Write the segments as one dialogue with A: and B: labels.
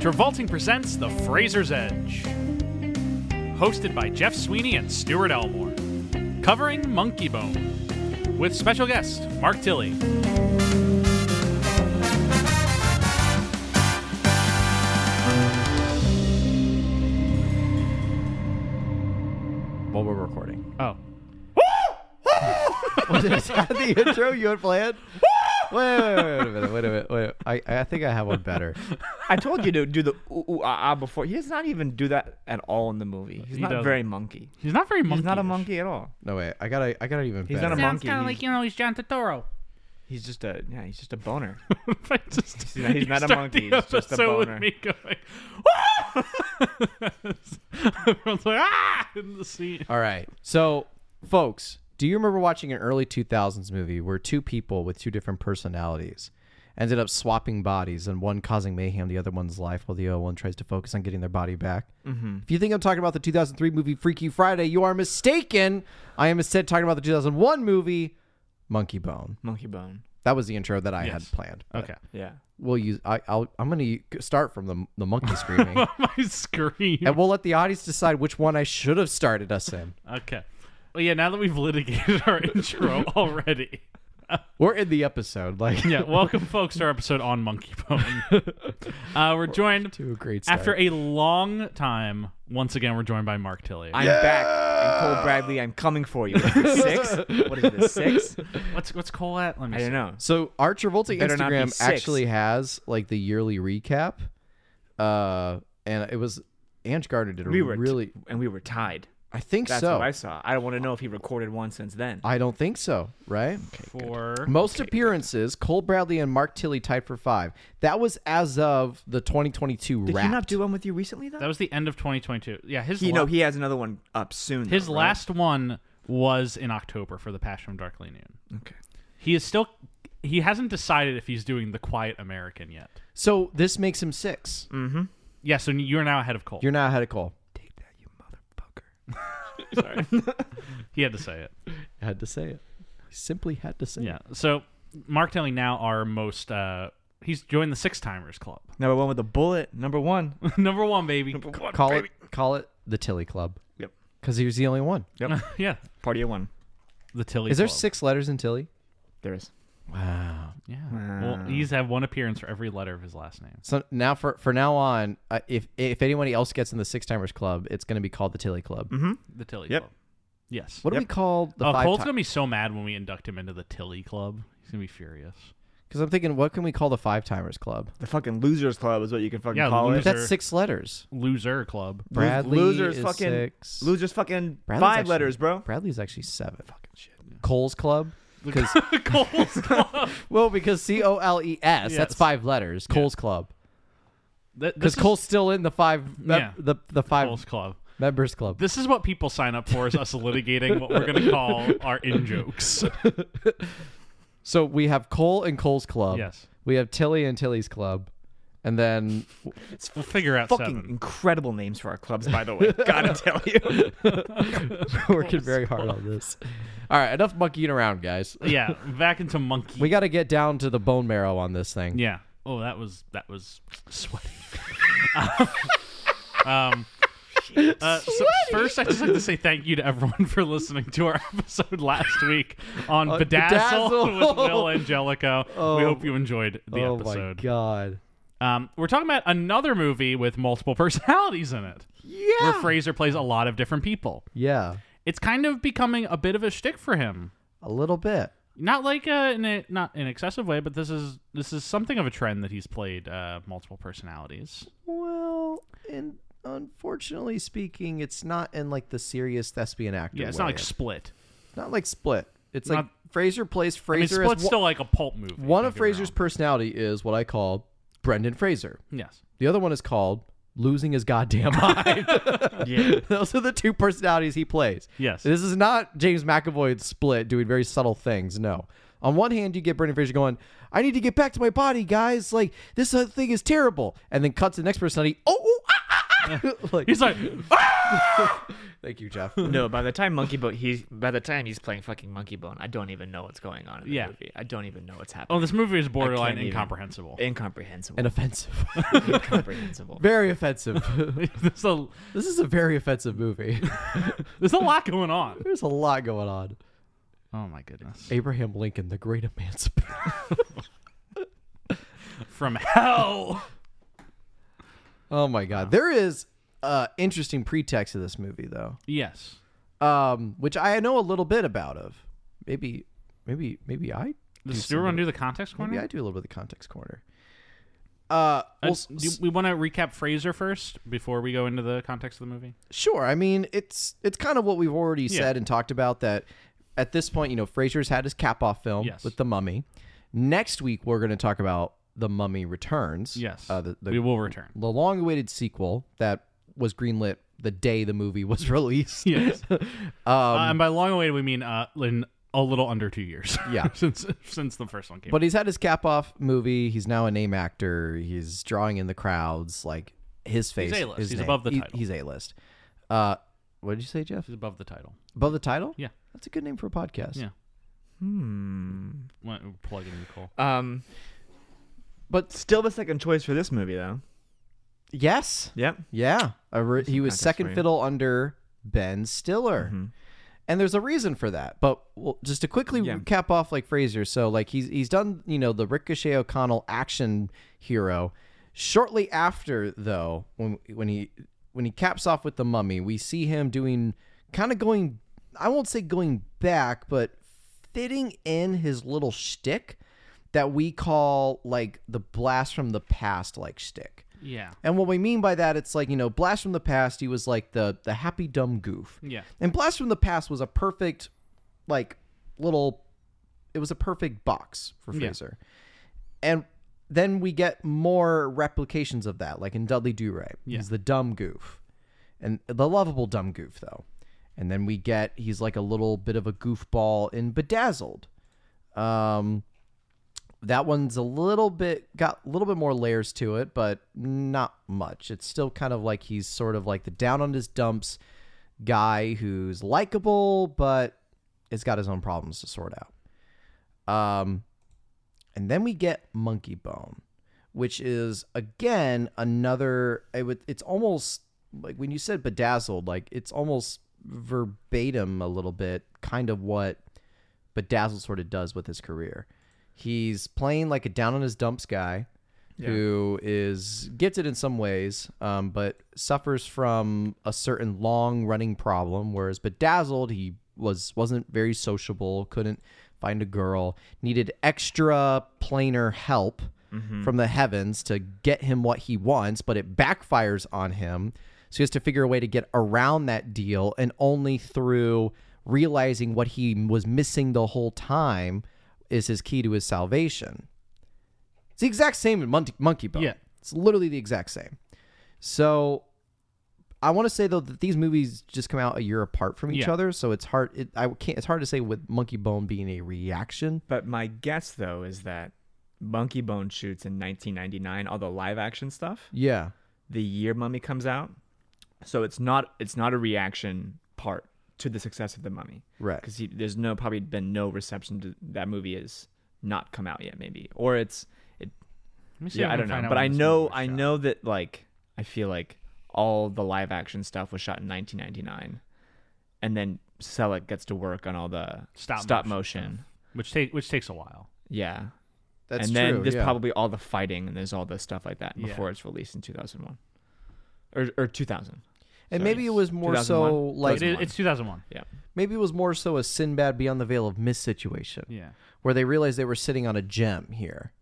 A: Travolting presents The Fraser's Edge. Hosted by Jeff Sweeney and Stuart Elmore. Covering Monkey Bone. With special guest Mark Tilley.
B: While we're recording.
A: Oh.
B: Is that the intro you had planned? Wait, wait, wait, wait a minute, wait a minute, wait. a- I, I think I have one better.
C: I told you to do the ooh, ooh ah, ah before. He does not even do that at all in the movie. He's
A: He
C: not
A: doesn't.
C: very monkey.
A: He's not very monkey.
C: He's not a monkey at all.
B: No wait, I got to I got to even.
C: He's
B: better.
C: not a monkey. He's,
A: you know, he's John Totoro.
C: he's just a yeah. He's just a boner.
A: just,
C: He's not- he's
A: you
C: not a
A: start
C: monkey,
A: The
C: he's just a
A: episode with
C: boner.
A: me going, Everyone's like, ah! In the scene.
B: All right, so folks, do you remember watching an early 2000s movie where two people with two different personalities ended up swapping bodies and one causing mayhem, the other one's life, while the other one tries to focus on getting their body back? Mm-hmm. If you think I'm talking about the 2003 movie Freaky Friday, you are mistaken. I am instead talking about the 2001 movie Monkey Bone.
C: monkey bone.
B: That was the intro that I
A: Yes.
B: had planned. but-
A: Okay.
C: Yeah.
B: we'll use I, I'll I'm gonna u- start from the the monkey screaming,
A: My scream.
B: and we'll let the audience decide which one I should have started us in.
A: Okay. Well, yeah, now that we've litigated our intro already.
B: We're in the episode, like
A: Yeah, welcome, folks, to our episode on Monkey Bone. uh, we're joined
B: to a great start.
A: after a long time. Once again, we're joined by Mark Tilley.
C: I'm back. I'm Cole Bradley. I'm coming for you. Is this six? what is this six?
A: What's what's Cole at? Let me
C: I
A: see.
C: don't know.
B: so our Travolta
C: Better not be
B: Instagram
C: six.
B: actually has like the yearly recap, uh, and it was Ange Gardner did a
C: We were t-
B: really
C: and we were tied.
B: I think
C: That's
B: so
C: what I saw. I want to know if he recorded one since then.
B: I don't think so right
A: For
B: most appearances Cole Bradley and Mark Tilley tied for five that was as of the 2022
C: Did
B: wrap
C: he not do one with you recently though?
A: that was the end of 2022. Yeah, his
C: he
A: la-
C: no. He has another one up soon. though,
A: his
C: right?
A: last one was in October for the Passion of Darkly Noon.
C: Okay.
A: He is still he hasn't decided if he's doing the Quiet American yet.
B: so this makes him 6
C: Mm-hmm.
A: Yeah, so you're now ahead of Cole.
B: you're now ahead of Cole
C: Take that, you motherfucker.
A: he had to say it.
B: had to say it. Simply had to say
A: Yeah. So Mark Tilley now our most uh he's joined the Six Timers Club.
C: Number one with a bullet. Number one.
A: Number one, baby.
C: one,
B: Call
C: baby.
B: it call it the Tilly Club
C: Yep.
B: because he was the only one.
C: Yep.
A: yeah.
C: Party of one.
A: The Tilly
B: Is there
A: Club.
B: six letters in Tilly?
C: There is.
B: Wow.
A: Yeah. Well, he's had one appearance for every letter of his last name.
B: So now for for now on, uh, if if anybody else gets in the Six Timers Club, it's going to be called the Tilly
D: Mm.
B: Club.
D: Mm-hmm.
A: The Tilly
C: Yep.
A: Club. Yes.
B: What do we call the
A: Oh,
B: five?
A: Cole's gonna be so mad when we induct him into the Tilly Club. He's gonna be furious.
B: Because I'm thinking, what can we call the Five Timers Club?
C: The fucking losers club is what you can fucking
A: Yeah,
C: call
A: losers.
C: it.
A: Sure.
B: That's six letters.
A: Loser Club.
C: Lo-
B: Bradley
C: losers
B: is
C: fucking
B: six.
C: losers fucking
B: Bradley's
C: five
B: actually-
C: letters, bro.
B: Bradley's actually seven. Fucking shit. Cole's Club. Because
A: Cole's Club.
B: well, because C O L E S.
A: Yes.
B: That's five letters. Cole's Club.
A: Th- this
B: Because
A: is
B: Cole's still in the five. mem-
A: Yeah.
B: The the five
A: Cole's Club.
B: members club.
A: This is what people sign up for: is us litigating what we're gonna call our in jokes.
B: So we have Cole and Cole's Club.
A: Yes.
B: We have Tilly and Tilly's Club. And then
A: We'll figure out
C: Fucking
A: seven.
C: incredible names for our clubs, by the way. Gotta tell you.
B: we're working very hard on this. All right, enough monkeying around, guys.
A: Yeah, back into monkey.
B: We got to get down to the bone marrow on this thing.
A: yeah. Oh, that was that was sweaty. um. uh, so first, I just like to say thank you to everyone for listening to our episode last week on
B: On
A: Bedazzle,
B: Bedazzle.
A: with Will Angelico. we
B: Uh, Oh.
A: hope you enjoyed the
B: oh my
A: episode.
B: god.
A: Um, we're talking about another movie with multiple personalities in it, where
B: Yeah.
A: Fraser plays a lot of different people.
B: Yeah.
A: it's kind of becoming a bit of a shtick for him.
B: A little bit.
A: Not like uh, in a not in an excessive way, but this is this is something of a trend that he's played uh, multiple personalities.
B: Well, and unfortunately speaking, it's not in like the serious thespian actor.
A: Yeah, it's not
B: way.
A: like Split.
B: not like Split. It's like
A: Not-
B: Fraser
A: I
B: plays
A: mean,
B: Fraser
A: Split's
B: as one,
A: still like a pulp movie.
B: one
A: don't
B: of
A: get me
B: Fraser's personality is what I call Brendan Fraser.
A: wrong. yes,
B: The other one is called Losing His Goddamn Mind.
C: Yeah.
B: Those are the two personalities he plays.
A: Yes.
B: This is not James McAvoy split doing very subtle things. No. On one hand, you get Brendan Fraser going, I need to get back to my body, guys. Like, this uh, thing is terrible. And then cuts to the next personality. Oh, oh, ah, ah, like,
A: He's like,
B: thank you, Jeff.
D: No, by the time Monkey Bone, he's by the time he's playing fucking Monkey Bone, I don't even know what's going on in the
A: Yeah.
D: movie. I don't even know what's
A: oh,
D: happening.
A: this movie is
D: I
A: borderline
D: can't even.
A: incomprehensible.
D: incomprehensible.
B: And offensive.
D: incomprehensible.
B: very offensive.
A: there's, a,
B: this is a very offensive movie.
A: there's a lot going on.
B: There's a lot going on.
A: Oh my goodness.
B: Abraham Lincoln, the great emancipator.
A: From hell.
B: Oh my God. There is uh, interesting pretext to this movie, though,
A: Yes.
B: um, which I know a little bit about. Of maybe, maybe, maybe I
A: Does Stuart want to do the context corner?
B: maybe I do a little bit of the context corner. Uh,
A: Uh,
B: well,
A: do you- we want to recap Fraser first before we go into the context of the movie.
B: Sure. I mean, it's it's kind of what we've already said and talked about that at this point, you know, Fraser's had his cap off film
A: Yes.
B: with The Mummy. Next week we're going to talk about The Mummy Returns.
A: Yes.
B: Uh, the the,
A: we will return.
B: the long-awaited sequel that was greenlit the day the movie was released.
A: Yes.
B: Um,
A: Uh, and by long away, we mean uh, in a little under two years.
B: Yeah.
A: since since the first one came.
B: But he's had his cap off movie. He's now a name actor. He's drawing in the crowds like his face.
A: A-list.
B: his
A: He's
B: name.
A: above the
B: He-
A: title.
B: he's A-list. Uh what did you say, Jeff?
A: out. It's above the title.
B: Above the title?
A: Yeah.
B: That's a good name for a podcast.
A: Yeah.
C: Hmm.
A: Why don't we Plug it in, Nicole.
C: Um,
B: But
C: still the second choice for this movie though.
B: yes.
C: Yep.
B: Yeah, a re- he was
C: context
B: second
C: for you. Mm-hmm.
B: fiddle under Ben Stiller, and there's a reason for that. But well, just to quickly
C: Yeah.
B: cap off, like Fraser, so like he's he's done you know the Ricochet O'Connell action hero. Shortly after, though, when when he when he caps off with the Mummy, we see him doing kind of going, I won't say going back, but fitting in his little shtick that we call like the blast from the past like shtick.
A: Yeah.
B: And what we mean by that, it's like, you know, Blast from the Past, he was like the the happy dumb goof.
A: Yeah.
B: And Blast from the Past was a perfect like little it was a perfect box for
A: Yeah.
B: Fraser. And then we get more replications of that, like in Dudley Do Right.
A: Yeah.
B: He's the dumb goof. And the lovable dumb goof though. And then we get he's like a little bit of a goofball in Bedazzled. Um that one's a little bit got a little bit more layers to it, but not much. It's still kind of like he's sort of like the down on his dumps guy who's likable, but has got his own problems to sort out. Um, and then we get Monkey Bone, which is again another. It would, it's almost like when you said bedazzled, like it's almost verbatim a little bit, kind of what bedazzled sort of does with his career. He's playing like a down on his dumps guy. Who is gifted in some ways, um, but suffers from a certain long-running problem. Whereas bedazzled, he was wasn't very sociable, couldn't find a girl, needed extra planar help from the heavens to get him what he wants, but it backfires on him. So he has to figure a way to get around that deal, and only through realizing what he was missing the whole time is his key to his salvation. It's the exact same in Monkey, Monkey Bone.
A: Yeah.
B: It's literally the exact same. So I want to say though that these movies just come out a year apart from each
A: Yeah.
B: other, so it's hard. It, I can't. It's hard to say with Monkey Bone being a reaction.
C: But my guess though is that Monkey Bone shoots in 1999, all the live action stuff,
B: Yeah.
C: the year Mummy comes out. So it's not it's not a reaction part to the success of the Mummy.
B: Right.
C: Because there's no probably been no reception to that movie is not come out yet maybe or it's it
A: Let me see if
C: yeah I
A: can
C: don't know
A: find out
C: but
A: when
C: I
A: this
C: know
A: movie was
C: I
A: shot.
C: know that like I feel like all the live action stuff was shot in 1999, and then Selleck gets to work on all the
A: Stop motion
C: motion.
A: which take which takes a while.
C: Yeah,
B: That's
C: and then
B: true.
C: there's
B: yeah.
C: probably all the fighting and there's all the stuff like that
A: Yeah.
C: before it's released in 2001 or or 2000.
B: and
C: sorry,
B: maybe it was more so
C: 2001?
B: like
A: It is, it's 2001.
C: Yeah,
B: maybe it was more so a Sinbad beyond the veil of Miss situation
A: Yeah.
B: where they realized they were sitting on a gem here.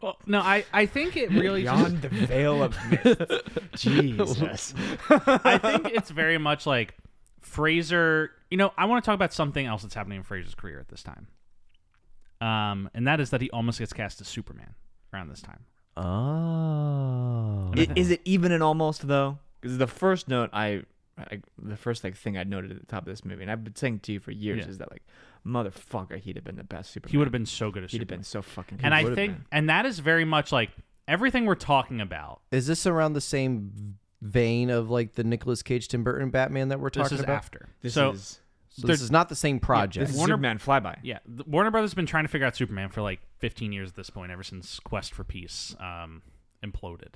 A: Well, no, I, I think it really just,
C: beyond the veil of mist. Jesus.
A: I think it's very much like Fraser. You know, I want to talk about something else that's happening in Fraser's career at this time. Um, and that is that he almost gets cast as Superman around this time.
B: Oh.
C: I- is it even an almost though? Because the first note I, I, the first like thing I noted at the top of this movie, and I've been saying to you for years,
A: Yeah.
C: is that like, motherfucker, he'd have been the best Superman.
A: He would have been so good as
C: He'd have
A: Superman.
C: been so fucking.
A: and I
C: good.
A: think, and that is very much like everything we're talking about.
B: Is this around the same vein of like the Nicolas Cage Tim Burton Batman that we're
A: This
B: talking
A: is
B: about?
A: after.
C: This
A: so
C: is
B: So this
A: they're-
B: is not the same project.
C: uh, this is
A: Warner-
C: Superman flyby.
A: Yeah, th- Warner Brothers has been trying to figure out Superman for like 15 years at this point, ever since Quest for Peace um, imploded.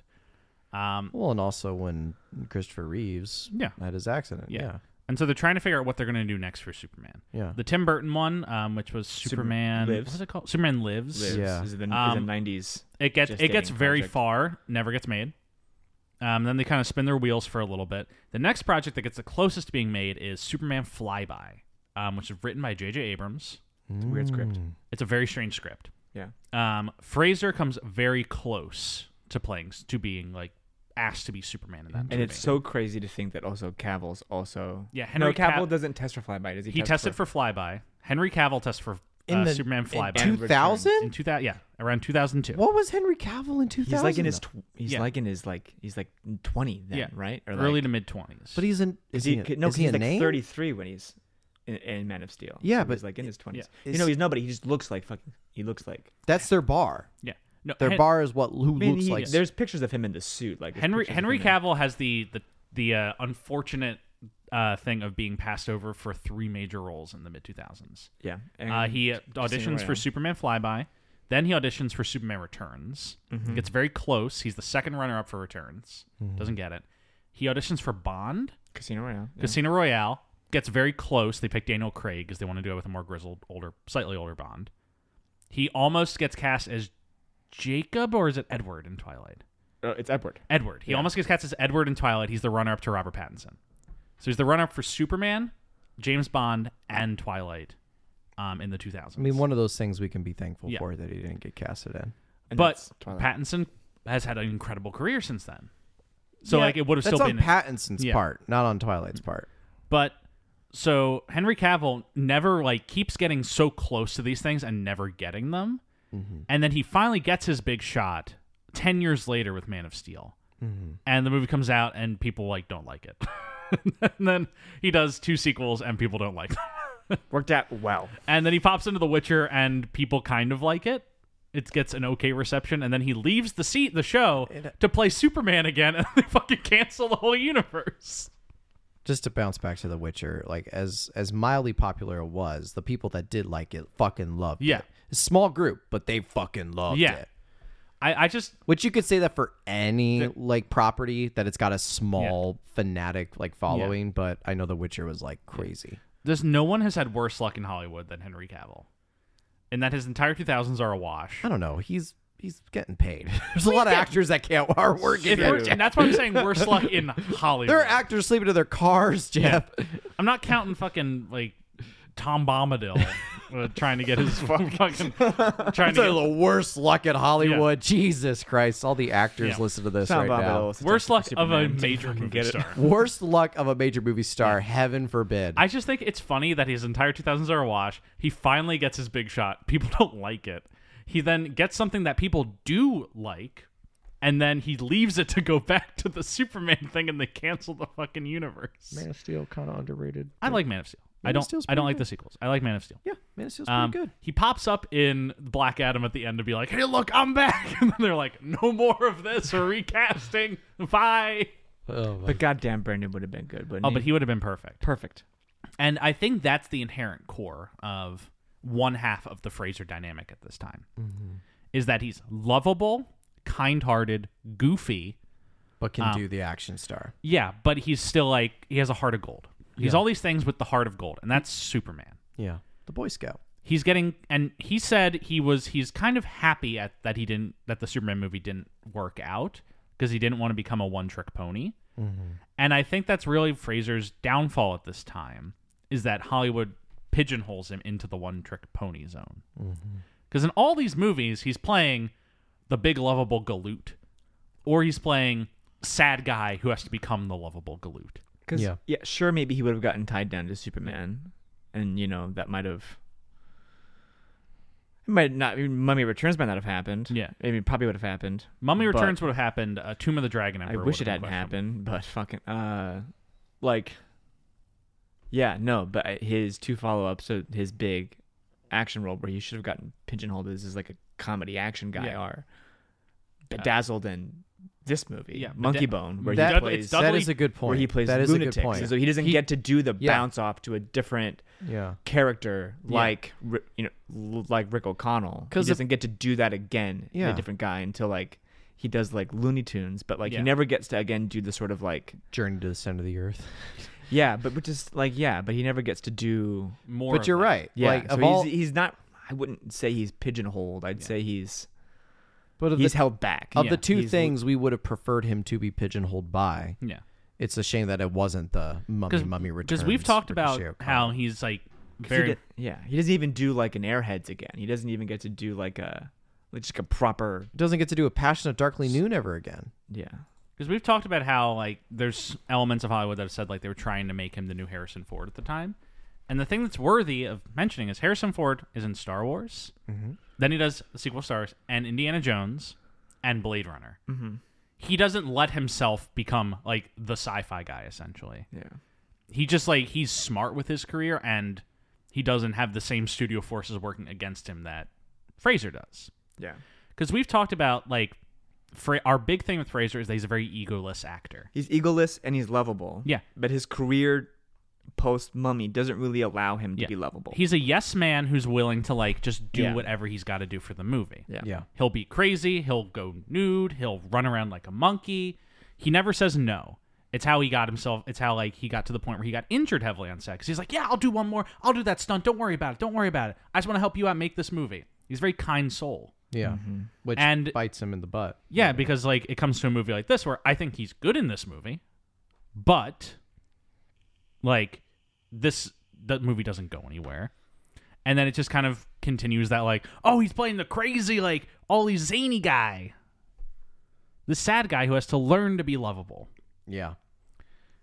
A: Um,
B: well, and also when Christopher Reeves
A: Yeah.
B: had his accident.
A: yeah.
B: Yeah.
A: and so they're trying to figure out what they're going to do next for Superman.
B: Yeah.
A: The Tim Burton one, um, which was Superman,
C: Lives.
A: what's it called? Superman Lives.
C: Lives.
B: Yeah.
C: This is the,
A: Um,
C: is
A: It gets
C: Just
A: it gets
C: dating
A: very
C: project.
A: far, never gets made. Um, then they kind of spin their wheels for a little bit. The next project that gets the closest to being made is Superman Flyby, um, which is written by J.J. Abrams.
C: the 90s. Weird script.
B: Mm.
A: It's a very strange script.
C: Yeah.
A: Um, Fraser comes very close to playing to being like asked to be Superman in that.
C: And
A: movie.
C: it's so crazy to think that also Cavill's also.
A: Yeah, Henry
C: no, Cavill
A: Cav-
C: doesn't test for flyby, does he?
A: he
C: test
A: tested
C: for.
A: for Flyby. Henry Cavill tested for
B: In
A: uh,
B: the-
A: Superman Flyby
B: Two
A: in
B: thousand?
A: 2000. Yeah, around 2002.
B: What was Henry Cavill in two thousand?
C: He's like in his. Tw- he's
A: Yeah.
C: like in his like. He's like twenty then,
A: Yeah.
C: right? Or
A: Early
C: like,
A: to mid 20s.
B: But he's in. Is he?
C: he,
B: a-
C: no,
B: is
C: 'cause
B: he
C: he's
B: a
C: like
B: name?
C: thirty three when he's in, in Man of Steel.
B: Yeah,
C: So
B: but
C: he's like in his twenties.
B: yeah.
C: You know,
B: Is-
C: he's nobody. He just looks like fucking. He looks like.
B: That's their bar.
A: yeah. No,
B: Their
A: Hen-
B: bar is what who
C: I mean,
B: looks
C: he-
B: like.
C: there's pictures of him in the suit, like there's
A: Henry
C: pictures of
A: Henry
C: him in-
A: Cavill has the the the uh, unfortunate uh, thing of being passed over for three major roles in the mid 2000s.
C: Yeah,
A: Uh,
C: and
A: he auditions for
C: Royale.
A: Superman Flyby, then he auditions for Superman Returns.
B: Mm-hmm.
A: Gets very close. He's the second runner up for Returns. Doesn't get it. He auditions for Bond,
C: Casino Royale. Yeah.
A: Casino Royale. Gets very close. They pick Daniel Craig because they want to do it with a more grizzled, older, slightly older Bond. He almost gets cast as Jacob, or is it Edward in Twilight?
C: Uh, it's Edward.
A: Edward. He almost gets cast as Edward in Twilight. He's the runner up to Robert Pattinson. So he's the runner up for Superman, James Bond, and Twilight um, in the 2000s.
B: I mean, one of those things we can be thankful
A: Yeah.
B: for that he didn't get casted in.
C: And
A: but
C: that's Twilight.
A: Pattinson has had an incredible career since then. So
B: Yeah,
A: like it would have
B: That's
A: still
B: on
A: been.
B: Pattinson's
A: Yeah.
B: part, not on Twilight's part.
A: but so Henry Cavill never like keeps getting so close to these things and never getting them,
C: Mm-hmm.
A: and then he finally gets his big shot ten years later with Man of Steel,
C: Mm-hmm.
A: and the movie comes out and people like don't like it, and then he does two sequels and people don't like them.
C: worked out well.
A: And then he pops into The Witcher, and people kind of like it. It gets an okay reception, and then he leaves the seat, the show, to play Superman again, and they fucking cancel the whole universe.
B: Just to bounce back to The Witcher, like as as mildly popular it was, the people that did like it fucking loved
A: Yeah.
B: it. A small group, but they fucking loved
A: Yeah.
B: it.
A: I, I just
B: Which you could say that for any like property that it's got a small fanatic like following, but I know The Witcher was like crazy.
A: there's no one has had worse luck in Hollywood than Henry Cavill, and that his entire 2000s are a wash.
B: I don't know. He's he's getting paid. There's a lot of actors that can't are working.
A: If we're- and that's why I'm saying worse luck in Hollywood.
B: There are actors sleeping in their cars, Jeff.
A: I'm not counting fucking like Tom Bombadil uh, trying to get his fucking trying
B: That's
A: to get,
B: the worst luck at Hollywood. Jesus Christ! All the actors
A: Yeah.
B: listen to this
C: Tom
B: right now.
C: Bombadil.
A: worst luck of a
C: Superman.
A: major movie star.
B: Worst luck of a major movie star. Heaven forbid.
A: I just think it's funny that his entire 2000s are a wash. He finally gets his big shot. People don't like it. He then gets something that people do like, and then he leaves it to go back to the Superman thing, and they cancel the fucking universe.
B: of Steel kind of underrated.
A: I like Man of Steel. I
B: Man of
A: don't.
B: Steel's
A: I don't
B: pretty
A: like
B: good.
A: the sequels. I like Man of Steel.
B: Yeah, Man of Steel's
A: Um,
B: pretty good.
A: He pops up in Black Adam at the end to be like, "Hey, look, I'm back," and then they're like, "No more of this. We're recasting. Bye."
C: But goddamn, Brandon would have been good, wouldn't
A: Oh,
B: Mm.
A: but he would have been perfect.
C: perfect.
A: And I think that's the inherent core of one half of the Fraser dynamic at this time is that he's lovable, kind hearted, goofy.
B: But can do the action star.
A: Yeah, but he's still like, he has a heart of gold. He's all these things with the heart of gold, and that's Superman.
B: Yeah, the Boy Scout.
A: He's getting, and he said he was, he's kind of happy at that he didn't, that the Superman movie didn't work out because he didn't want to become a one trick pony.
C: Mm-hmm.
A: And I think that's really Fraser's downfall at this time is that Hollywood pigeonholes him into the one trick pony zone.
C: Mm-hmm.
A: Because in all these movies, he's playing the big lovable galoot, or he's playing sad guy who has to become the lovable galoot.
C: Because
B: Yeah.
C: yeah. sure, maybe he would have gotten tied down to Superman, and you know that might have. It might not. I mean, Mummy Returns might not have happened.
A: Yeah.
C: I mean, probably would have happened.
A: Mummy
C: But
A: Returns would have happened. Uh, Tomb of the Dragon
C: I
A: Emperor.
C: wish it
A: would've
C: hadn't happened,
A: been questionable.
C: but fucking uh, like, yeah, no. But I- his two follow-ups, so his big action role where he should have gotten pigeonholed as is like a comedy action guy
A: Yeah.
C: are
D: bedazzled in this movie,
A: yeah,
D: Monkey
A: beda-
D: Bone, where
A: That-
D: he
A: it's
D: plays
A: Dudley-
B: that is a good point.
D: where he plays
B: that is
D: lunatics,
B: a good point.
D: and so he doesn't get to do the
B: yeah.
D: bounce off to a different
B: yeah.
D: character like Ri- you know l- like Rick O'Connell. He
B: 'Cause the-
D: doesn't get to do that again. in
B: Yeah.
D: a different guy until like he does like Looney Tunes, but like
A: Yeah.
D: he never gets to again do the sort of like
B: Journey to the center of the earth.
D: yeah, but which is like yeah, but he never gets to do
A: More.
B: But
A: of
B: you're
A: that.
B: right.
D: yeah.
B: Like
D: so
B: of
D: he's
B: all,
D: he's not. I wouldn't say he's pigeonholed. I'd say he's
B: but of
D: he's
B: the,
D: held back.
B: of
A: yeah,
B: the two
D: he's-
B: things we would have preferred him to be pigeonholed by.
A: Yeah.
B: It's a shame that it wasn't the mummy mummy returns.
A: Because we've talked about
B: Ricochet
A: how
B: O'Connell.
A: he's like
D: He
A: very.
D: did- yeah, he doesn't even do like an Airheads again. He doesn't even get to do like a like just a proper
B: doesn't get to do a passionate darkly noon ever again.
D: yeah.
A: Because we've talked about how like there's elements of Hollywood that have said like they were trying to make him the new Harrison Ford at the time, and the thing that's worthy of mentioning is Harrison Ford is in Star Wars,
D: Mm-hmm.
A: then he does the sequel Star Wars and Indiana Jones and Blade Runner. Mm-hmm. He doesn't let himself become like the sci-fi guy essentially.
D: Yeah.
A: He just like he's smart with his career and he doesn't have the same studio forces working against him that Fraser does
D: Yeah.
A: because we've talked about like Fra- our big thing with Fraser is that he's a very egoless actor.
D: He's egoless and he's lovable.
A: Yeah.
D: But his career post mummy doesn't really allow him to
A: Yeah.
D: be lovable.
A: He's a yes man who's willing to like just do
D: Yeah.
A: whatever he's got to do for the movie.
D: yeah.
B: Yeah.
A: He'll be crazy, he'll go nude, he'll run around like a monkey. He never says no. It's how he got himself, it's how like he got to the point where he got injured heavily on sex. He's like, "Yeah, I'll do one more. I'll do that stunt. Don't worry about it. Don't worry about it. I just want to help you out make this movie." He's a very kind soul.
B: Yeah. Which
A: And-
B: bites him in the butt.
A: Yeah, because like it comes to a movie like this where I think he's good in this movie, but like this the movie doesn't go anywhere. And then it just kind of continues that like, oh, he's playing the crazy, like all zany guy. The sad guy who has to learn to be lovable.
B: Yeah.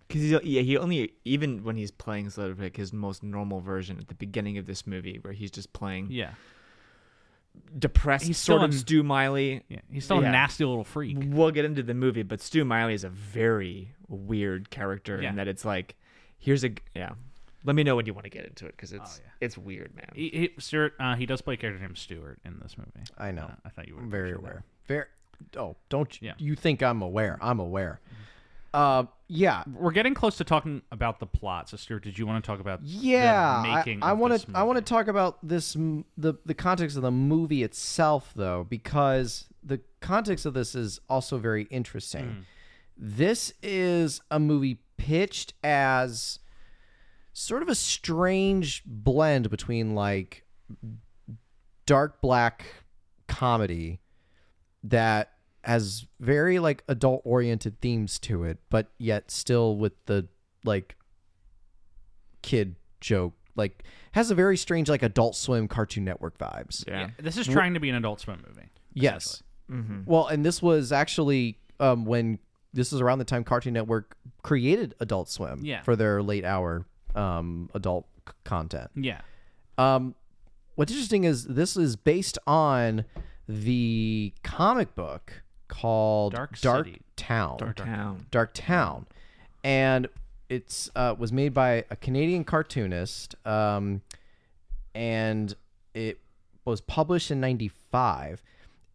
D: Because he's yeah, he only even when he's playing sort of like his most normal version at the beginning of this movie where he's just playing
A: Yeah.
D: depressed
A: He's
D: sort
A: still
D: of
A: in-
D: Stu Miley.
A: Yeah. He's still
D: Yeah.
A: a nasty little freak.
D: We'll get into the movie, but Stu Miley is a very weird character
A: Yeah.
D: in that it's like here's a yeah. Let me know when you want to get
E: get into it because it's
A: Oh, yeah.
E: it's weird, man.
A: He, he, Stuart, uh, he does play a character named Stuart in this movie.
B: I know.
A: Uh, I thought you were
B: I'm very aware. Very. Oh, don't you,
A: Yeah. Mm-hmm.
B: you think I'm aware? I'm aware. Uh, yeah,
A: We're getting close to talking about the plot. So, Stuart, did you want to talk about
B: yeah.
A: the
B: I-
A: making?
B: I
A: of
B: want
A: this
B: to. I want to
A: movie?
B: talk about this. m- the The context of the movie itself, though, because the context of this is also very interesting.
A: Mm.
B: This is a movie pitched as sort of a strange blend between like dark black comedy that has very like adult oriented themes to it, but yet still with the like kid joke. Like has a very strange like Adult Swim Cartoon Network vibes.
D: yeah.
A: This is trying to be an Adult Swim movie.
B: Yes.
D: Mm-hmm.
B: Well, and this was actually um, when this is around the time Cartoon Network created Adult Swim
A: Yeah.
B: for their late hour um, adult c- content.
A: Yeah.
B: Um, what's interesting is this is based on the comic book called
A: Dark City.
B: Town.
D: Town.
B: Dark Town, and it's uh, was made by a Canadian cartoonist, um, and it was published in '95.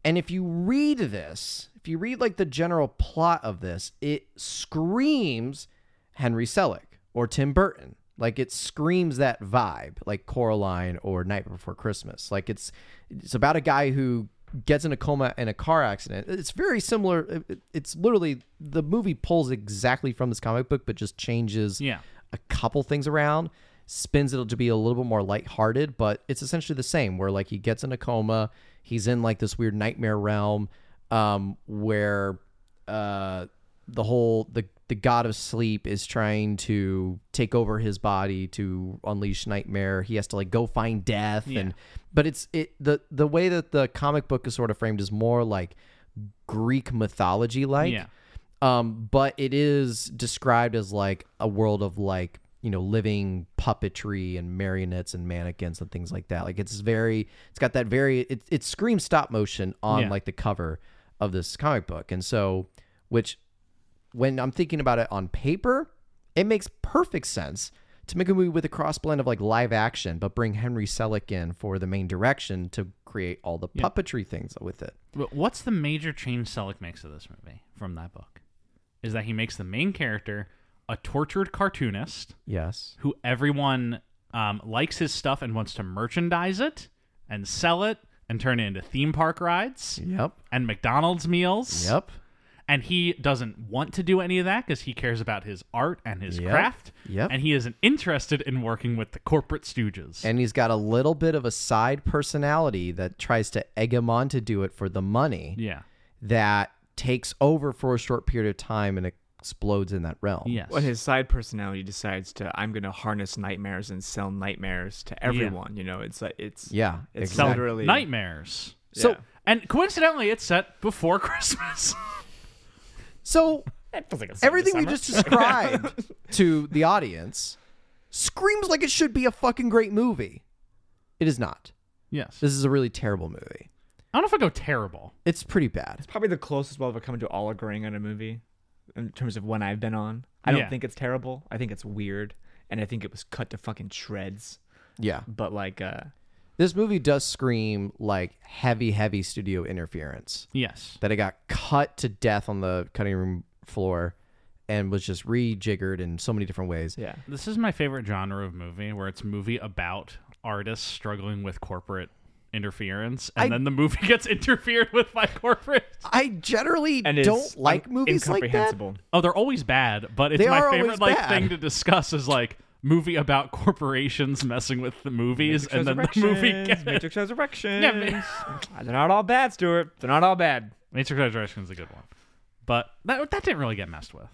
B: And if you read this, if you read like the general plot of this, it screams Henry Selick or Tim Burton. Like it screams that vibe, like Coraline or Night Before Christmas. Like it's it's about a guy who gets in a coma in a car accident. It's very similar. It- it- It's literally the movie pulls exactly from this comic book, but just changes
A: Yeah.
B: a couple things around, spins it to be a little bit more lighthearted, but it's essentially the same where like he gets in a coma, he's in like this weird nightmare realm um where uh the whole the the god of sleep is trying to take over his body to unleash nightmare. He has to like go find death and but it's it the the way that the comic book is sort of framed is more like Greek mythology like
A: Yeah.
B: um, but it is described as like a world of like you know living puppetry and marionettes and mannequins and things like that. Like it's very, it's got that very, it it screams stop motion on
A: Yeah.
B: like the cover of this comic book, and so which when I'm thinking about it on paper, it makes perfect sense to make a movie with a cross blend of like live action, but bring Henry Selick in for the main direction to create all the
A: Yeah.
B: puppetry things with it.
A: But what's the major change Selleck makes to this movie from that book? Is that he makes the main character a tortured cartoonist
B: Yes.
A: who everyone um, likes his stuff and wants to merchandise it and sell it and turn it into theme park rides
B: Yep.
A: and McDonald's meals.
B: Yep.
A: And he doesn't want to do any of that because he cares about his art and his
B: Yep.
A: craft.
B: Yep.
A: And he isn't interested in working with the corporate stooges.
B: And he's got a little bit of a side personality that tries to egg him on to do it for the money
A: yeah.
B: that takes over for a short period of time and explodes in that realm.
A: Yes.
D: When his side personality decides to, I'm going to harness nightmares and sell nightmares to everyone. You know, it's like it's
B: Yeah.
D: It's
A: Sell
B: exactly.
D: literally-
A: nightmares.
B: So
D: Yeah.
A: And coincidentally, it's set before Christmas.
B: so
F: That feels like a
B: everything we just described to the audience screams like it should be a fucking great movie. It is not.
A: yes. I
B: This is a really terrible movie.
A: don't know if I go terrible.
B: It's pretty bad.
D: probably the closest we'll ever come to all agreeing on a movie in terms of when I've been on. I don't
A: Yeah.
D: think it's terrible. I think it's weird, and I think it was cut to fucking shreds.
B: Yeah.
D: But like, uh,
B: This movie does scream like heavy, heavy studio interference.
A: Yes.
B: That it got cut to death on the cutting room floor and was just rejiggered in so many different ways.
D: yeah,
A: This is my favorite genre of movie where it's movie about artists struggling with corporate interference and
B: I-
A: then the movie gets interfered with by corporate.
B: I generally
D: and
B: don't like movies like that.
D: incomprehensible.
A: Oh, they're always bad, but it's
B: They
A: my
B: are
A: favorite
B: always
A: like
B: bad.
A: thing to discuss is like movie about corporations messing with the movies and then the movie gets
D: Matrix Resurrections.
A: Yeah, man.
D: They're not all bad, Stuart. They're not all bad.
A: Matrix Resurrection is a good one. But that that didn't really get messed with.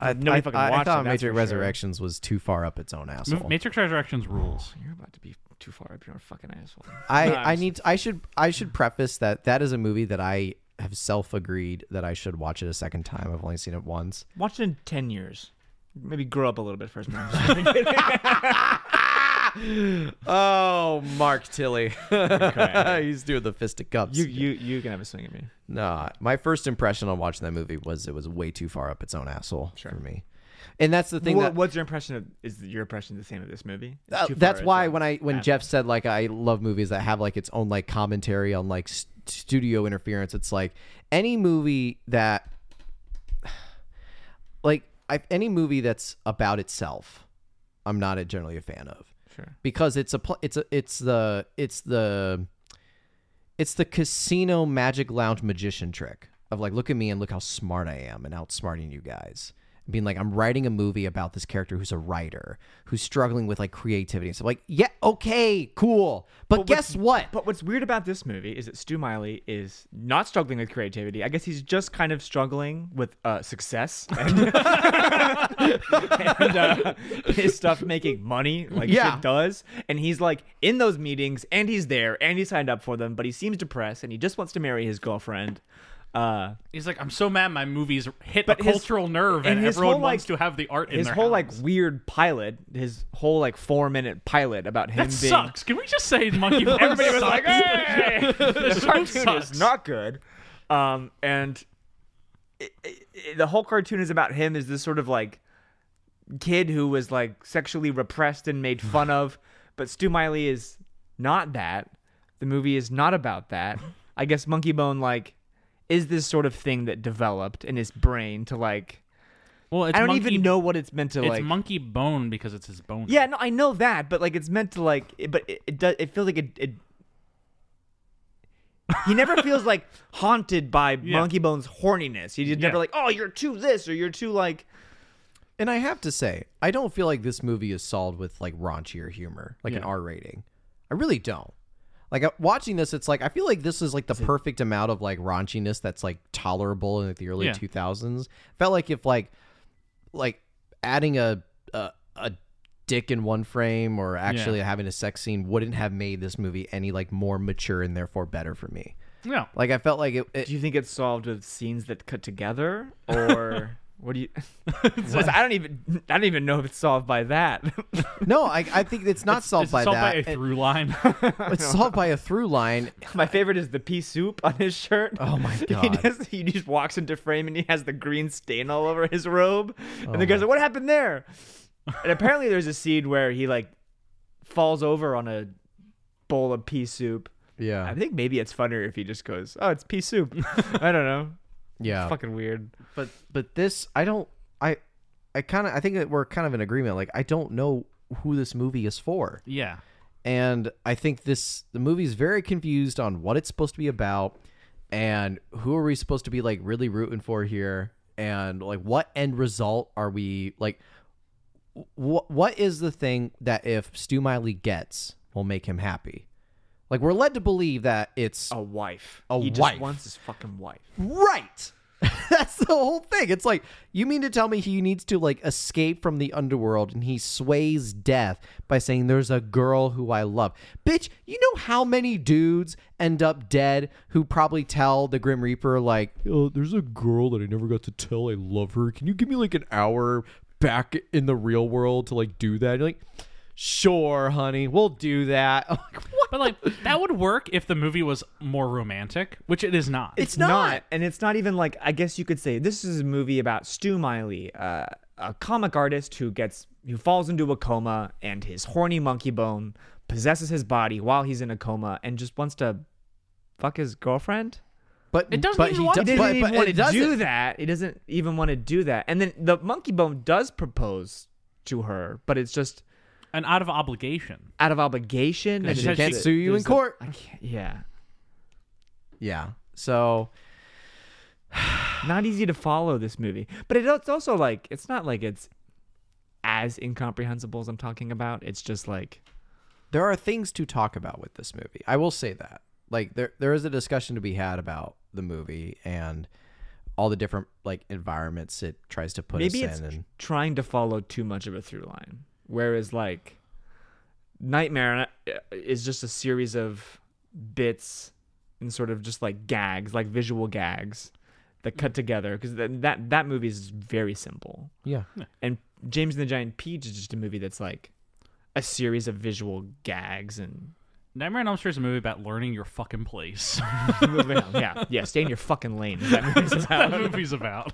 B: I,
D: Nobody fucking
B: I, I
D: watched it,
B: thought
D: that's
B: Matrix
D: for sure.
B: Resurrections was too far up its own
A: Mo-
B: asshole.
A: Matrix Resurrections rules.
D: You're about to be too far up your own fucking asshole.
B: I, I need I should I should preface that that is a movie that I have self agreed that I should watch it a second time. I've only seen it once.
D: Watch it in ten years. Maybe grow up a little bit first. No, I'm just
B: Oh, Mark Tilly,
D: kidding.
B: he's doing the fist of cups.
D: you you you can have a swing at me.
B: Nah, my first impression on watching that movie was it was way too far up its own asshole
D: Sure.
B: for me, and that's the thing
D: Wha-
B: that
D: what's your impression of? Is your impression the same of this movie? It's
B: Uh,
D: too far
B: that's
D: out
B: why
D: there.
B: when I when Jeff said like I love movies that have like its own like commentary on like st- studio interference, it's like any movie that like I, any movie that's about itself, I'm not a, generally a fan of
D: Sure.
B: because it's a pl- it's a it's the it's the it's the casino magic lounge magician trick of like look at me and look how smart I am and outsmarting you guys. Being like, I'm writing a movie about this character who's a writer who's struggling with like creativity and stuff. Like, yeah, okay, cool, but, guess what?
D: But what's weird about this movie is that Stu Miley is not struggling with creativity. I guess he's just kind of struggling with uh, success and, and, uh, his stuff making money, like
B: Yeah.
D: shit does. And he's like in those meetings, and he's there, and he signed up for them, but he seems depressed, and he just wants to marry his girlfriend. Uh,
A: He's like, I'm so mad my movies hit
D: But
A: a
D: his-
A: cultural nerve and,
D: and his
A: everyone
D: whole,
A: wants
D: like-
A: to have the art in
D: his
A: their
D: whole like
A: house.
D: weird pilot, his whole like four minute pilot about him
A: that
D: being
A: sucks. Can we just say Monkey Bone
D: Everybody was
A: sucks?
D: like, "Hey,
A: This
D: this
A: show
D: cartoon
A: sucks."
D: is not good." Um, and it, it, it- the whole cartoon is about him as this sort of like kid who was like sexually repressed and made fun of, but Stu Miley is not that. The movie is not about that. I guess Monkey Bone like is this sort of thing that developed in his brain to like
A: Well, it's
D: I don't
A: monkey,
D: even know what it's meant to
A: It's
D: like.
A: Monkey Bone because it's his bone.
D: Yeah, no, I know that, but like it's meant to like, it, but it, it does. It feels like it. it he never feels like haunted by Monkey Bone's horniness. He's never
A: Yeah.
D: like, oh, you're too this or you're too like.
B: And I have to say, I don't feel like this movie is solved with like raunchier humor, like an
A: Yeah.
B: R rating. I really don't. Like I- watching this, it's like I feel like this is like the perfect amount of like raunchiness that's like tolerable in like, the early
A: Yeah.
B: two thousands. Felt like if like like adding a a, a dick in one frame or actually having a sex scene wouldn't have made this movie any like more mature and therefore better for me.
A: No.
B: Like I felt like it. it
D: Do you think it's solved with scenes that cut together or what do you? 'Cause I don't even. I don't even know if it's solved by that.
B: no, I, I think it's not solved
A: It's
B: by
A: solved
B: that.
A: by a through line.
B: it's solved by a through line.
D: My favorite is the pea soup on his shirt.
B: Oh my
D: He
B: god.
D: just, he just walks into frame and he has the green stain all over his robe.
B: Oh
D: and the guy's like, What happened there? And apparently there's a scene where he like falls over on a bowl of pea soup. I
B: Yeah.
D: think maybe it's funner if he just goes, "Oh, it's pea soup." I don't know.
B: Yeah.
G: Fucking weird.
B: But but this I don't I I kind of I think that we're kind of in agreement. Like I don't know who this movie is for.
A: Yeah.
B: and I think this the movie's very confused on what it's supposed to be about and who are we supposed to be like really rooting for here and like what end result are we like what what is the thing that if Stu Miley gets will make him happy? Like we're led to believe that it's
D: A wife.
B: A
D: he
B: wife.
D: just wants his fucking wife.
B: Right. That's the whole thing. It's like you mean to tell me he needs to like escape from the underworld and he sways death by saying there's a girl who I love. Bitch, you know how many dudes end up dead who probably tell the Grim Reaper like, "Oh, there's a girl that I never got to tell I love her. Can you give me like an hour back in the real world to like do that?" And you're like, "Sure, honey. We'll do that." I'm like, "What?"
A: But like that would work if the movie was more romantic, which it is not.
B: It's not.
D: and it's not even like I guess you could say this is a movie about Stu Miley, uh, a comic artist who gets who falls into a coma, and his horny monkey bone possesses his body while he's in a coma, and just wants to fuck his girlfriend.
B: But
A: It doesn't
B: but
A: even
B: he
A: want
B: do-
A: to.
D: He doesn't
B: but-
D: even
B: but
D: want
B: it
D: to
B: doesn't.
D: do that. He doesn't even want to do that. And then the monkey bone does propose to her, but it's just
A: and out of obligation.
D: out of obligation.
A: And
D: And
A: she
D: it's-
A: can't
D: it-
B: sue you in
D: there's the-
B: court.
D: I can't, yeah,
B: Yeah. So
D: not easy to follow this movie. But it, it's also like it's not like it's as incomprehensible as I'm talking about. It's just like
B: there are things to talk about with this movie. I will say that. Like there there is a discussion to be had about the movie and all the different like environments it tries to put
D: maybe
B: us
D: it's
B: in
D: tr-
B: and
D: trying to follow too much of a through line. Whereas like Nightmare uh, is just a series of bits and sort of just like gags, like visual gags that cut together because that that movie is very simple.
B: yeah.
D: And James and the Giant Peach is just a movie that's like a series of visual gags and
A: Nightmare on Elm Street is a movie about learning your fucking place.
D: yeah, yeah, stay in your fucking lane. is That movie's
A: That's what that movie's about.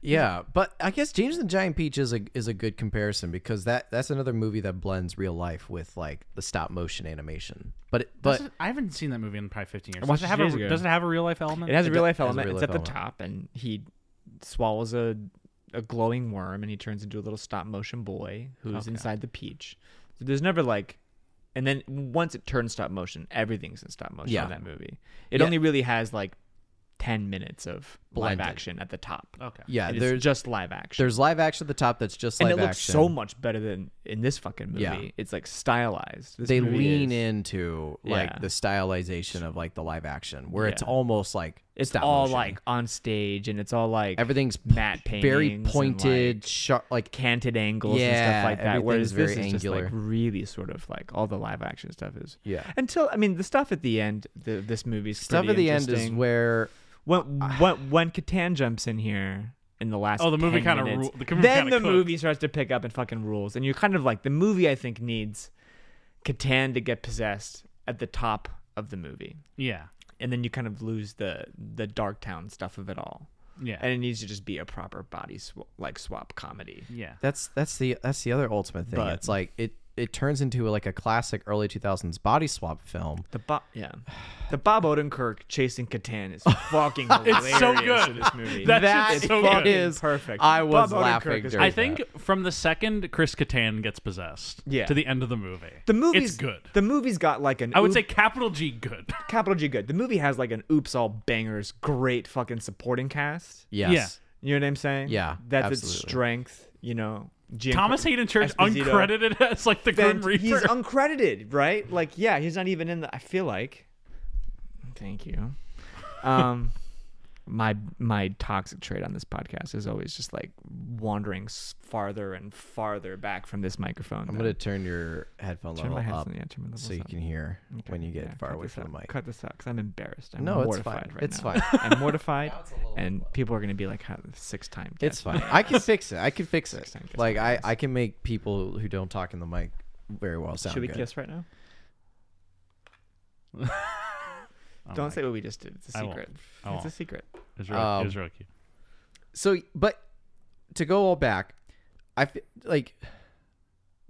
B: Yeah, but I guess James and the Giant Peach is a is a good comparison because that that's another movie that blends real life with like the stop motion animation. But it, but
A: Doesn't- I haven't seen that movie in probably 15 years.
D: watched
A: Does it
D: it
A: have
D: years
A: a
D: ago.
A: Does it have a real life element?
D: It has a
B: It
D: real
B: do-
D: life
B: has a
D: element.
B: real
D: It's
B: life
D: at the
B: element.
D: top, and he swallows a a glowing worm, and he turns into a little stop motion boy who's inside the peach. So there's never like, and then once it turns stop motion, everything's in stop motion
B: Yeah.
D: in that movie. It
B: Yeah.
D: only really has like ten minutes of
B: Blended.
D: live action at the top.
A: Okay.
B: yeah,
D: It is
B: there's
D: just live action.
B: there's live action at the top that's just
D: and
B: live
D: it looks
B: action.
D: so much better than in this fucking movie.
B: Yeah.
D: It's like stylized. This
B: they
D: movie
B: lean
D: is-
B: into like
D: Yeah.
B: the stylization of like the live action where it's
D: Yeah.
B: almost like
D: It's
B: stop
D: all
B: motion.
D: like on stage, and it's all like
B: everything's p-
D: matte
B: very
D: paintings and,
B: pointed
D: like,
B: sharp like
D: canted angles
B: Yeah,
D: and stuff like that. Whereas
B: everything's
D: this
B: very
D: is just like
B: angular.
D: really sort of like all the live action stuff is.
B: Yeah.
D: Until I mean the stuff at the end, the, this movie's
B: stuff at
D: pretty
B: the end is
D: interesting.
B: where
D: when when when Catan jumps in here in the last.
A: Oh, the movie
D: 10
A: kinda
D: minutes,
A: ru- the movie
D: then
A: kinda
D: the
A: cooked.
D: movie starts to pick up and fucking rules, and you're kind of like the movie. I think needs Catan to get possessed at the top of the movie,
A: Yeah.
D: and then you kind of lose the the Dark Town stuff of it all,
A: Yeah.
D: and it needs to just be a proper body sw- like swap comedy.
A: yeah.
B: that's that's the that's the other ultimate thing.
D: But-
B: it's like it it turns into like a classic early 2000s body swap film.
D: The Bob, yeah, the Bob Odenkirk chasing Catan is fucking hilarious.
A: It's so good.
D: In this movie.
A: That
B: That
A: shit's so
D: fucking
A: good.
B: is-
D: perfect.
B: I was
D: Bob Odenkirk
B: laughing
D: is-
B: during
A: I think from the second Chris Kattan gets possessed
D: Yeah.
A: to the end of the movie,
D: the movie's
A: it's good.
D: The movie's got like an
A: I would
D: oop-
A: say capital G good.
D: capital G good. The movie has like an oops all bangers, great fucking supporting cast.
B: Yes.
D: You know what I'm saying?
B: Yeah,
D: that's its
B: absolutely.
D: strength. You know, Giancar-
A: Thomas Hayden Church
D: Esposito.
A: uncredited as like the Grim
D: Then
A: Reaper.
D: he's uncredited, right? Like, yeah, he's not even in the. I feel like. Thank you. Um, my my toxic trait on this podcast is always just like wandering s- farther and farther back from this microphone.
B: I'm going to turn your headphone
D: turn
B: level
D: my
B: up
D: headphone. Yeah, turn my levels
B: so you
D: up.
B: can hear
D: Okay,
B: when you get
D: yeah,
B: far
D: cut
B: away
D: this
B: from
D: out.
B: the mic.
D: Cut this out because I'm embarrassed. I'm
B: No, it's
D: mortified
B: fine.
D: Right
B: It's
D: now.
B: fine.
D: I'm mortified,
B: Now it's a little
D: and
B: low.
D: people are gonna be like, "How six time?"
B: It's fine. I can fix it. I can fix it.
D: time, guess
B: Like I I can make people who don't talk in the mic very well sound
D: Should we
B: good.
D: kiss right now?
A: Oh
D: Don't
A: my
D: say what we just did. It's a
A: I won't.
D: secret.
A: I
D: It's a
A: won't.
D: secret.
A: It was really,
B: Um,
A: it was really cute.
B: so but to go all back i f- like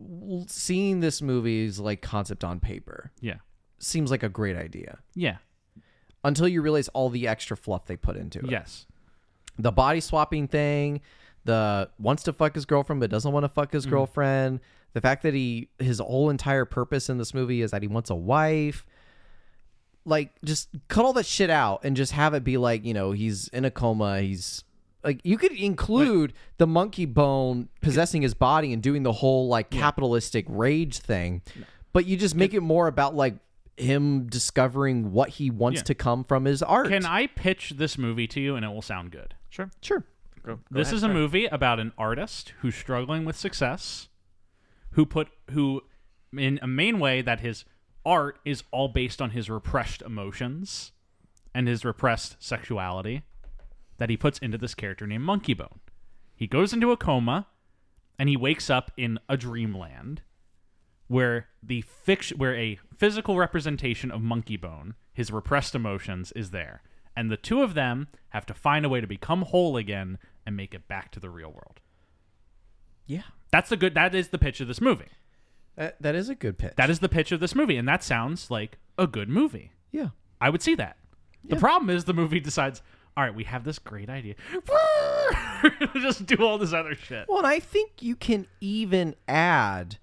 B: l- seeing this movie's like concept on paper
A: Yeah.
B: seems like a great idea
A: Yeah.
B: until you realize all the extra fluff they put into it.
A: Yes.
B: The body swapping thing, the wants to fuck his girlfriend but doesn't want to fuck his
A: Mm.
B: girlfriend, the fact that he his whole entire purpose in this movie is that he wants a wife. Like just cut all that shit out and just have it be like, you know, he's in a coma, he's like you could include the monkey bone possessing his body and doing the whole like capitalistic rage thing. But you just make it more about like him discovering what he wants
A: Yeah.
B: to come from his art.
A: Can I pitch this movie to you and it will sound good?
D: Sure.
B: Sure.
D: Go, go
A: this
D: ahead,
A: is a
D: sorry.
A: movie about an artist who's struggling with success, who put who in a main way that his art is all based on his repressed emotions and his repressed sexuality that he puts into this character named Monkey Bone. He goes into a coma and he wakes up in a dreamland where the fiction where a physical representation of monkey bone his repressed emotions is there and the two of them have to find a way to become whole again and make it back to the real world
B: Yeah.
A: that's the good that is the pitch of this movie
B: That, that is a good pitch.
A: that is the pitch of this movie and that sounds like a good movie
B: yeah.
A: i would see that the problem is the movie decides all right we have this great idea just do all this other shit
B: Well, and I think you can even add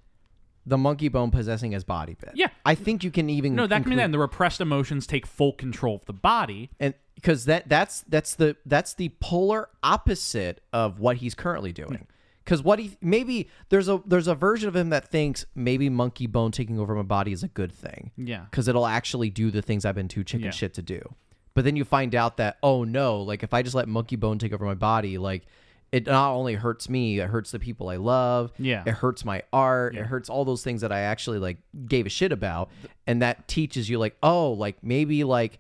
B: the monkey bone possessing his body bit.
A: Yeah.
B: I think you can even
A: no that can be
B: include-
A: that and the repressed emotions take full control of the body
B: and because that that's that's the that's the polar opposite of what he's currently doing.
A: Hmm.
B: Because what he maybe there's a there's a version of him that thinks maybe monkey bone taking over my body is a good thing.
A: Yeah.
B: Because it'll actually do the things I've been too chicken
A: Yeah.
B: shit to do. But then you find out that oh no, like if I just let monkey bone take over my body, like it not only hurts me, it hurts the people I love.
A: Yeah.
B: It hurts my art. It hurts all those things that I actually like gave a shit about. And that teaches you like oh like maybe like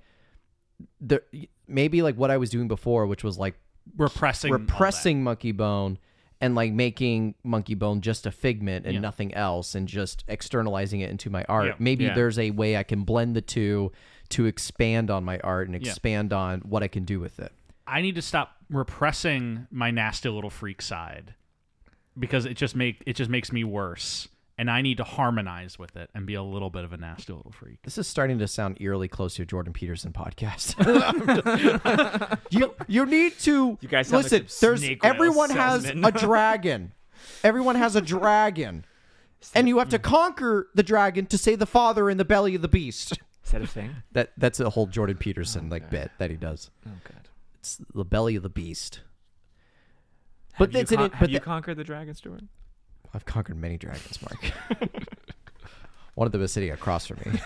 B: the maybe like what I was doing before, which was like
A: repressing all that.
B: repressing Monkey Bone and like making Monkey Bone just a figment and nothing else, and just externalizing it into my art.
A: Yeah.
B: Maybe
D: Yeah.
B: there's a way I can blend the two to expand on my art and expand on what I can do with it.
A: I need to stop repressing my nasty little freak side because it just make it just makes me worse and I need to harmonize with it and be a little bit of a nasty little freak.
B: This is starting to sound eerily close to a Jordan Peterson podcast. you you need to
C: You guys sound like
B: listen.
C: some
B: there's
C: snake oil
B: everyone has a
C: salesmen.
B: dragon. Everyone has a dragon, and you have to conquer the dragon to save the father in the belly of the beast.
D: Is that a thing?
B: That that's a whole Jordan Peterson like bit that he does.
D: Oh god.
B: It's the belly of the beast. But
D: Have
B: that's
D: you,
B: an,
D: con-
B: but
D: have you
B: tha-
D: conquered the dragon, Stuart?
B: I've conquered many dragons, Mark. One of them is sitting across from me.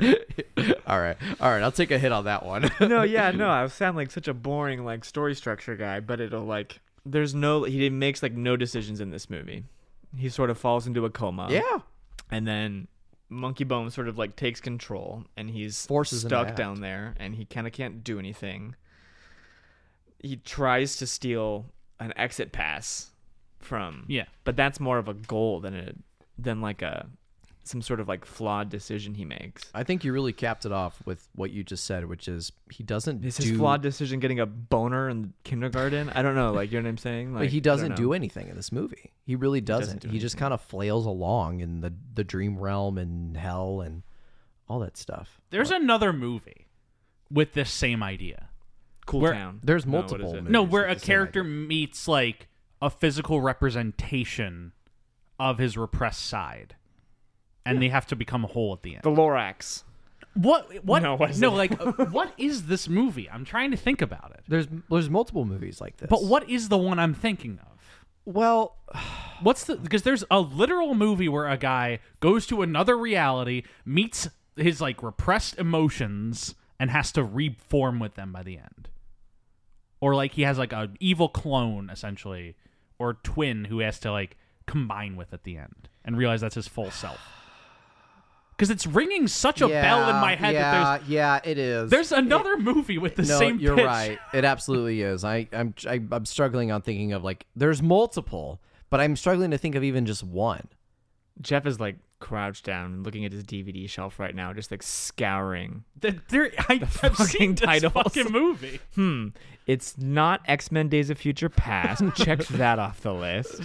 B: all right, all right. I'll take a hit on that one.
C: no, yeah, no. I sound like such a boring like story structure guy, but it'll like there's no he makes like no decisions in this movie. He sort of falls into a coma.
B: yeah,
C: and then Monkey Bone sort of like takes control, and he's
B: Forces him to
C: stuck
B: act.
C: down there, and he kind of can't do anything. He tries to steal an exit pass from
A: Yeah.
C: but that's more of a goal than a than like a some sort of like flawed decision he makes.
B: I think you really capped it off with what you just said, which is he doesn't
C: Is his
B: do
C: flawed decision getting a boner in kindergarten? I don't know. Like you know what I'm saying? Like
B: but he
C: I don't
B: doesn't
C: know.
B: do anything in this movie. He really doesn't. He, just kind of flails along in the the dream realm and hell and all that stuff.
A: There's another movie with this same idea.
C: Cool
A: Where-
C: Town.
B: There's
C: No, what
B: multiple
C: is it?
B: movies
A: No,
B: with
A: where
B: the
A: a
B: same
A: character meets like a physical representation of his repressed side. And they have to become whole at the end.
C: The Lorax.
A: What? What?
C: No, what is
A: no
C: it?
A: like, uh, what is this movie? I'm trying to think about it.
B: There's there's multiple movies like this.
A: But what is the one I'm thinking of?
B: Well,
A: What's the because there's a literal movie where a guy goes to another reality, meets his like repressed emotions, and has to reform with them by the end. Or like he has like an evil clone essentially, or twin who has to like combine with at the end and realize that's his full self. Because it's ringing such a bell in my head
B: Yeah,
A: that
B: yeah, it is.
A: there's there's another movie with the
B: no.
A: same.
B: you're
A: pitch.
B: right. It absolutely is. I I'm I, I'm struggling on thinking of like there's multiple, but I'm struggling to think of even just one.
C: Jeff is like crouched down, looking at his DVD shelf right now, just like scouring.
A: Th- There, I have seen
C: fucking
A: this
C: titles.
A: fucking movie.
C: Hmm. It's not X Men Days of Future Past. Check that off the list.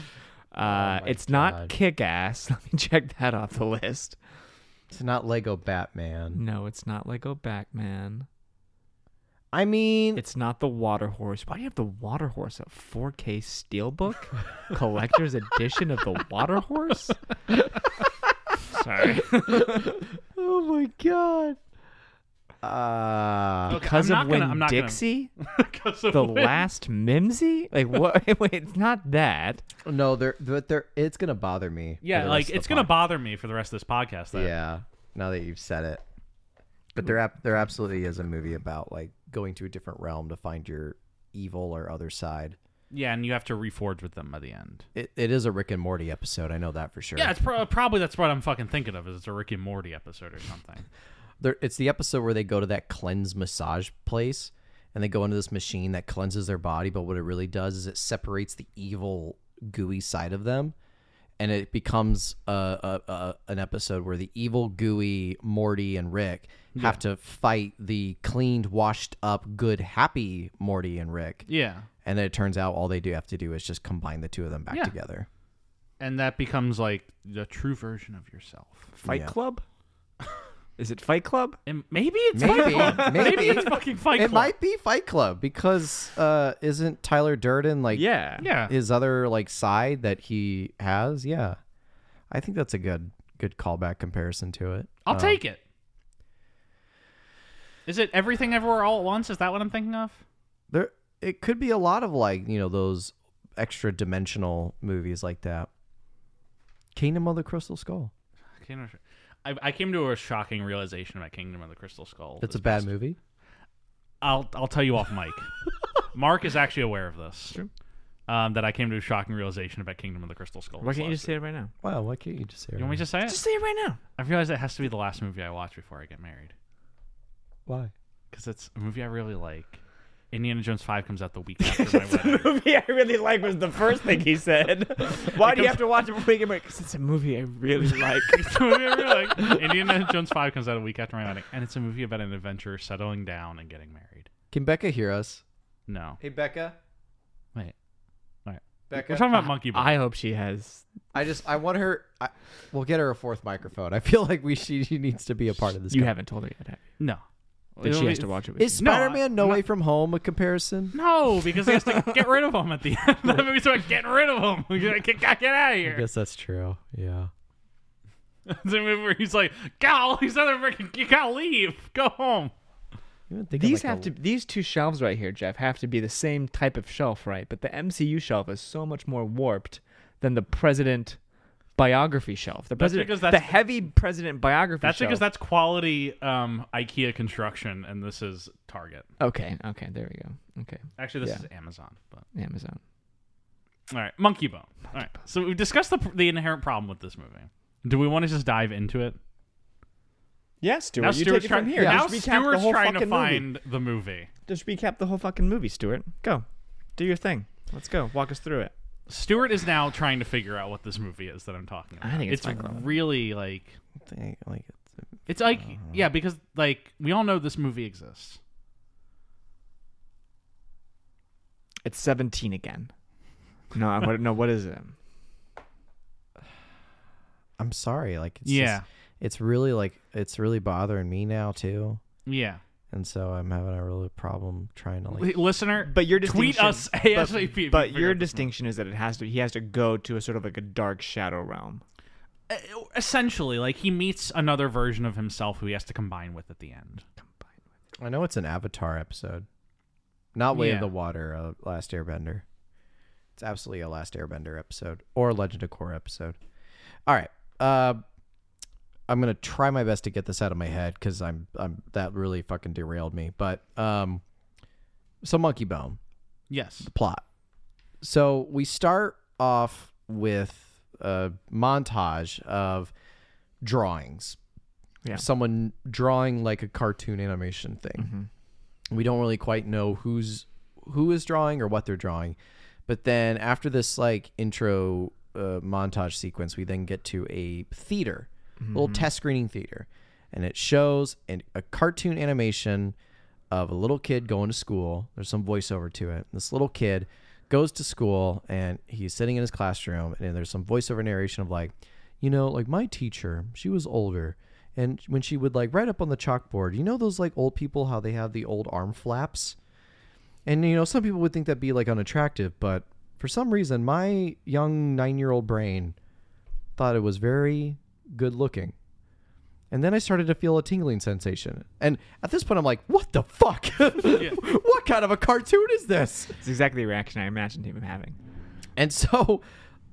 D: Uh,
B: Oh my
D: it's
B: God.
D: not Kick Ass. Let me check that off the list.
B: It's not Lego Batman.
D: No, it's not Lego Batman.
B: I mean,
D: It's not the Water Horse. Why do you have the Water Horse? A 4K steelbook collector's edition of the Water Horse? Sorry.
B: oh my god. Uh,
A: Okay,
D: Because
A: I'm
D: of
A: not gonna-
D: Win
A: I'm not gonna-
D: Dixie?
A: 'Cause of
D: The
A: when-
D: Last Mimsy? Like, what? Wait, it's not that.
B: no, they're, they're, they're it's gonna bother me. for
A: Yeah,
B: the
A: like
B: rest of the
A: it's gonna
B: podcast.
A: bother me for the rest of this podcast. That
B: Yeah, now that you've said it, but there ab- there absolutely is a movie about like going to a different realm to find your evil or other side.
A: yeah, and you have to reforge with them by the end.
B: It, it is a Rick and Morty episode. I know that for sure.
A: Yeah, it's pro- probably that's what I'm fucking thinking of. Is it's a Rick and Morty episode or something?
B: there, it's the episode where they go to that cleanse massage place and they go into this machine that cleanses their body but what it really does is it separates the evil gooey side of them and it becomes uh, a, a, an episode where the evil gooey morty and rick have to fight the cleaned washed up good happy morty and rick
A: Yeah,
B: and then it turns out all they do have to do is just combine the two of them back
A: Yeah.
B: together
A: and that becomes like the true version of yourself.
C: Fight
B: Yeah.
C: Club? Is it Fight Club?
A: And maybe it's
B: Maybe,
A: Fight Club.
B: maybe.
A: it's fucking Fight
B: it
A: Club.
B: might be fight club because uh, isn't tyler durden like
C: Yeah.
A: Yeah,
B: his other like side that he has. Yeah, I think that's a good good callback comparison to it.
A: I'll
B: Uh,
A: take it. Is it everything everywhere all at once? Is that what I'm thinking of?
B: there. It could be a lot of like you know those extra dimensional movies like that. Kingdom of the Crystal Skull.
A: I can't remember. I, I came to a shocking realization about Kingdom of the Crystal Skull.
B: That's a
A: this
B: bad
A: past-
B: movie.
A: I'll I'll tell you off mic. Mark is actually aware of this.
D: True.
A: Um, that I came to a shocking realization about Kingdom of the Crystal Skull.
D: Why
A: this
D: can't you
A: last
D: just say it right now?
B: Wow, why can't you just say?
A: You want me to say it?
D: Just say it right now.
A: I realize it has to be the last movie I watch before I get married
B: why?
A: because it's a movie I really like. Indiana Jones Five comes out the week after my wedding.
C: movie I really like was the first thing he said. Why do you
A: comes-
C: have to watch it before you get married? Because it's a movie I really like.
A: It's a movie I really like. Indiana Jones Five comes out a week after my wedding, and it's a movie about an adventure, settling down, and getting married.
B: Can Becca hear us?
A: No,
B: Hey Becca,
A: wait, all right.
B: Becca.
A: We're talking about Monkey Ball.
D: I hope she has.
B: I just I want her. I, we'll get her a fourth microphone. I feel like we she, she needs to be a part of this.
D: You
B: con-
D: haven't told her yet, have
A: no,
D: you? Then
A: It'll
D: she has
A: be-
D: to watch it with
B: Is
D: you.
A: No, I-
B: Spider-Man No
A: I'm
B: Way
A: not-
B: From Home a comparison?
A: No, because I have to get rid of him at the end of that movie. So I get rid of him. Get, get, get out of
B: I
A: here.
B: guess that's true. Yeah.
A: It's a movie where he's like, "Gal, these other freaking you gotta leave. Go home."
B: You would think of,
D: These
B: like,
D: have
B: a-
D: to these two shelves right here, Jeff, have to be the same type of shelf, right? But the MCU shelf is so much more warped than the president biography shelf. The president
A: because that's-
D: the heavy president biography
A: That's
D: shelf.
A: because that's quality um, IKEA construction, and this is Target.
D: Okay, okay, there we go. Okay.
A: Actually, this
D: Yeah.
A: is Amazon. But
D: Amazon.
A: all right, Monkey Bone. All right, so we've discussed the the inherent problem with this movie. Do we want to just dive into it?
C: yes, Stuart.
A: Now
C: you
A: Stuart's,
C: take it from
A: trying,
C: here.
A: now
C: Just recap the
A: Stuart's
C: whole
A: trying to
C: fucking movie.
A: find the movie.
D: Just recap the whole fucking movie, Stuart. Go. Do your thing. Let's go. Walk us through it.
A: Stuart is now trying to figure out what this movie is that I'm talking about.
D: think it's Fight Club.
A: really like
B: think, like it's
A: It's like yeah, because like we all know this movie exists.
D: It's 17 again. No, I what no, what is it?
B: I'm sorry. Like it's
A: Yeah.
B: just- it's really like it's really bothering me now too,
A: Yeah.
B: and so I'm having a real problem trying to like.
A: Li- Listener,
D: But your
A: Tweet
D: distinction-
A: us
D: but-
A: ASAP if you
D: But
A: figure
D: your
A: out this
D: distinction is that it has to he has to go to a sort of like a dark shadow realm.
A: uh, essentially like he meets another version of himself who he has to combine with at the end.
B: I know it's an Avatar episode, not Way
A: Yeah.
B: of the Water, uh, Last Airbender. It's absolutely a Last Airbender episode or Legend of Korra episode. All right, uh, I'm gonna try my best to get this out of my head because I'm I'm that really fucking derailed me. But um, so Monkey Bone.
A: Yes.
B: plot. So we start off with a montage of drawings.
D: Yeah.
B: Someone drawing like a cartoon animation thing. We don't really quite know who's who is drawing or what they're drawing. But then after this like intro uh, montage sequence, we then get to a theater, a little test screening theater, and it shows an, a cartoon animation of a little kid going to school. There's some voiceover to it. This little kid goes to school and he's sitting in his classroom and there's some voiceover narration of like, you know, like my teacher, she was older. And when she would like write up on the chalkboard, you know those like old people how they have the old arm flaps? And you know, some people would think that'd be like unattractive, but for some reason my young nine year old brain thought it was very good looking. And then I started to feel a tingling sensation. And at this point I'm like, what the fuck? what kind of a cartoon is this?
D: It's exactly the reaction I imagined him having.
B: And so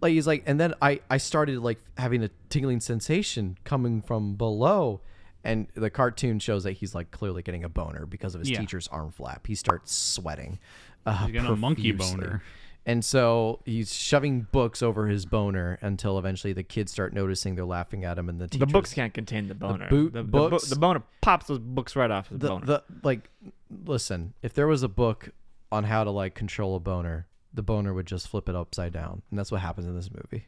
B: like he's like and then I I started like having a tingling sensation coming from below and the cartoon shows that he's like clearly getting a boner because of his
A: Yeah.
B: teacher's arm flap. He starts sweating. Uh,
D: Ah,
A: He's getting a monkey
B: profusely.
A: boner.
B: And so he's shoving books over his boner until eventually the kids start noticing they're laughing at him and the teacher
D: The books can't contain the boner.
B: boot-
D: the, the bo-
B: books-
D: the boner pops those books right off the,
B: the,
D: boner.
B: the like listen if there was a book on how to like control a boner the boner would just flip it upside down and that's what happens in this movie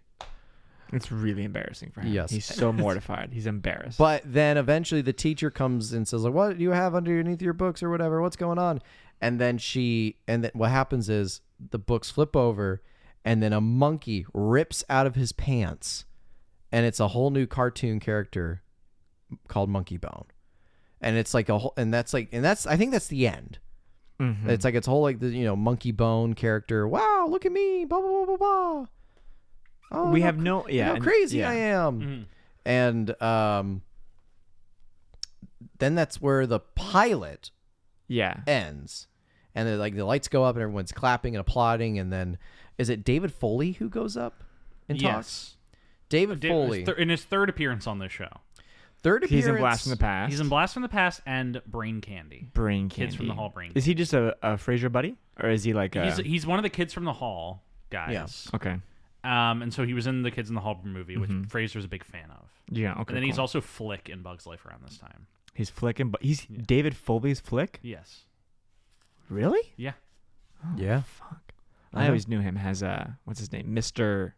D: it's really embarrassing for him.
B: Yes.
D: He's so mortified. He's embarrassed.
B: but then eventually the teacher comes and says like what do you have underneath your books or whatever what's going on and then she and then what happens is the books flip over and then a monkey rips out of his pants and it's a whole new cartoon character called monkey bone and it's like a whole and that's like and that's i think that's the end
D: Mm-hmm. Hmm.
B: It's like it's whole like the you know monkey bone character. Wow, look at me, blah blah blah blah blah. Oh,
D: we
B: look
D: have no. Yeah.
B: how
D: and-
B: crazy
D: yeah.
B: I am.
D: Mm-hmm.
B: And um, then that's where the pilot
D: Yeah.
B: ends, and then like the lights go up and everyone's clapping and applauding, and then is it David Foley who goes up and talks?
A: Yes.
B: David
A: Did-
B: Foley,
A: his thir- in his third appearance on this show.
B: third appearance.
D: He's in Blast from the Past.
A: He's in Blast from the Past and Brain Candy.
D: Brain Candy.
A: Kids from the Hall Brain
D: Is he just a, a Frasier buddy? Or is he like a.
A: He's, he's one of the kids from the hall guys.
D: okay.
A: Um, and so he was in the Kids in the Hall movie, which Fraser's a big fan of.
D: Yeah. Mm-hmm. Okay.
A: And then he's
D: cool.
A: also Flick in Bugs Life around this time.
D: He's flicking, but he's David Foley's flick.
A: Yes.
D: Really?
A: Yeah.
B: Yeah,
D: Fuck.
B: Uh-huh.
D: I always knew him as uh, what's his name, Mister.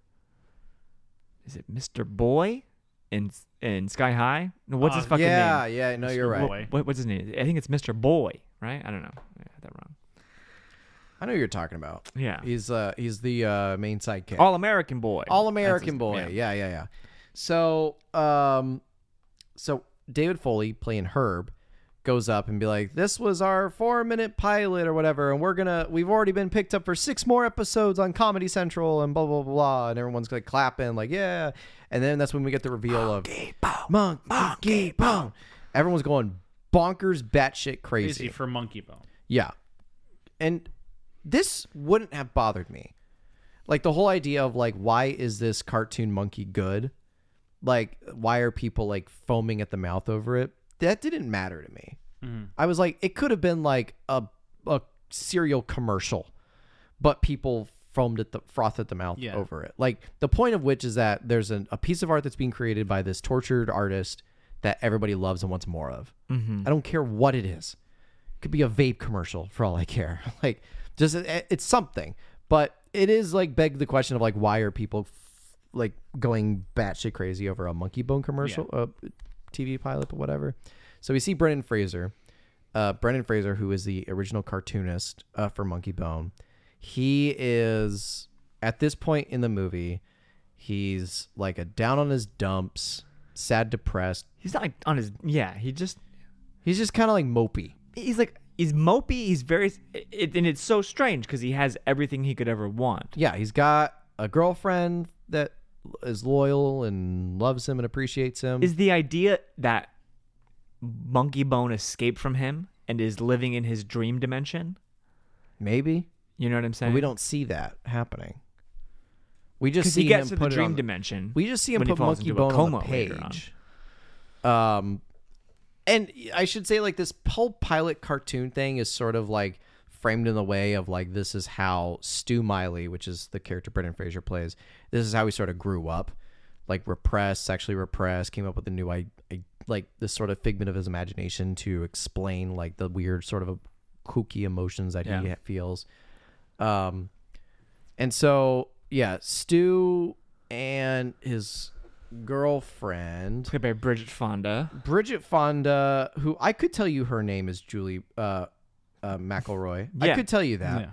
D: Is it Mister Boy in in Sky High? No, what's his
A: Uh,
D: fucking
B: yeah,
D: name?
B: yeah. No, you're
A: Mr.
B: right.
A: Boy.
D: What, what's his name? I think it's Mister Boy, right? I don't know. I had that wrong.
B: I know who you're talking about.
D: Yeah.
B: He's uh he's the uh main sidekick.
D: All American Boy.
B: All
D: That's his-
B: American boy.
D: yeah.
B: Yeah. yeah, yeah, So, um, so David Foley playing Herb goes up and be like, "This was our four-minute pilot or whatever, and we're gonna we've already been picked up for six more episodes on Comedy Central and blah blah blah, blah." and everyone's like clapping like, "Yeah!" And then that's when we get the reveal of Monkey, Monkey Bone. Everyone's going bonkers, batshit
A: Crazy
B: crazy.
A: for Monkey Bone.
B: Yeah. And this wouldn't have bothered me. Like the whole idea of like why is this cartoon monkey good? Like why are people like foaming at the mouth over it? That didn't matter to me. I was like it could have been like a a cereal commercial, but people foamed at the froth at the mouth
A: Yeah.
B: over it. Like the point of which is that there's an, a piece of art that's being created by this tortured artist that everybody loves and wants more of. I don't care what it is could be a vape commercial for all I care. Like, just it- it's something, but it is like beg the question of like why are people f- like going batshit crazy over a monkey bone commercial, uh, TV pilot, but whatever. So we see Brendan Fraser, uh, Brendan Fraser, who is the original cartoonist uh, for Monkey Bone. He is at this point in the movie, he's like a down on his dumps, sad, depressed.
D: He's not like on his. Yeah. He just.
B: He's just kind of like mopey.
D: He's like. He's mopey. He's very. It, and it's so strange because he has everything he could ever want.
B: Yeah, he's got a girlfriend that is loyal and loves him and appreciates him.
D: is the idea that Monkey Bone escaped from him and is living in his dream dimension.
B: Maybe,
D: You know what I'm saying?
B: but we don't see that happening. We just
D: because
B: see
D: he gets to
B: him
D: the
B: put it
D: dream
B: on the-
D: dimension.
B: We just see him
D: Mm-hmm. when
B: put
D: he falls
B: monkey
D: into a
B: bone on the
D: coma later on.
B: page. Um, and I should say like this whole pilot cartoon thing is sort of like framed in the way of like this is how Stu Miley, which is the character Brendan Fraser plays, this is how he sort of grew up, like repressed, sexually repressed, came up with a new I, I like this sort of figment of his imagination to explain like the weird sort of kooky emotions that he
D: Yeah.
B: feels. Um, and so, yeah, Stu and his girlfriend,
D: Played by Bridget Fonda.
B: Bridget Fonda, who I could tell you her name is Julie uh, uh, McElroy. I
D: Yeah.
B: could tell you that.
A: Yeah.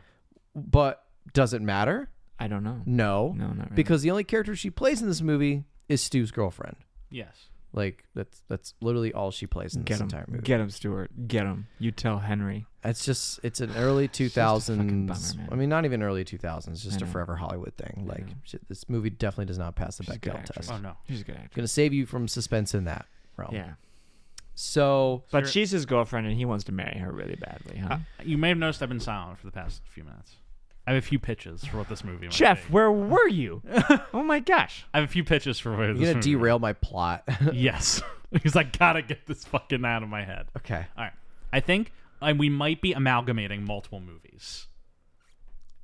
B: But Does it matter?
D: I don't know.
B: No.
D: No, not really.
B: Because the only character she plays in this movie is Stu's girlfriend.
A: Yes.
B: Like that's that's literally all she plays in
D: Get
B: this
D: him.
B: entire movie.
D: Get him, Stuart. Get him. You tell Henry.
B: It's just it's an early two
D: just a fucking
B: thousands.
D: bummer, man.
B: I mean, not even early two thousands. Just
D: I
B: a
D: know.
B: forever Hollywood thing. Like
D: know.
B: shit, this movie definitely does not pass the
D: She's a good
B: Bechdel
D: actress.
B: test.
A: Oh no.
D: She's a good actress.
B: Gonna save you from suspense in that realm.
D: Yeah.
B: So
D: But
A: Sure.
D: she's his girlfriend and he wants to marry her really badly, huh?
A: Uh, you may have noticed I've been silent for the past few minutes. I have a few pitches for what this movie. Might
D: Jeff,
A: be.
D: where were you? oh my gosh.
A: I have a few pitches for where
B: you're
A: this
B: gonna
A: movie.
B: derail my plot.
A: Yes, because I gotta get this fucking out of my head.
B: okay.
A: All right. I think and we might be amalgamating multiple movies.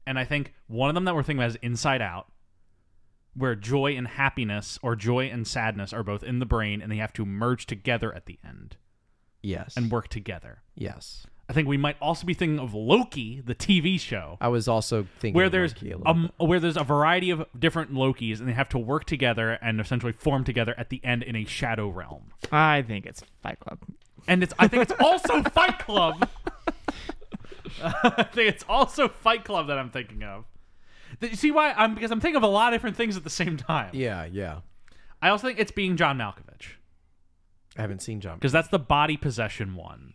A: And I think one of them that we're thinking about is Inside Out, where joy and happiness or joy and sadness are both in the brain and they have to merge together at the end
B: Yes.
A: and work together.
B: yes.
A: I think we might also be thinking of Loki, the TV show,
B: I was also thinking
A: where
B: of
A: there's
B: Loki a little
A: um, where there's a variety of different Lokis and they have to work together and essentially form together at the end in a shadow realm.
D: I think it's Fight Club.
A: and it's I think it's also Fight Club. I think it's also Fight Club that I'm thinking of. Th- You see why I'm because I'm thinking of a lot of different things at the same time.
B: bit. Yeah. Yeah.
A: I also think it's being John Malkovich
B: I haven't seen John.
A: because that's the body possession one,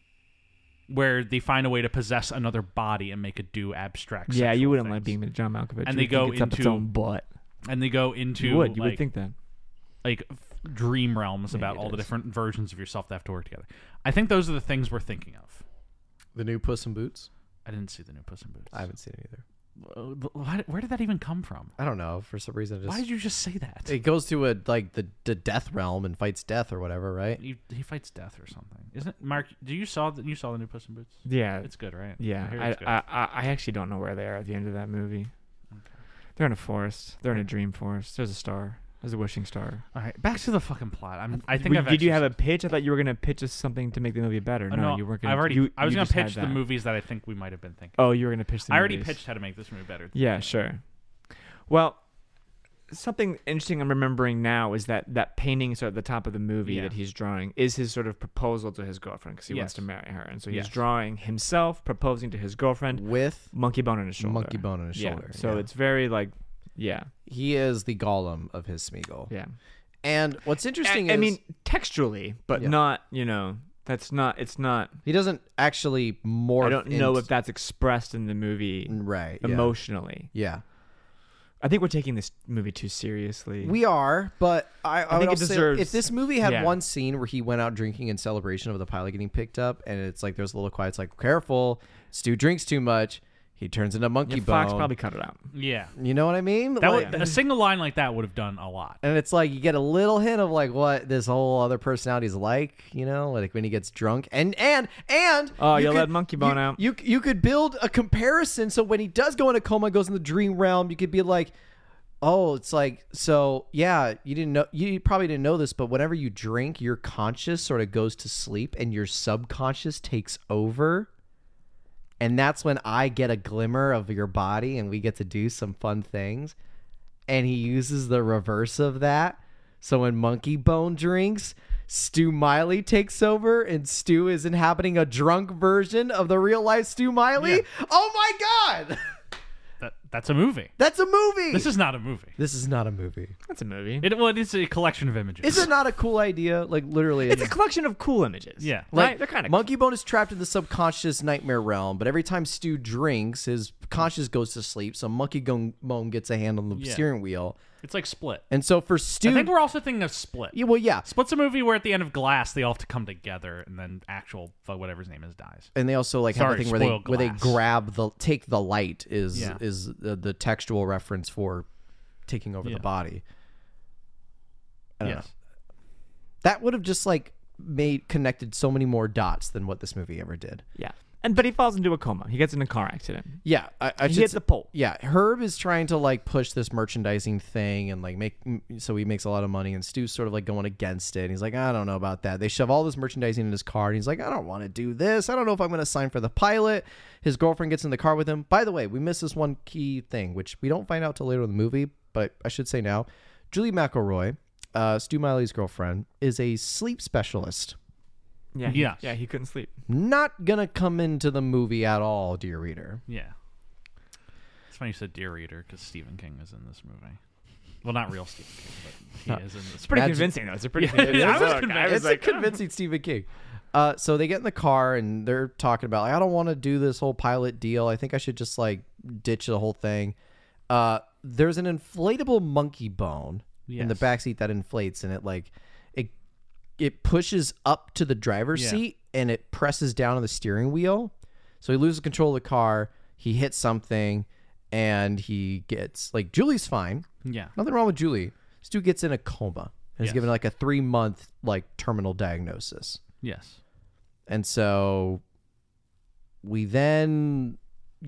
A: where they find a way to possess another body and make it do abstract.
D: Yeah, you
A: sexual
D: wouldn't
A: things.
D: like being with John Malkovich.
A: And
D: You
A: they
D: would
A: go
D: think it's up its
A: into-
D: own butt.
A: and they go into
D: You would. You
A: like,
D: would think that.
A: like f- dream realms about
D: it
A: all the
D: is.
A: different versions of yourself that have to work together. I think those are the things we're thinking of.
B: The new Puss in Boots.
A: I didn't see the new Puss in Boots.
B: I haven't seen it either.
A: Uh, but why- where did that even come from?
B: I don't know. For some reason, it just
A: Why did you just say that?
B: it goes to a like the the death realm and fights death or whatever, right?
A: He, he fights death or something, isn't it? Mark? Do you saw the, you saw the new Puss in Boots?
D: Yeah.
A: It's good, right?
D: Uh, Yeah.
A: hear
D: I,
A: it's good.
D: I, I, I actually don't know where they are at the end of that movie. They're in a forest. They're in a dream forest. There's a star. There's a wishing star.
A: All right, back to the fucking plot. I'm, I think
D: Were-
A: I've
D: did you have
A: actually-
D: a pitch? I thought you were gonna pitch us something to make the movie better.
A: Oh,
D: no, you weren't. Gonna,
A: I've already.
D: you-
A: I was
D: you
A: gonna
D: just had
A: pitch the
D: that.
A: movies that I think we might have been thinking.
D: Oh, you were gonna pitch the.
A: I already
D: movies.
A: pitched how to make this movie better.
D: Yeah, sure. Well, something interesting I'm remembering now is that that painting sort of at the top of the movie
A: Yeah.
D: that he's drawing is his sort of proposal to his girlfriend because he wants
A: Yes.
D: to marry her, and so he's
A: Yes.
D: drawing himself proposing to his girlfriend,
B: With
D: monkey bone on his shoulder.
B: monkey bone on his
D: yeah.
B: shoulder.
D: So
B: yeah.
D: it's very like, yeah,
B: he is the golem of his Smeagol.
D: yeah.
B: And what's interesting
D: I, I
B: is
D: mean, textually, but
B: Yeah.
D: not you know. That's not. It's not.
B: he doesn't actually morph.
D: I don't know
B: into-
D: if that's expressed in the movie
B: right yeah.
D: emotionally.
B: Yeah.
D: I think we're taking this movie too seriously.
B: we are, but I, I, would
D: think it
B: also say,
D: deserves-
B: if this movie had
D: yeah.
B: one scene where he went out drinking in celebration of the pilot getting picked up, and it's like there's a little quiet, it's like careful, Stu drinks too much, he turns into monkey
D: Yeah,
B: bone.
D: Fox probably cut it out.
A: yeah.
B: you know what I mean?
A: That
B: Like-
A: would, a single line like that would have done a lot.
B: and it's like you get a little hint of like what this whole other personality's like, you know, like when he gets drunk, and and and
D: Oh,
B: you
D: you let Monkey Bone
B: you-
D: out.
B: You you could build a comparison, so when he does go in a coma, goes in the dream realm, you could be like, oh, it's like so yeah, you didn't know, you probably didn't know this, but whenever you drink, your conscious sort of goes to sleep, and your subconscious takes over. And that's when I get a glimmer of your body and we get to do some fun things and he uses the reverse of that. So when Monkey Bone drinks, Stu Miley takes over, and Stu is inhabiting a drunk version of the real life Stu Miley. Oh my god,
A: That that's a movie.
B: that's a movie.
A: This is not a movie.
B: this is not a movie.
D: That's a movie.
A: It well, it is a collection of images.
B: Is it not a cool idea? Like literally,
D: it's a collection of cool images.
A: Yeah.
D: right?
B: Like,
D: they're kind of
B: Monkey Bone is trapped in the subconscious nightmare realm, but every time Stu drinks, his conscious goes to sleep. So Monkey Gon- Bone gets a hand on the
A: Yeah.
B: steering wheel,
A: It's like Split.
B: and so for
A: I think
B: Stu,
A: we're also thinking of Split.
B: yeah, well, yeah,
A: Split's a movie where at the end of Glass they all have to come together and then actual whatever his name is dies.
B: and they also like have
A: Sorry,
B: a thing where they
A: spoiled
B: where they
A: glass.
B: grab the take the light is
A: Yeah.
B: is the, the textual reference for taking over
A: Yeah.
B: the body. I don't know.
A: Yes.
B: That would have just like made connected so many more dots than what this movie ever did.
D: yeah. And but he falls into a coma. He gets in a car accident.
B: Yeah, I, I
D: He
B: should
D: hits
B: say-
D: a pole.
B: yeah, Herb is trying to like push this merchandising thing and like make m- so he makes a lot of money and Stu's sort of like going against it. And he's like, I don't know about that. They shove all this merchandising in his car and he's like, I don't want to do this. I don't know if I'm going to sign for the pilot. His girlfriend gets in the car with him. By the way, we miss this one key thing, which we don't find out till later in the movie, but I should say now. Julie McElroy, uh, Stu Miley's girlfriend, is a sleep specialist.
D: Yeah. he-
A: Yeah.
D: Yeah. He couldn't sleep.
B: Not going to come into the movie at all, dear reader.
A: Yeah. It's funny you said Deer Eater because Stephen King is in this movie. Well, not real Stephen King, but he is in this.
D: Pretty
B: That's-
D: convincing though. It's a pretty.
A: Yeah,
D: convincing
A: I was
D: look.
A: convinced.
D: I was
B: it's
D: like, "Oh."
B: a convincing Stephen King. Uh, so they get in the car and they're talking about like, I don't want to do this whole pilot deal. I think I should just like ditch the whole thing. Uh, there's an inflatable monkey bone in the
A: Yes.
B: backseat that inflates, and it like it it pushes up to the driver's
A: Yeah.
B: seat and it presses down on the steering wheel. So he loses control of the car. He hits something, and he gets like Julie's fine.
A: Yeah.
B: Nothing wrong with Julie. Stu gets in a coma. And is
A: Yes.
B: given like a three month like terminal diagnosis.
A: Yes.
B: And so we then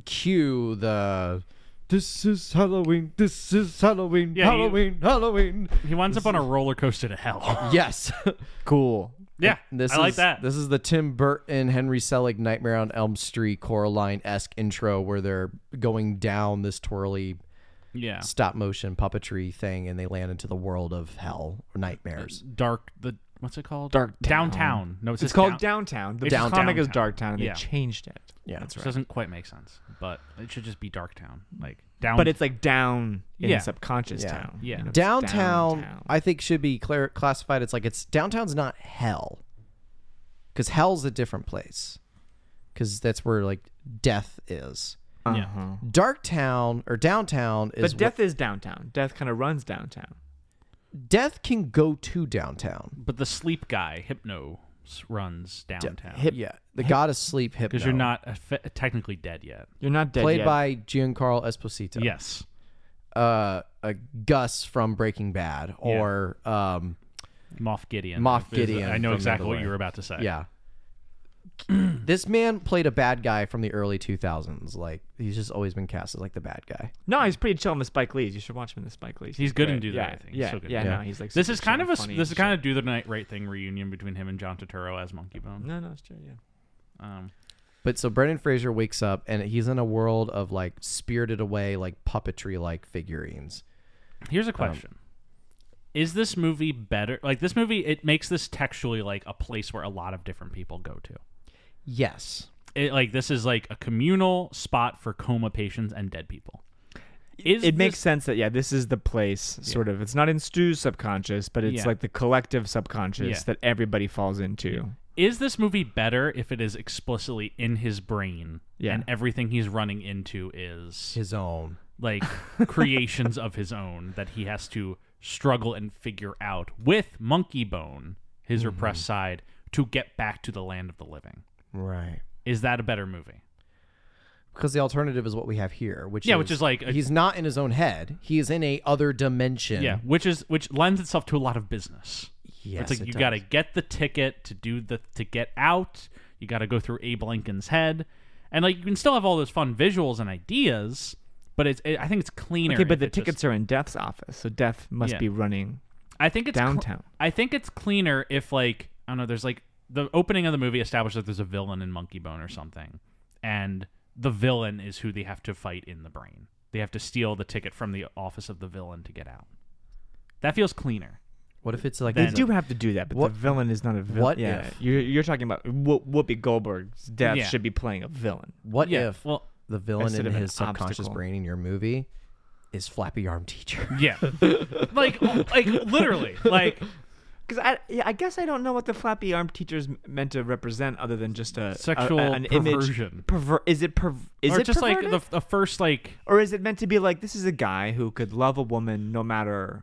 B: cue the This is Halloween, this is Halloween,
A: Yeah, you-
B: Halloween, Halloween.
A: He winds up on a roller coaster to hell.
B: Yes.
H: Cool.
A: yeah.
B: This
A: I like
B: is-
A: that.
B: This is the Tim Burton Henry Selick Nightmare on Elm Street Coraline esque intro where they're going down this twirly
A: yeah.
B: stop motion puppetry thing and they land into the world of hell or nightmares.
A: Dark. The what's it called?
H: Dark Town.
A: downtown. No, it's,
D: It's
A: just
D: called
A: down-
D: Downtown. The
B: Downtown.
D: comic is
A: Downtown.
D: Darktown, and
A: Yeah.
D: they
H: Changed it.
B: Yeah, that's
A: Which doesn't quite make sense, but it should just be Dark Town, like down.
D: but it's like down in
A: Yeah.
D: subconscious
B: Yeah.
D: town.
A: Yeah.
D: it's
B: downtown,
D: downtown.
B: I think should be clar- classified. It's like it's downtown's not hell, because hell's a different place, because that's where like death is.
A: yeah.
B: Dark town or downtown is
D: But death uh-huh. is downtown. Death kind of runs downtown.
B: where- death can go to downtown.
A: But the sleep guy, Hypno, s- runs downtown because
D: Hip-
B: yeah, the goddess sleep hypno.
A: you're not effe- technically dead yet.
D: You're not dead
B: played
D: yet.
B: by Giancarlo Esposito.
A: Yes.
B: uh, a Gus from Breaking Bad, or um,
A: Moff Gideon.
B: Moff
A: Is- uh,
B: Gideon
A: I know
B: from
A: exactly
B: Another
A: what you
B: Life.
A: were about to say.
B: Yeah. this man played a bad guy from the early 2000s. Like he's just always been cast as like the bad guy.
D: No, he's pretty chill in the Spike Lee's. You should watch him in the Spike Lee's.
A: He's good
D: great.
A: and do the
D: yeah,
A: right thing. He's
D: Yeah,
A: so good.
D: yeah,
B: Yeah.
D: no, he's like.
A: This
D: super
A: is kind
D: chill
A: of a
D: and
A: s-
D: funny
A: this
D: and
A: is kind
D: shit.
A: of do the night right thing reunion between him and John Turturro as Monkey Bone.
D: No, no, it's true. Yeah. Mm-hmm.
A: Um,
B: But so Brendan Fraser wakes up and he's in a world of like spirited away, like puppetry like figurines.
A: here's
D: Um,
A: a question: Is this movie better? Like this movie, it makes this textually like a place where a lot of different people go to.
B: Yes.
A: It, like this is like a communal spot for coma patients and dead people. Is
D: it makes
A: this-
D: sense that yeah, this is the place. Sort of. It's not in Stu's subconscious, but it's
A: Yeah.
D: like the collective subconscious
A: Yeah.
D: that everybody falls into.
A: is this movie better if it is explicitly in his brain
D: Yeah.
A: and everything he's running into is
B: His own.
A: like creations of his own that he has to struggle and figure out with monkey bone his repressed side to get back to the land of the living
B: Right.
A: is that a better movie
B: Because the alternative is what we have here, which
A: Yeah,
B: is,
A: which is like a-
B: he's not in his own head. He is in a other dimension.
A: yeah which is which lends itself to a lot of business
B: Yes,
A: it's like
B: it
A: you
B: does.
A: got to get the ticket to do the to get out you got to go through abe lincoln's head and like you can still have all those fun visuals and ideas but it's it, i think it's cleaner
D: Okay, but
A: if
D: the
A: it just-
D: tickets are in Death's office, so Death must
A: Yeah.
D: be running.
A: I think it's cl-
D: Downtown.
A: I think it's cleaner if like I don't know. There's like the opening of the movie establishes that there's a villain in Monkey Bone or something, and the villain is who they have to fight in the brain. They have to steal the ticket from the office of the villain to get out. That feels cleaner.
B: What if it's like
A: They
D: They do have to do that, but
B: What-
D: the villain is not a villain.
B: what
D: yeah,
B: if-
D: you're you're talking about Who- Whoopi Goldberg's Death
A: Yeah.
D: should be playing a villain.
B: what
A: yeah.
B: if
A: Well.
B: the villain
D: instead
B: in
D: of an
B: his subconscious
D: obstacle.
B: brain in your movie is Flappy Arm Teacher?
A: Yeah. like like literally like
D: Because I, yeah, I guess I don't know what the flappy arm teacher's m- meant to represent, other than just a a-
A: Sexual
D: a- an
A: perversion.
D: Image. Perver- is it perv- Is
A: or
D: it
A: just
D: perverted?
A: like the, the first like
D: or is it meant to be like this is a guy who could love a woman no matter,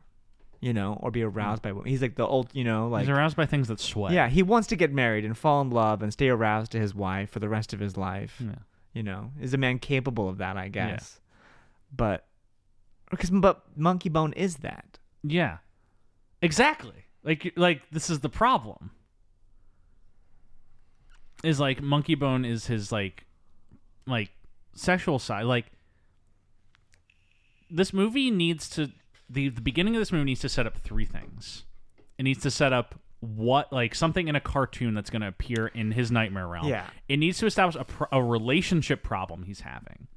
D: you know, or be aroused by women. He's like the old, you know, like
A: he's aroused by things that sweat.
D: yeah, he wants to get married and fall in love and stay aroused to his wife for the rest of his life.
A: Yeah.
D: You know, is a man capable of that? I guess, but because but Monkey Bone is that.
A: Yeah. Exactly. Like you- like this is the problem. Is like Monkey Bone is his like like sexual side. Like this movie needs to the the beginning of this movie needs to set up three things. It needs to set up what like something in a cartoon that's going to appear in his nightmare realm.
D: Yeah.
A: It needs to establish a pro- a relationship problem he's having.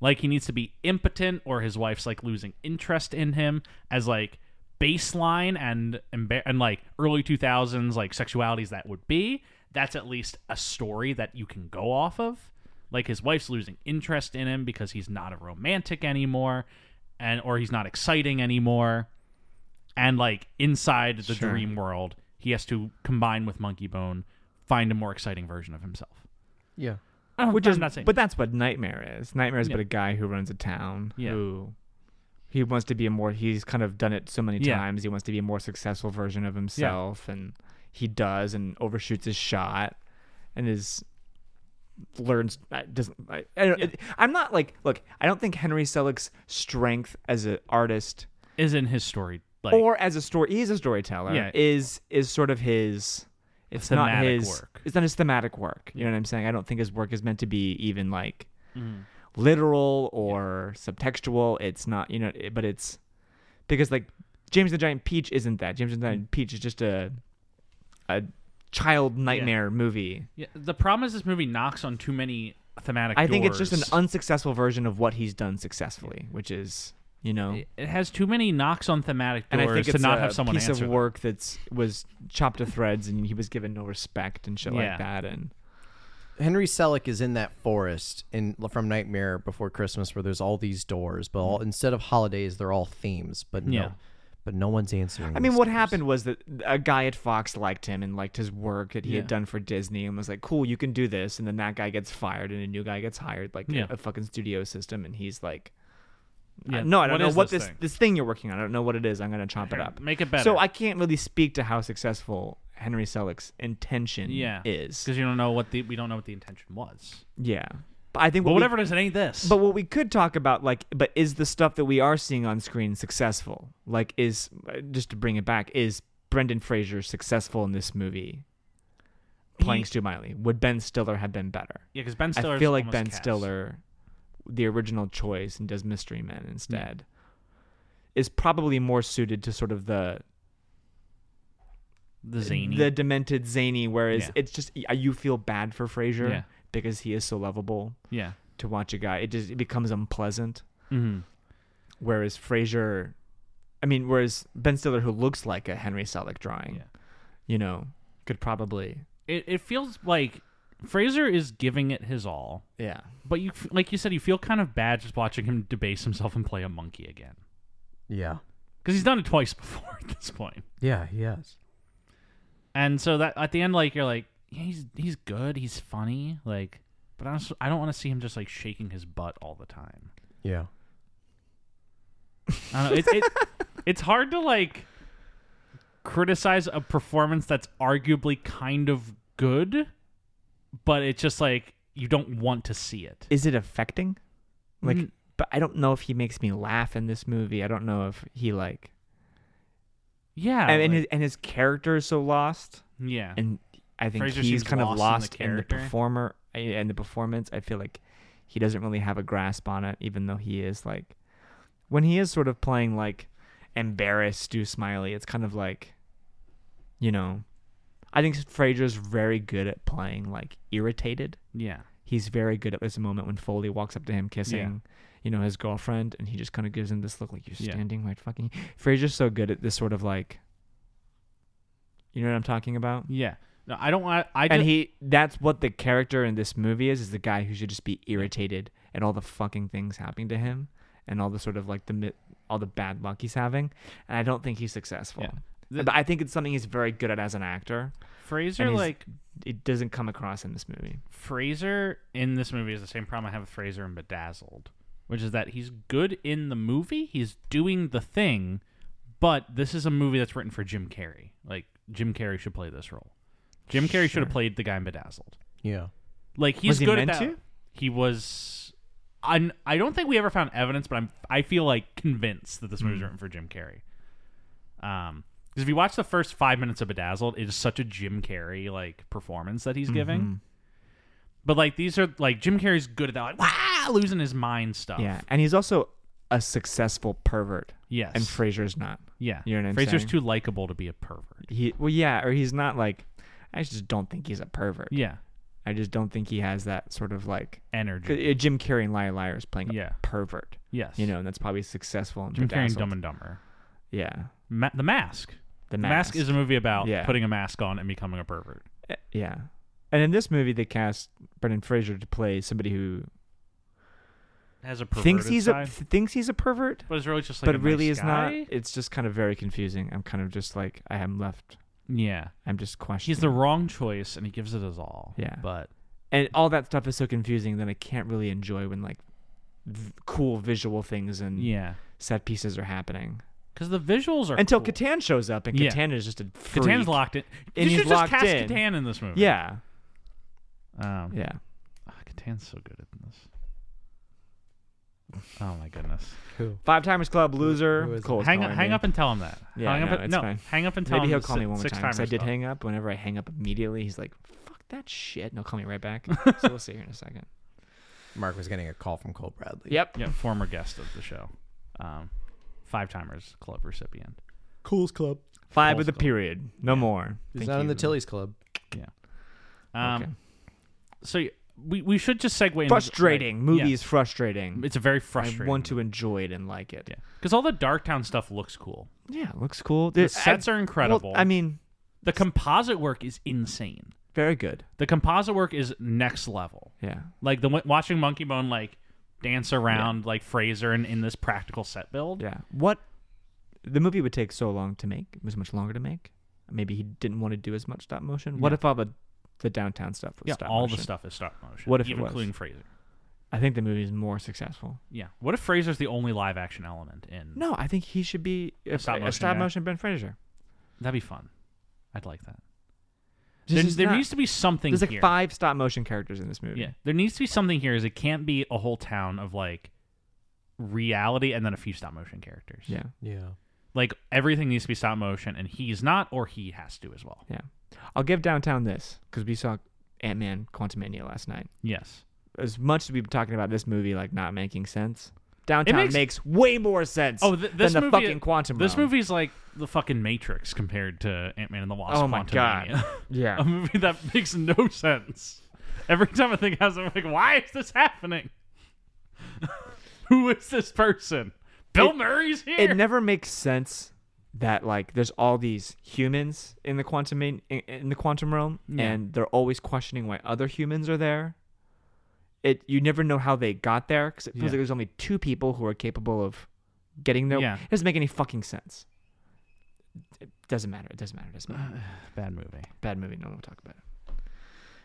A: Like he needs to be impotent or his wife's like losing interest in him as like baseline and embar- and like early 2000s like sexualities that would be. That's at least a story that you can go off of. Like his wife's losing interest in him because he's not a romantic anymore, and or he's not exciting anymore. And like inside the dream world, he has to combine with Monkey Bone, find a more exciting version of himself.
B: Yeah.
A: I don't-
D: Which
A: Oh, I'm
D: is
A: not saying,
D: But that's what Nightmare is. Nightmare is
A: Yeah.
D: but a guy who runs a town
A: Yeah.
D: who he wants to be a more he's kind of done it so many
A: Yeah.
D: times. He wants to be a more successful version of himself and he does and overshoots his shot and is learns I- doesn't I, I don't,
A: Yeah.
D: I'm not like look, I don't think Henry Selick's strength as an artist
A: is in his story like
D: or as a story he is a storyteller
A: Yeah.
D: is is sort of his it's not
A: Thematic
D: his
A: work.
D: it's not his thematic work you know what i'm saying i don't think his work is meant to be even like
A: Mm-hmm.
D: literal or subtextual it's not you know it- but it's because like james the giant peach isn't that james the
A: Mm.
D: giant peach is just a a child nightmare movie
A: Yeah, the problem is this movie knocks on too many thematic.
D: i think it's just an
A: doors.
D: unsuccessful version of what he's done successfully which is you know
A: It- it has too many knocks on thematic
D: and
A: doors
D: I think it's
A: to not
D: a
A: have someone
D: piece
A: answer.
D: of
A: them.
D: work that's was chopped to threads, and he was given no respect and shit
A: Yeah.
D: like that. And
B: Henry Selick is in that forest in from Nightmare Before Christmas, where there's all these doors, but
D: Mm-hmm.
B: all, instead of holidays, they're all themes. But no,
A: Yeah.
B: but no one's answering.
D: I mean,
B: these
D: what
B: doors.
D: happened was that a guy at Fox liked him and liked his work that he
A: Yeah.
D: had done for Disney, and was like, "Cool, you can do this." And then that guy gets fired, and a new guy gets hired, like
A: Yeah.
D: a, a fucking studio system, and he's like.
A: Yeah.
D: "Uh, No, I don't
A: What
D: know
A: is
D: what
A: this
D: this
A: thing?"
D: this thing you're working on. I don't know what it is. I'm gonna chop it up.
A: Make it better.
D: So I can't really speak to how successful Henry Selick's intention
A: yeah
D: is.
A: because you don't know what the we don't know what the intention was.
D: Yeah, but I think
A: But
D: what we
A: whatever it is, it ain't this.
D: But what we could talk about, like, but is the stuff that we are seeing on screen successful? Like, is uh, just to bring it back, is Brendan Fraser successful in this movie? Playing
A: He-
D: Stu Miley, would Ben Stiller have been better?
A: yeah, because Ben Stiller.
D: I feel like Ben Stiller, the original choice, and does Mystery Men instead, is probably more suited to sort of the
A: the zany.
D: the demented zany. Whereas
A: Yeah.
D: it's just you feel bad for Fraser
A: Yeah.
D: because he is so lovable
A: yeah.
D: to watch a guy. It just it becomes unpleasant. Mm-hmm.
A: hmm
D: Whereas Fraser, I mean, whereas Ben Stiller, who looks like a Henry Selick drawing,
A: Yeah.
D: you know, could probably,
A: It it feels like Fraser is giving it his all,
D: yeah,
A: but you f- like you said, you feel kind of bad just watching him debase himself and play a monkey again
B: Yeah,
A: because he's done it twice before at this point.
B: yeah, he has.
A: And so that at the end, like you're like, yeah, he's he's good, he's funny, like, but I also, I don't want to see him just like shaking his butt all the time.
B: Yeah,
A: I don't know. It, it, it's hard to like criticize a performance that's arguably kind of good, but it's just like you don't want to see it.
D: is it affecting? Like,
A: Mm.
D: but I don't know if he makes me laugh in this movie. I don't know if he like,
A: yeah,
D: and, and
A: like-
D: his and his character is so lost,
A: yeah,
D: and I think
A: Fraser
D: he's
A: seems
D: kind of
A: lost
D: lost
A: in the
D: in the
A: character.
D: performer uh, and the performance. I feel like he doesn't really have a grasp on it, even though he is like, when he is sort of playing like embarrassed Stu Smiley, it's kind of like, you know, I think Fraser's very good at playing like irritated.
A: yeah,
D: He's very good at this moment when Foley walks up to him kissing, you know, his girlfriend, and he just kind of gives him this look like you're
A: Yeah.
D: standing right fucking. Fraser's so good at this sort of like, you know what I'm talking about?
A: yeah. No, I don't. I, I
D: and
A: just,
D: he that's what the character in this movie is is the guy who should just be irritated at all the fucking things happening to him and all the sort of like the mi- all the bad luck he's having and i don't think he's successful
A: Yeah. The-
D: but i think it's something he's very good at as an actor
A: Fraser
D: and he's-
A: like
D: it doesn't come across in this movie
A: Fraser in this movie is the same problem I have with Fraser in Bedazzled, which is that he's good in the movie, he's doing the thing, but this is a movie that's written for Jim Carrey. Like Jim Carrey should play this role. Jim Carrey should have played the guy in Bedazzled.
B: yeah.
A: Like he's
D: Was he
A: good
D: meant
A: at that.
D: to?
A: He was. I I don't think we ever found evidence, but I'm I feel like convinced that this movie was
D: Mm.
A: written for Jim Carrey. Um, because if you watch the first five minutes of Bedazzled, it is such a Jim Carrey like performance that he's
D: Mm-hmm.
A: giving. But like these are like Jim Carrey's good at that, like wow, losing his mind stuff.
D: yeah and he's also a successful pervert
A: Yes.
D: and fraser's not
A: yeah.
D: you know what I'm
A: Fraser's
D: saying?
A: too likable to be a pervert.
D: he well yeah or he's not like i just don't think he's a pervert
A: Yeah.
D: i just don't think he has that sort of like
A: Energy.
D: Uh, Jim Carrey and Liar Liar is playing a
A: Yeah.
D: pervert.
A: yes.
D: You know, and that's probably successful in
A: Jim Carrey and
D: Bedazzled.
A: Dumb and Dumber.
D: Yeah.
A: Ma- the Mask.
D: The
A: The Mask is a movie about
D: Yeah.
A: putting a mask on and becoming a pervert.
D: Uh, Yeah. And in this movie, they cast Brendan Fraser to play somebody who
A: Has a perverted
D: thinks he's
A: side,
D: a th- thinks he's a pervert,
A: but it's really just like.
D: but
A: a
D: really
A: nice
D: is not.
A: guy?
D: It's just kind of very confusing. I'm kind of just like I am left.
A: Yeah,
D: I'm just questioning.
A: he's the wrong choice, and he gives it his all.
D: Yeah.
A: but
D: and all that stuff is so confusing that I can't really enjoy when like v- cool visual things and
A: yeah,
D: set pieces are happening
A: because the visuals are
D: until
A: cool.
D: Catan shows up and
A: Yeah.
D: Catan is just a freak.
A: Catan's locked in. you
D: And he's
A: should just
D: locked
A: cast
D: in.
A: Catan in this movie.
D: Yeah,
A: um,
D: yeah.
A: ah, Catan's so good at this. Oh my goodness!
B: Who?
D: Five Timers Club loser.
B: who is it?
D: Cole's
A: hang up,
D: calling
A: hang
D: me.
A: up and tell him that.
D: Yeah,
A: hang
D: no,
A: up and,
D: it's
A: no,
D: fine.
A: hang up and tell
D: Maybe
A: him.
D: he'll
A: si-
D: call me one more
A: six
D: time. 'cause I
A: timers
D: did
A: though.
D: hang up. Whenever I hang up immediately, he's like, "Fuck that shit," and he'll call me right back. so we'll see here in a second.
B: Mark was getting a call from Cole Bradley.
D: Yep.
A: Yeah, former guest of the show, um, five timers club recipient.
B: Cool's Club.
D: Five
A: Full
D: with a
A: scope.
D: period. No more.
B: He's
D: Thank
B: not in the
D: you.
B: Tilly's Club.
A: Um,
D: Okay.
A: so y- we we should just segue. into-
D: Frustrating.
A: like,
D: Movie
A: yeah.
D: is frustrating.
A: It's a very
D: I
A: frustrating.
D: want to enjoy it and like it.
A: Yeah, because all the Darktown stuff looks cool.
D: Yeah, it looks cool.
A: The sets are incredible.
D: I mean,
A: the composite work is insane.
D: very good.
A: The composite work is next level.
D: Yeah.
A: Like the w- watching Monkey Bone like dance around like Fraser in, in this practical set build.
D: Yeah. What the movie would take so long to make. It was much longer to make. Maybe he didn't want to do as much stop motion. What
A: Yeah.
D: if all the the downtown stuff was
A: Yeah,
D: stop
A: all
D: motion?
A: the stuff is stop motion.
D: What if it
A: even
D: was?
A: including Fraser?
D: I think the movie is more successful.
A: Yeah. What if Fraser's the only live action element in?
D: No, I think he should be a,
A: stop
D: stop,
A: motion
D: a stop
A: guy.
D: motion Ben Fraser.
A: That'd be fun. I'd like that.
D: This
A: There,
D: is
A: there
D: not-
A: needs to be something
D: There's like
A: here.
D: five stop motion characters in this movie.
A: Yeah, there needs to be something here. Is it can't be a whole town of like reality and then a few stop motion characters.
D: Yeah.
B: Yeah.
A: like everything needs to be stop motion, and he's not, or he has to as well.
D: Yeah. I'll give Downtown this because we saw Ant Man Quantumania last night.
A: Yes,
D: As much as we've been talking about this movie like not making sense, Downtown
A: makes-
D: makes... way more sense
A: Oh, th- this
D: than the
A: movie-
D: fucking Quantum
A: this
D: Realm.
A: movie's like the fucking Matrix compared to Ant Man and the Wasp.
D: Oh my God.
A: Quantumania.
D: Yeah.
A: a movie that makes no sense. Every time I think of it, I'm like, why is this happening? Who is this person? Bill
D: It-
A: Murray's here.
D: it never makes sense that like there's all these humans in the quantum in, in the quantum realm
A: Yeah.
D: and they're always questioning why other humans are there it you never know how they got there because it feels
A: Yeah.
D: like there's only two people who are capable of getting there
A: Yeah.
D: it doesn't make any fucking sense it doesn't matter it doesn't matter it doesn't matter
A: Bad movie.
D: bad movie no one will talk about it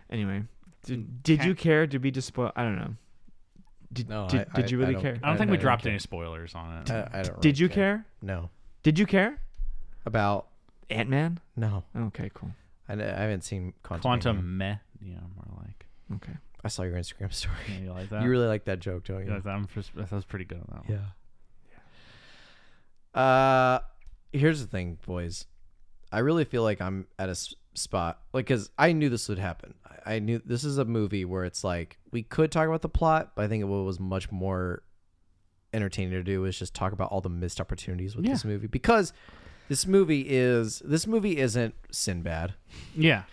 D: anyway
A: Mm,
D: did, did you care to be dispo i don't know did,
B: No,
D: did,
B: I-
D: did you really
B: don't-
D: care
A: I don't
B: I-
A: think
B: I
A: we
B: don't
A: dropped
B: care.
A: any spoilers on it.
D: Uh,
B: I, I don't
D: did
B: really
D: you care
B: No.
D: did you care
B: About
D: ant-man
B: no.
D: okay cool
B: I, I haven't seen Quantum.
A: Quantum meh. Yeah, more like.
D: okay
B: I saw your Instagram story.
A: Yeah, you like that?
B: You really like that joke, don't
A: You
B: you?
A: like that? I'm just, that was pretty good on that one.
B: Yeah. Uh, here's the thing, boys. I really feel like I'm at a s- spot, like, because I knew this would happen. I, I knew this is a movie where it's like we could talk about the plot, but I think what was much more entertaining to do is just talk about all the missed opportunities with this movie because this movie is this movie isn't Sinbad.
A: Yeah.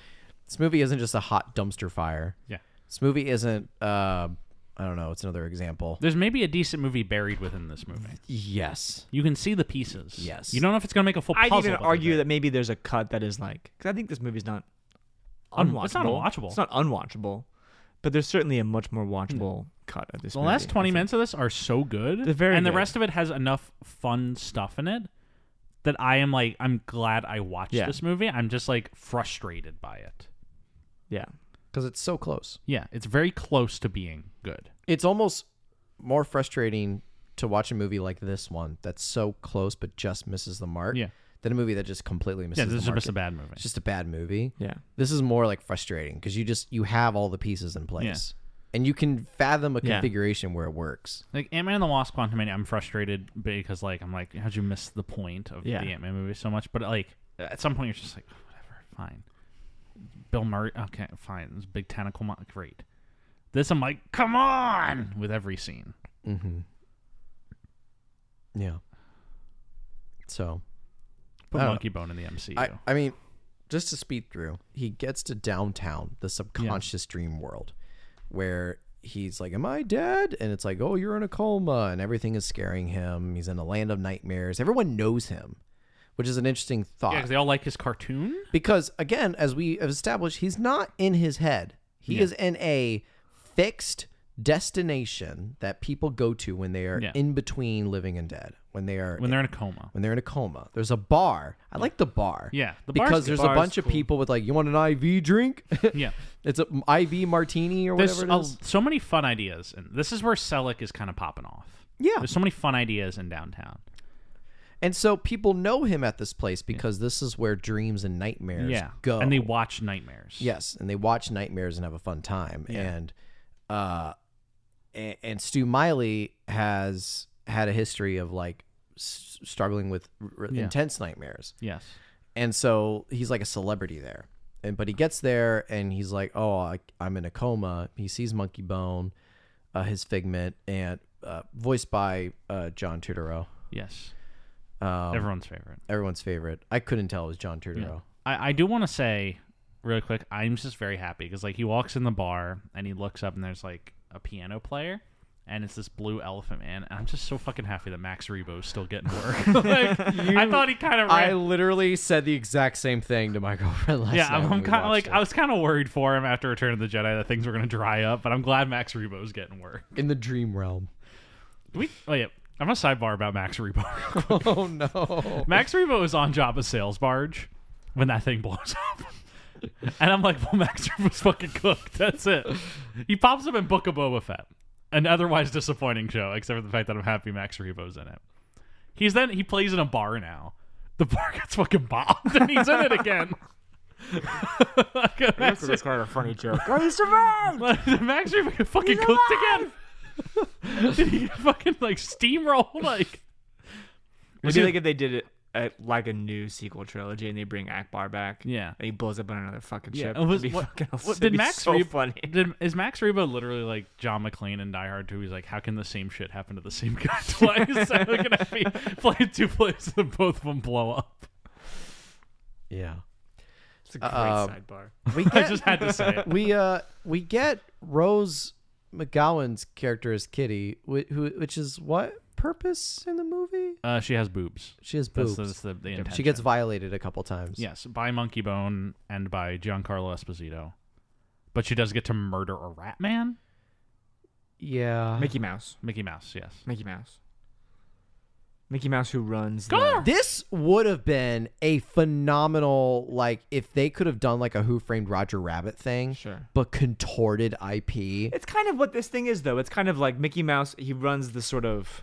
B: This movie isn't just a hot dumpster fire.
A: Yeah.
B: This movie isn't. Uh, I don't know. It's another example.
A: There's maybe a decent movie buried within this movie.
B: Yes.
A: You can see the pieces.
B: Yes.
A: You don't know if it's going to make a full
D: I'd
A: puzzle.
D: even
A: but they're
D: argue
A: there.
D: that maybe there's a cut that is like because I think this movie's not
A: Un-
D: unwatchable.
A: it's not unwatchable.
D: It's not unwatchable, but there's certainly a much more watchable cut of this.
A: the
D: movie,
A: last 20
D: I think.
A: minutes of this are so good.
D: They're very
A: and the
D: good.
A: rest of it has enough fun stuff in it that I am like, I'm glad I watched
D: Yeah.
A: this movie. I'm just like frustrated by it.
D: Yeah,
B: because it's so close.
A: Yeah. It's very close to being good.
B: It's almost more frustrating to watch a movie like this one that's so close but just misses the mark
A: Yeah.
B: than a movie that just completely misses
A: yeah. This
B: the
A: is
B: mark.
A: just a bad movie.
B: It's just a bad movie.
D: yeah.
B: This is more like frustrating because you just you have all the pieces in place and you can fathom a
D: Yeah.
B: configuration where it works.
A: Like Ant Man and the Wasp: Quantumania, I'm frustrated because like I'm like, how'd you miss the point of
D: Yeah.
A: the Ant Man movie so much? But like at some point, you're just like, "Oh, whatever, fine. Bill Murray, okay, fine. This big tentacle, mo- great. This, I'm like, come on, with every scene.
B: Mm-hmm. Yeah. So
A: Put
B: I don't
A: Monkey Bone in the MCU.
B: Oh. I, I mean, just to speed through, he gets to downtown, the subconscious dream world, where he's like, Am I dead? And it's like, Oh, you're in a coma, and everything is scaring him. He's in a land of nightmares. Everyone knows him. which is an interesting thought.
A: Yeah, because they all like his cartoon.
B: because again as we have established he's not in his head he
A: Yeah.
B: is in a fixed destination that people go to when they are
A: Yeah.
B: in between living and dead when they are
A: when they're in a coma.
B: when they're in a coma there's a bar i like the bar
A: Yeah, the bar's
B: because
A: good.
B: there's a
A: Bar's
B: bunch of
A: cool.
B: people with like you want an iv drink
A: Yeah.
B: it's a m- iv martini or
A: There's
B: whatever
A: a-
B: it is
A: so many fun ideas, and this is where Selick is kind of popping off.
B: Yeah.
A: there's so many fun ideas in downtown.
B: and so people know him at this place because this is where dreams and nightmares
A: yeah,
B: go
A: and they watch nightmares.
B: Yes, and they watch nightmares and have a fun time. And uh and, and Stu Miley has had a history of like s- struggling with r-
A: Yeah.
B: intense nightmares.
A: yes,
B: And so he's like a celebrity there. And but he gets there and he's like, "Oh, I, I'm in a coma." He sees Monkey Bone, uh, his figment and uh, voiced by uh, John Turturro,
A: yes.
B: um,
A: Everyone's favorite.
B: everyone's favorite. I couldn't tell it was John Turturro.
A: I, I do want to say really quick, I'm just very happy because like he walks in the bar and he looks up and there's like a piano player. And it's this blue elephant man. And I'm just so fucking happy that Max Rebo's still getting work. like, I thought he kind of.
B: I literally said the exact same thing to my girlfriend last
A: Yeah,
B: night.
A: I'm,
B: when
A: I'm
B: we
A: kind of like
B: watched it.
A: I was kind of worried for him after Return of the Jedi that things were gonna dry up, but I'm glad Max Rebo's getting work.
B: in the dream realm.
A: Do we? Oh yeah, I'm gonna sidebar about Max Rebo.
B: Oh no!
A: Max Rebo is on Jabba's sales barge when that thing blows up, and I'm like, well, Max Rebo's fucking cooked. That's it. He pops up in Book of Boba Fett, an otherwise disappointing show, except for the fact that I'm happy Max Rebo's in it. He's then he plays in a bar now. The bar gets fucking bombed, and he's in it again. Like, Max-
D: That's quite a funny joke.
A: Did Max Rebo fucking cooked again? Did he get fucking like steamroll? Like
D: Maybe like if they did it uh like a new sequel trilogy and they bring Akbar back.
A: Yeah.
D: And he blows up on another fucking ship.
A: and was-
D: It'd be
A: what-
D: fucking
A: what-
D: awesome. It'd
A: did
D: be
A: Max
D: so
A: Rebo-
D: funny.
A: did, is Max Rebo literally like John McClane in Die Hard 2? He's like, how can the same shit happen to the same guy twice? how can I be playing two plays and both of them blow up?
B: yeah,
D: It's a great
B: Uh,
D: sidebar.
B: we
A: I
B: get
A: just had to say it.
B: we uh we get Rose McGowan's character as Kitty, wh- who which is what purpose in the movie?
A: Uh, she has boobs.
B: She has
A: That's,
B: boobs.
A: that's the, the intention.
B: she gets violated a couple times.
A: yes by Monkey Bone and by Giancarlo Esposito, but she does get to murder a rat man,
B: yeah.
D: Mickey Mouse.
A: Mickey Mouse. Yes,
D: Mickey Mouse. Mickey Mouse who runs.
A: Gar!
D: The,
B: This would have been a phenomenal like if they could have done like a Who Framed Roger Rabbit thing,
D: sure.
B: but contorted IP.
D: It's kind of what this thing is though. It's kind of like Mickey Mouse. He runs the sort of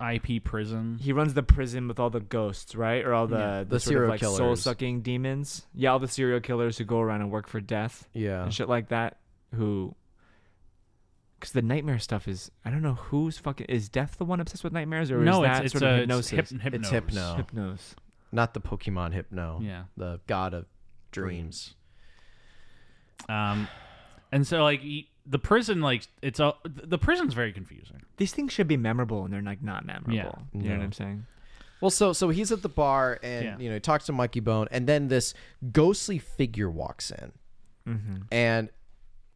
A: IP prison.
D: he runs the prison with all the ghosts, right? Or all the
A: Yeah.
D: the,
B: The
D: sort
B: serial
D: of like
B: killers.
D: soul sucking demons. Yeah, all the serial killers who go around and work for death.
B: Yeah.
D: and shit like that who because the nightmare stuff is i don't know who's fucking is death the one obsessed with nightmares or
A: no,
D: is
A: it's
D: that
A: it's
D: sort
A: a
D: of
A: it's
D: hypnosis
A: hyp- hypnos.
B: It's hypno.
D: hypnos
B: Not the Pokemon Hypno.
A: Yeah.
B: The god of dreams.
A: Um, and so like he, the prison, like it's all the prison's very confusing.
D: these things should be memorable and they're like not memorable you know
B: No.
D: what i'm saying
B: Well, so so he's at the bar and
A: Yeah.
B: you know he talks to Monkey Bone, and then this ghostly figure walks in,
A: Mm-hmm.
B: and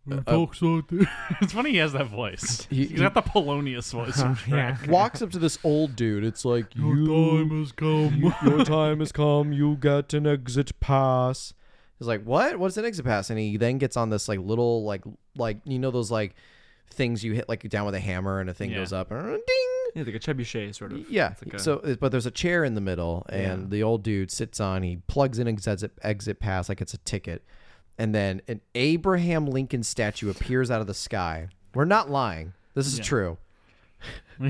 A: it's funny he has that voice.
B: He-
A: He, has got the Polonius voice. yeah.
B: walks up to this old dude. It's like you,
A: has come.
B: your time has come. You got an exit pass. He's like, what? What's an exit pass? And he then gets on this like little like like you know those like things you hit like down with a hammer and a thing
A: Yeah.
B: goes up and ding.
D: yeah like a trebuchet sort of
B: Yeah.
D: It's like a-
B: so, uh, but there's a chair in the middle, and the old dude sits on. He plugs in his exit, exit pass like it's a ticket, and then an Abraham Lincoln statue appears out of the sky. We're not lying. This is true.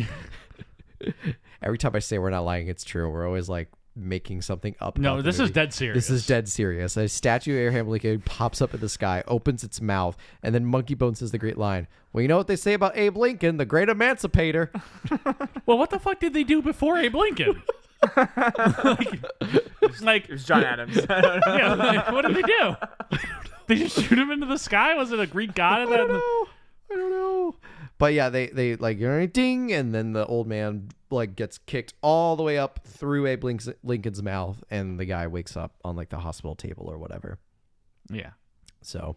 B: Every time I say we're not lying, it's true. We're always like making something up.
A: No,
B: about the
A: this is
B: movie.
A: dead serious.
B: This is dead serious. A statue of Abraham Lincoln pops up in the sky, opens its mouth, and then Monkey Bone says the great line. Well, you know what they say about Abe Lincoln, the great emancipator.
A: Well, what the fuck did they do before Abe Lincoln? like, like,
D: it's john adams
A: yeah, like, what did they do? they just shoot him into the sky? Was it a Greek god? And then
B: know. I don't know. But yeah, they they like you know ding, and then the old man like gets kicked all the way up through Abe Lincoln's, Lincoln's mouth, and the guy wakes up on like the hospital table or whatever.
A: yeah,
B: So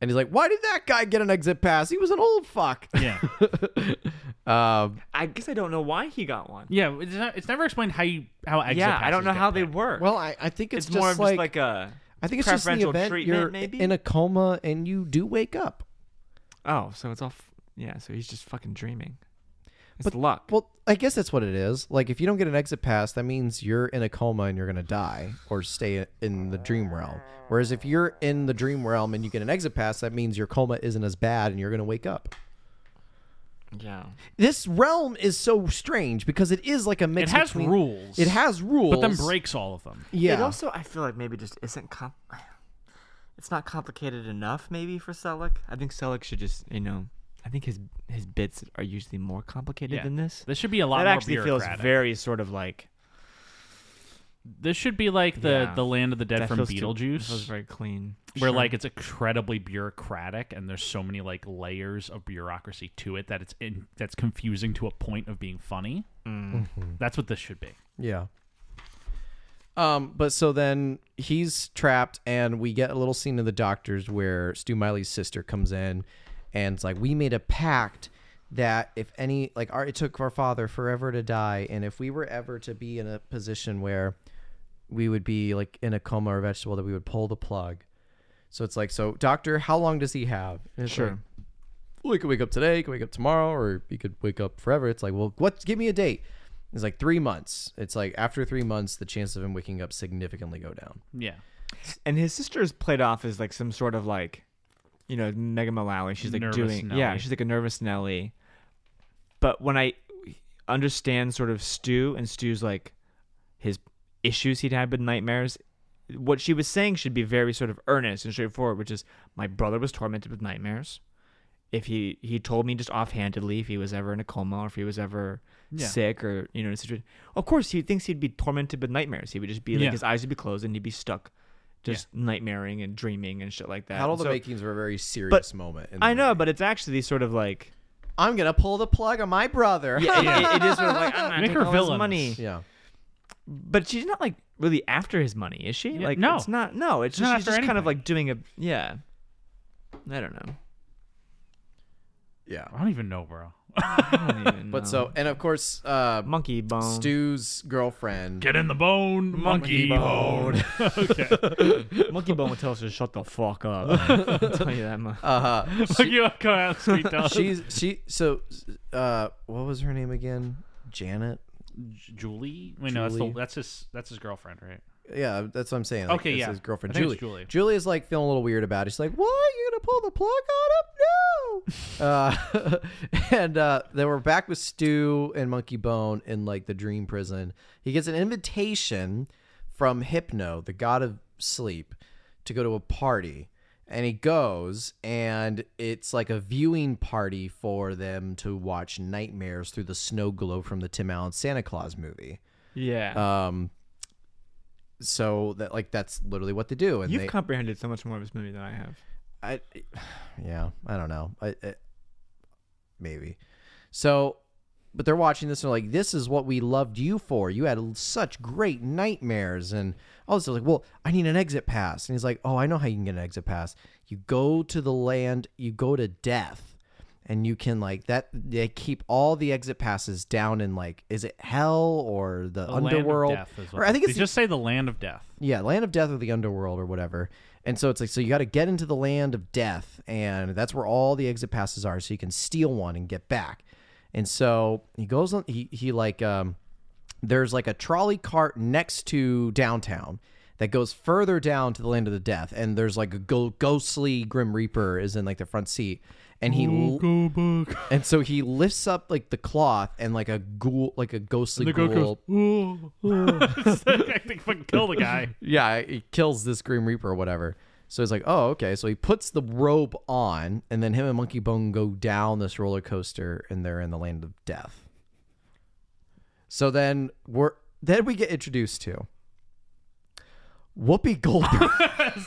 B: and he's like, "Why did that guy get an exit pass? He was an old fuck."
A: Yeah.
B: um,
D: I guess I don't know why he got one.
A: yeah. It's, not, it's never explained how you how exit
D: yeah, I
A: passes
D: don't know
A: get
D: how they
A: back.
D: work.
B: well, I, I think it's,
D: it's, more
B: just
D: of
B: like,
D: just like a
B: I think it's just in the
D: preferential
B: event
D: treatment,
B: you're
D: maybe?
B: in a coma and you do wake up.
D: oh, so it's all f- yeah. So he's just fucking dreaming. It's
B: But-
D: luck.
B: Well, I guess that's what it is. Like, if you don't get an exit pass, that means you're in a coma and you're going to die or stay in the dream realm. Whereas if you're in the dream realm and you get an exit pass, that means your coma isn't as bad and you're going to wake up.
D: Yeah.
B: This realm is so strange because it is like a
A: It
B: mix.
A: has
B: between-
A: rules.
B: It has rules,
A: But then breaks all of them.
B: Yeah,
D: It also I feel like maybe just isn't com- it's not complicated enough maybe for Selick. I think Selick should just you know I think his his bits are usually more complicated
A: Yeah.
D: than this.
A: This should be a lot
D: That
A: more
D: actually feels
A: bureaucratic.
D: very sort of like
A: This should be like the
D: Yeah.
A: the Land of the Dead
D: that
A: from
D: feels too-
A: Beetlejuice,
D: feels very clean.
A: where
D: Sure.
A: like it's incredibly bureaucratic, and there's so many like layers of bureaucracy to it that it's in, that's confusing to a point of being funny.
B: Mm-hmm.
A: That's what this should be.
B: yeah. Um, but so then he's trapped, and we get a little scene of the doctors where Stu Miley's sister comes in, and it's like we made a pact that if any like our, it took our father forever to die, and if we were ever to be in a position where we would be like in a coma or vegetable, that we would pull the plug. So it's like, so doctor, how long does he have? And it's
D: Sure.
B: like, well, he could wake up today, he could wake up tomorrow, or he could wake up forever. It's like, well, what? Give me a date. It's like three months. It's like after three months, the chance of him waking up significantly go down.
A: Yeah,
D: and his sister is played off as like some sort of like you know Megan Mullally. She's like
A: Nervous
D: doing yeah,
A: Nelly.
D: she's like a nervous Nelly. But when I understand sort of Stu and Stu's like his issues he'd had with nightmares, what she was saying should be very sort of earnest and straightforward, which is my brother was tormented with nightmares. If he he told me just offhandedly if he was ever in a coma or if he was ever
A: Yeah.
D: sick or you know in a situation, of course he thinks he'd be tormented with nightmares. He would just be like
A: Yeah.
D: his eyes would be closed and he'd be stuck
A: Yeah.
D: just nightmaring and dreaming and shit like that.
B: How all the
D: Uh, So-
B: makings were a very serious moment. in the
D: I know,
B: movie.
D: but it's actually sort of like
B: I'm gonna pull the plug on my brother.
D: yeah, it- it is sort of like I'm gonna
A: Make
D: take
A: her
D: all his
A: villainous.
D: money,
B: yeah.
D: but she's not like really after his money, is she?
A: Yeah,
D: like
A: no.
D: it's not. No, it's
A: She's not
D: just, she's
A: after
D: just kind of
A: anything.
D: like doing a yeah. I don't know.
B: Yeah.
A: I don't even know, bro.
D: I don't even
B: But
D: know.
B: so, and of course, uh,
D: monkey bone.
B: Stu's girlfriend.
A: Get in the bone, monkey, bone. okay,
D: monkey bone would tell us to shut the fuck up. I'll tell you that much.
B: Uh,
A: look you up, come out, sweet dog.
B: she's she. So, uh, what was her name again? Janet.
A: J- Julie. Wait, no, that's the,
B: Julie.
A: that's his that's his girlfriend, right?
B: Yeah, that's what I'm saying. Like,
A: Okay,
B: it's
A: yeah.
B: His girlfriend
A: I think
B: Julie.
A: it's Julie.
B: Julie is like feeling a little weird about it. She's like, "What? You're gonna pull the plug on him? No." uh, and uh, then we're back with Stu and Monkey Bone in like the dream prison. He gets an invitation from Hypno, the god of sleep, to go to a party. And he goes, and it's like a viewing party for them to watch nightmares through the snow globe from the Tim Allen Santa Claus movie.
D: Yeah,
A: Uh,
B: Um, so that like that's literally what they do, and
D: you've
B: they,
D: comprehended so much more of this movie than I have.
B: I, yeah, I don't know, I, I, maybe. So, but they're watching this and they're like, "This is what we loved you for. You had such great nightmares." And all this, they're like, "Well, I need an exit pass," and he's like, "Oh, I know how you can get an exit pass. You go to the land, you go to death." And you can like that. They keep all the exit passes down in like, is it hell or the,
A: The land of
B: underworld?
A: death is what
B: or I
A: they-
B: think it's
A: they just say the land of death.
B: yeah, land of death or the underworld or whatever. And so it's like, so you got to get into the land of death, and that's where all the exit passes are, so you can steal one and get back. And so he goes on. He he like um, there's like a trolley cart next to downtown that goes further down to the land of the death, and there's like a go- ghostly grim reaper is in like the front seat, and he l-
A: Oh,
B: and so he lifts up like the cloth and like a ghoul like a ghostly ghoul
A: I think fucking kill the guy.
B: yeah, he kills this Grim Reaper or whatever. So he's like, oh, okay. So he puts the robe on, and then him and Monkey Bone go down this roller coaster, and they're in the land of death. So then we're then we get introduced to Whoopi Goldberg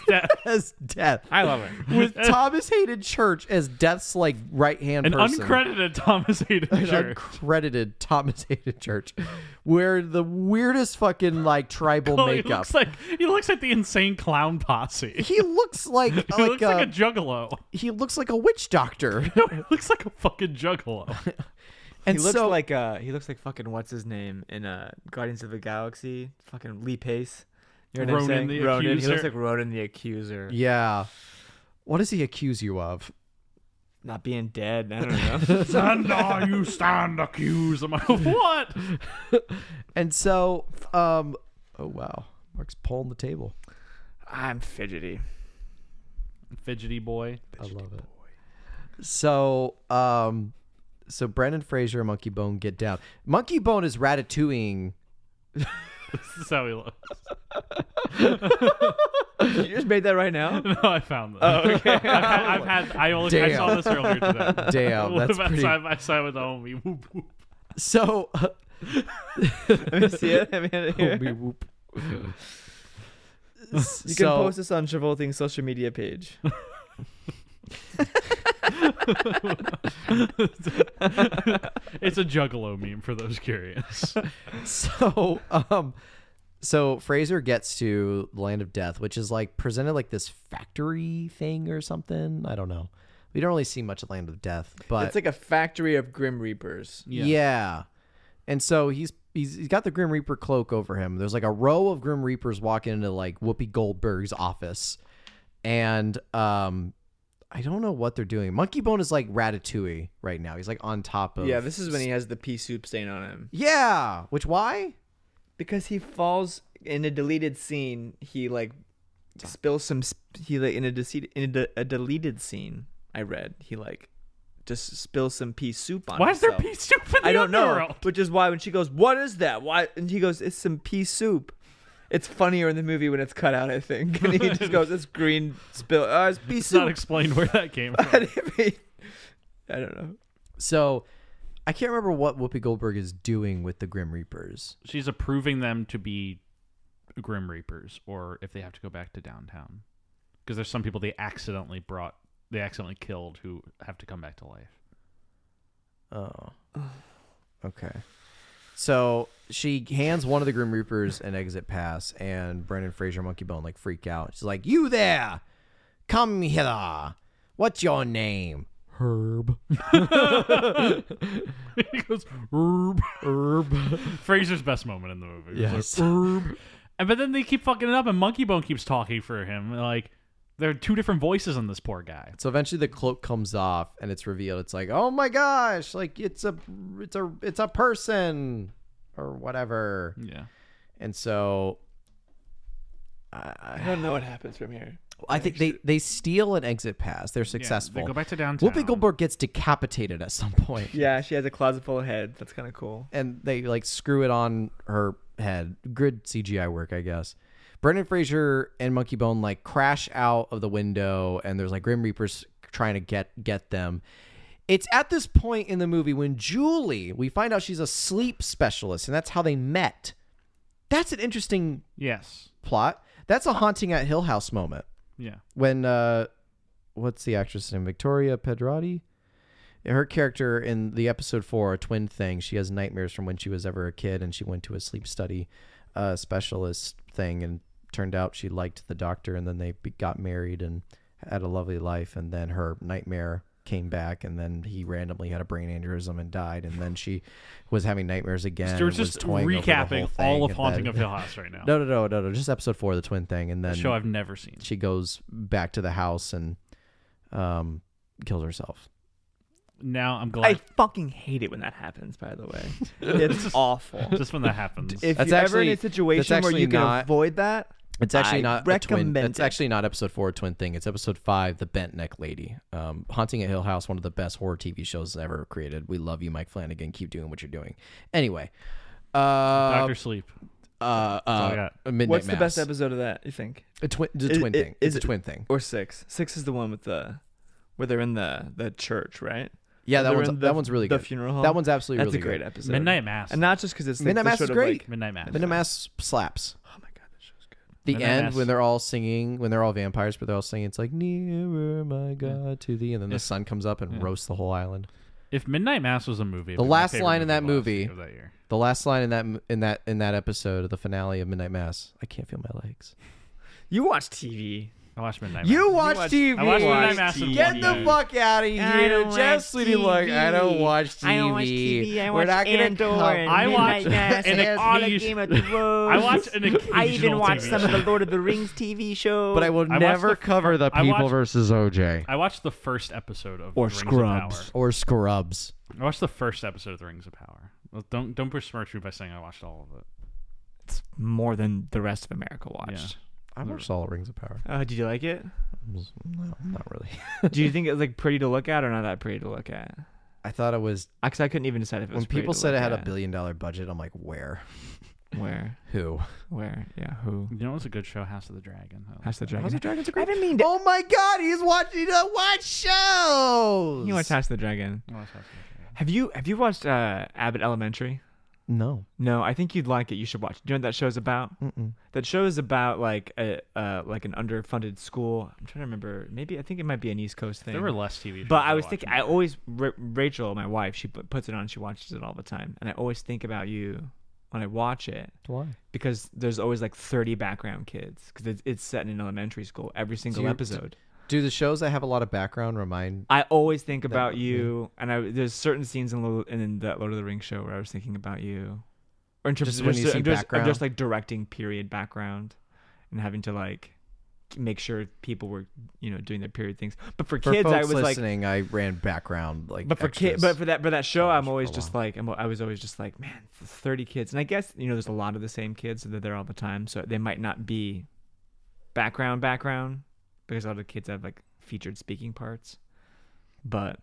A: Death.
B: as Death.
I: I love it.
B: with Thomas Hayden Church as Death's like right hand
A: An
B: person.
A: uncredited Thomas Hayden
B: An
A: Church.
B: uncredited Thomas Hayden Church, where the weirdest fucking like tribal
A: Oh, he
B: makeup.
A: looks like he looks like the insane clown posse.
B: he looks like like,
A: He looks
B: a,
A: like uh, a juggalo.
B: he looks like a witch doctor,
A: No, he looks like a fucking juggalo.
B: and
D: He looks
B: so
D: like uh he looks like fucking what's his name in uh Guardians of the Galaxy, fucking Lee Pace. You know what
A: Ronan
D: I'm saying?
A: the
D: Ronan. He looks
A: Accuser.
D: like Ronan the Accuser.
B: yeah. What does he accuse you of?
D: Not being dead. I don't know.
A: Stand on, you stand accused. I'm like, what?
B: And so, um, oh wow, Mark's pulling the table.
D: I'm fidgety.
A: Fidgety boy.
B: I love it. So, um, so Brandon Fraser and Monkey Bone get down. Monkey Bone is ratatouilleing.
A: This is how he looks.
D: You just made that right now?
A: No, I found this. Oh, okay. I've had, I've had I, only, I saw
B: Damn.
A: this earlier today.
B: Damn, that's
A: I
B: pretty.
A: saw, I saw it with the homie. Whoop, whoop.
B: So,
D: Let me see it. Let me see it.
B: Homie whoop.
D: You can post this on Travolting's social media page.
A: It's a juggalo meme for those curious.
B: so um so Fraser gets to the land of death, which is like presented like this factory thing or something. I don't know. We don't really see much of land of death, but
D: It's like a factory of Grim Reapers.
B: yeah. And so he's he's he's got the Grim Reaper cloak over him. There's like a row of Grim Reapers walking into like Whoopi Goldberg's office, and um. I don't know what they're doing. Monkey Bone is like Ratatouille right now. He's like on top of
D: Yeah, this is when he has the pea soup stain on him.
B: yeah. Which why?
D: Because he falls in a deleted scene, he like spills some sp- he like in a deceit in a, de- a deleted scene I read, he like just spills some pea soup on
A: Why is there
D: himself.
A: pea soup in the
D: I don't know,
A: underworld?
D: which is why when she goes, "What is that?" Why and he goes, "It's some pea soup." It's funnier in the movie when it's cut out, I think. And he just goes, "It's green spill. Uh, it's pea
A: It's not
D: soup."
A: explained where that came from.
D: I mean, I don't know.
B: So I can't remember what Whoopi Goldberg is doing with the Grim Reapers.
A: She's approving them to be Grim Reapers, or if they have to go back to downtown, because there's some people they accidentally brought, they accidentally killed, who have to come back to life.
B: Oh. Okay. So she hands one of the Grim Reapers an exit pass, and Brendan Fraser and Monkey Bone like freak out. She's like, "You there? Come hither. What's your name?" Herb.
A: he goes, "Erb." Fraser's best moment in the movie. He's
B: Yes.
A: Like, "Erb." and but then they keep fucking it up, and Monkey Bone keeps talking for him. Like there are two different voices on this poor guy.
B: So eventually the cloak comes off, and it's revealed. It's like, "Oh my gosh! Like it's a, it's a, it's a person, or whatever."
A: Yeah.
B: And so
D: I don't know what happens from here.
B: I think they, they steal an exit pass. They're
A: They
B: successful.
A: go back to downtown.
B: Whoopi Goldberg gets decapitated at some point,
D: Yeah, she has a closet full of head. That's kind of cool.
B: and they like screw it on her head. Good CGI work, I guess. Brendan Fraser and Monkey Bone like crash out of the window, and there's like Grim Reapers trying to get get them. It's at this point in the movie when Julie, we find out she's a sleep specialist, and that's how they met. That's an interesting
A: Yes.
B: plot. That's a haunting at Hill House moment.
A: Yeah.
B: when uh what's the actress name victoria pedrotti her character in the episode four a twin thing she has nightmares from when she was ever a kid and she went to a sleep study uh specialist thing and turned out she liked the doctor and then they be- got married and had a lovely life and then her nightmare came back and then he randomly had a brain aneurysm and died and then she was having nightmares again
A: Stuart's
B: and was
A: just
B: toying over the whole
A: recapping
B: thing
A: all of
B: and
A: Haunting
B: then-
A: of Hill House right now.
B: no no no no no just episode four the twin thing and
A: a
B: then
A: show I've never seen.
B: she goes back to the house and um kills herself.
A: Now I'm glad.
D: I fucking hate it when that happens. By the way, it's awful.
A: just when that happens.
D: If
B: That's
D: you're ever in
B: actually-
D: a situation
B: that's
D: where
B: actually
D: you can
B: not-
D: avoid that,
B: It's actually
D: I
B: not a
D: recommend
B: twin. It's
D: it.
B: actually not episode four a twin thing. It's episode five, the bent neck lady. Um, Haunting at Hill House, one of the best horror TV shows ever created. We love you, Mike Flanagan. Keep doing what you're doing. Anyway, uh,
A: Doctor Sleep.
B: uh, uh,
A: I got.
B: Midnight
D: what's the best
B: Mass.
D: episode of that? You think?
B: A twin, the
D: Is-
B: twin
D: i-
B: thing.
D: is
B: it's a
D: it-
B: twin thing.
D: Or six? Six is the one with the where they're in the the church, right?
B: Yeah, that
D: They're
B: one's
D: in
B: that one's really
D: the
B: good.
D: funeral home.
B: That one's absolutely
D: that's
B: really
D: a great
B: good.
D: episode.
A: Midnight Mass.
D: and not just because it's like,
B: Midnight
D: the
B: Mass
D: sort
B: is
D: of,
B: great.
D: Like,
A: Midnight Mass.
B: Midnight Mass slaps.
D: oh my god, that show's good.
B: The
A: And then
B: end
A: S.
B: when they're all singing, when they're all vampires, but they're all singing, it's like nearer, my God, to thee, and then the sun comes up and roasts the whole island.
A: If Midnight Mass was a movie, it'd
B: The
A: be my
B: last
A: favorite
B: line in that
A: of last
B: movie-
A: year- of that year.
B: The last line in that in that in that episode of the finale of Midnight Mass, I can't feel my legs.
D: You watch TV.
A: I watched Midnight
B: You
A: Mass.
B: watch
D: watch-
B: TV.
A: I watched Midnight Mass in
B: Get
A: one
B: the
A: year.
B: fuck out of
D: I
B: here,
D: don't
B: Jess.
D: watch
B: Lady Luck. I don't
D: TV.
B: watch TV.
D: I don't watch TV. I
B: We're
D: watch
B: not gonna
D: Andor
B: come-
D: and
A: I
D: Midnight
A: watch
D: Mass
A: an
D: as well as
A: occasion-
D: Game of Thrones.
A: I watched an occasional
D: I even watched
A: TV
D: some
A: show.
D: of the Lord of the Rings TV show.
B: But I will
A: I watched
B: never
A: the-
B: cover the
A: I
B: people
A: watched-
B: versus OJ
A: I watched the first episode of
D: Or
A: Rings
D: Scrubs.
A: Of
B: or Scrubs.
A: Power. I watched the first episode of The Rings of Power. Well, don't don't besmirch me by saying I watched all of it.
D: It's more than the rest of America watched.
B: I
A: Hmm.
B: watched all Rings of Power.
D: Uh, did you like it?
B: No, not really.
D: Do you think it was like pretty to look at or not that pretty to look at?
B: I thought it was
D: Because I couldn't even decide if it was
B: when people
D: pretty to
B: said it
D: look
B: had a
D: at.
B: billion dollar budget. I'm like, where?
D: Where?
B: Who?
D: Where? Yeah. Who?
A: You know, it was a good show, House of the Dragon. I
D: House of the Dragon.
B: House of Dragons are great.
D: I didn't mean to.
B: Oh my God, he's watching the watch shows.
D: You watch House of the Dragon.
A: watched House of the Dragon.
D: Have you Have you watched uh, Abbott Elementary?
B: No.
D: No, I think you'd like it. You should watch. it. Do you know what that show's about?
B: Mm-mm.
D: That show is about like a uh, like an underfunded school. I'm trying to remember. Maybe I think it might be an East Coast thing.
A: There were less TV. shows
D: But I was
A: watched
D: thinking,
A: than
D: I
A: that.
D: always Ra- Rachel, my wife, she pu- puts it on. She watches it all the time, and I always think about you when I watch it
B: Why?
D: because there's always like 30 background kids because it's, it's set in an elementary school every single
B: you-
D: episode.
B: Do the shows that have a lot of background remind?
D: I always think about
B: one, yeah.
D: you, and I there's certain scenes in, Lord, in that Lord of the Rings show where I was thinking about you, or in terms
B: Just
D: of
B: when
D: just,
B: you see
D: of just, of
B: background?
D: just like directing period background, and having to like make sure people were you know doing their period things. But for,
B: For
D: kids,
B: folks
D: I was like,
B: listening, I ran background like.
D: but for
B: extras.
D: kid, but for that for that show,
B: Oh,
D: I'm
B: for
D: always
B: a
D: just like I'm, I was always just like, man, thirty kids, and I guess you know there's a lot of the same kids that are there all the time, so they might not be background background because a lot of the kids have like featured speaking parts, but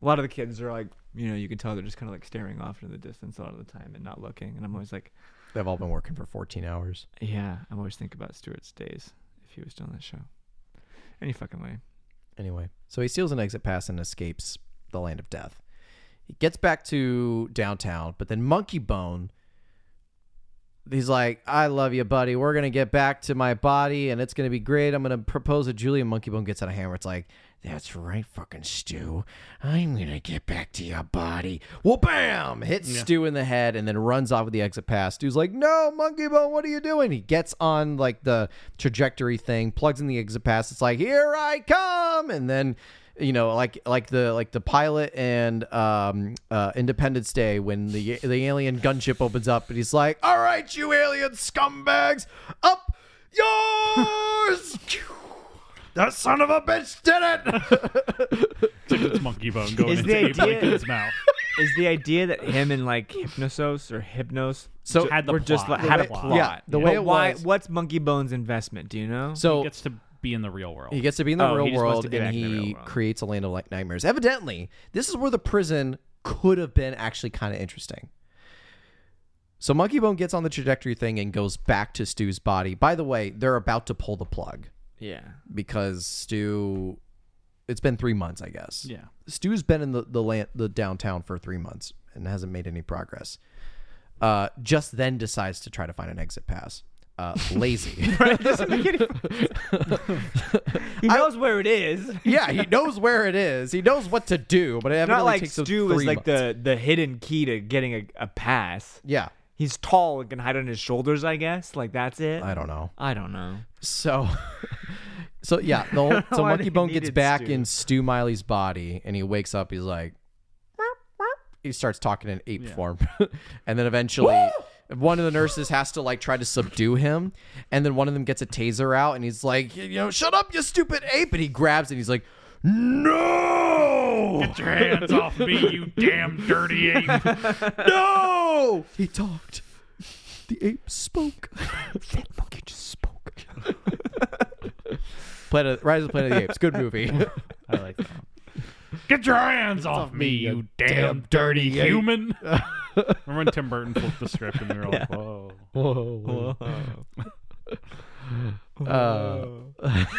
D: a lot of the kids are like, you know, you can tell they're just kind of like staring off into the distance a lot of the time and not looking, and I'm always like,
B: they've all been working for 14 hours.
D: yeah, I'm always thinking about Stuart's days if he was still on that show, any fucking way.
B: Anyway, so he steals an exit pass and escapes the land of death. He gets back to downtown, but then Monkey Bone, he's like, I love you, buddy. We're going to get back to my body and it's going to be great. I'm going to propose to Julie. And Monkey Bone gets out of hammer. It's like, that's right, fucking Stu. I'm going to get back to your body. Well, bam! Hits Stu in the head and then runs off with the exit pass. Stu's like, no, Monkey Bone, what are you doing? He gets on like the trajectory thing, plugs in the exit pass. It's like, here I come. And then you know, like like the like the pilot and um, uh, Independence Day when the the alien gunship opens up and he's like, "All right, you alien scumbags, up yours!" that son of a bitch did it.
A: Took its monkey bone going
D: Is
A: into
D: the
A: Abe
D: idea-
A: Lincoln's mouth.
D: Is the idea that him and like Hypnosos or Hypnos
B: So-
D: ju-
A: Had the
D: were just
A: plot.
D: like,
A: The
D: had
A: way-
D: a plot?
B: yeah, the
D: But
B: way it
D: why?
B: was-
D: What's Monkey Bone's investment? Do you know?
B: so
A: He gets to be in the real world.
B: He gets to be in the
D: Oh,
B: real
D: he just wants
B: world
D: to get
B: and
D: back in the
B: he
D: real world.
B: creates a land of like nightmares. Evidently, this is where the prison could have been actually kind of interesting. So Monkey Bone gets on the trajectory thing and goes back to Stu's body. By the way, they're about to pull the plug
D: yeah.
B: because Stu it's been 3 months, I guess.
A: yeah.
B: Stu's been in the the, land, the downtown for 3 months and hasn't made any progress. Uh, just then decides to try to find an exit pass. Uh, lazy.
D: He knows where it is.
B: yeah, he knows where it is. He knows what to do, but it
D: Not
B: evidently
D: like
B: takes him
D: Stu is
B: three
D: like
B: months.
D: the the hidden key to getting a, a pass.
B: yeah.
D: He's tall and can hide on his shoulders, I guess. Like that's it.
B: I don't know.
D: I don't know.
B: So, so yeah, the whole, so
D: Why
B: Monkey
D: they
B: Bone gets
D: needed
B: back
D: Stu.
B: in Stu Miley's body, and he wakes up. He's like, he starts talking in ape form, and then eventually. One of the nurses has to like try to subdue him, and then one of them gets a taser out, and he's like, you know, shut up, you stupid ape! And he grabs it, and he's like, no!
A: Get your hands off me, you damn dirty ape!
B: No! He talked. The ape spoke. that monkey just spoke. Planet Rise of the Planet of the Apes. Good movie.
A: I like that. One. Get your hands off, me, you damn, dirty human! Remember when Tim Burton flipped the script and we were like, "Whoa!"
B: Whoa. Uh,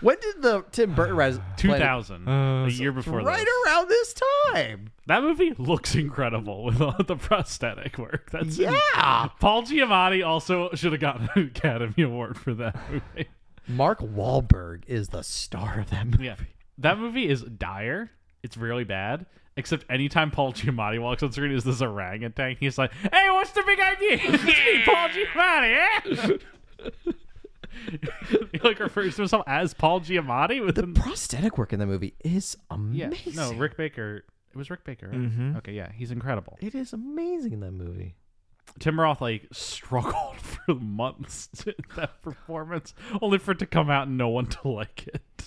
B: When did the Tim
A: Uh,
B: Burton rise?
A: 2000,
D: Uh,
A: a year before
B: Right
A: this.
B: around this time.
A: That movie looks incredible with all the prosthetic work. That's
B: Yeah.
A: Paul Giamatti also should have gotten an Academy Award for that movie.
B: Mark Wahlberg is the star of that movie.
A: Yeah. That movie is dire. It's really bad. Except anytime Paul Giamatti walks on screen as this orangutan, he's like, hey, what's the big idea? It's me, Paul Giamatti, eh? he like refers to himself as Paul Giamatti
B: The
A: within
B: prosthetic work in that movie is
A: Yeah.
B: amazing. Mm-hmm.
A: No, Rick Baker. It was Rick Baker, right? Okay, yeah. He's incredible.
B: It is amazing in that movie.
A: Tim Roth like struggled for months to that performance, only for it to come out and no one to like it.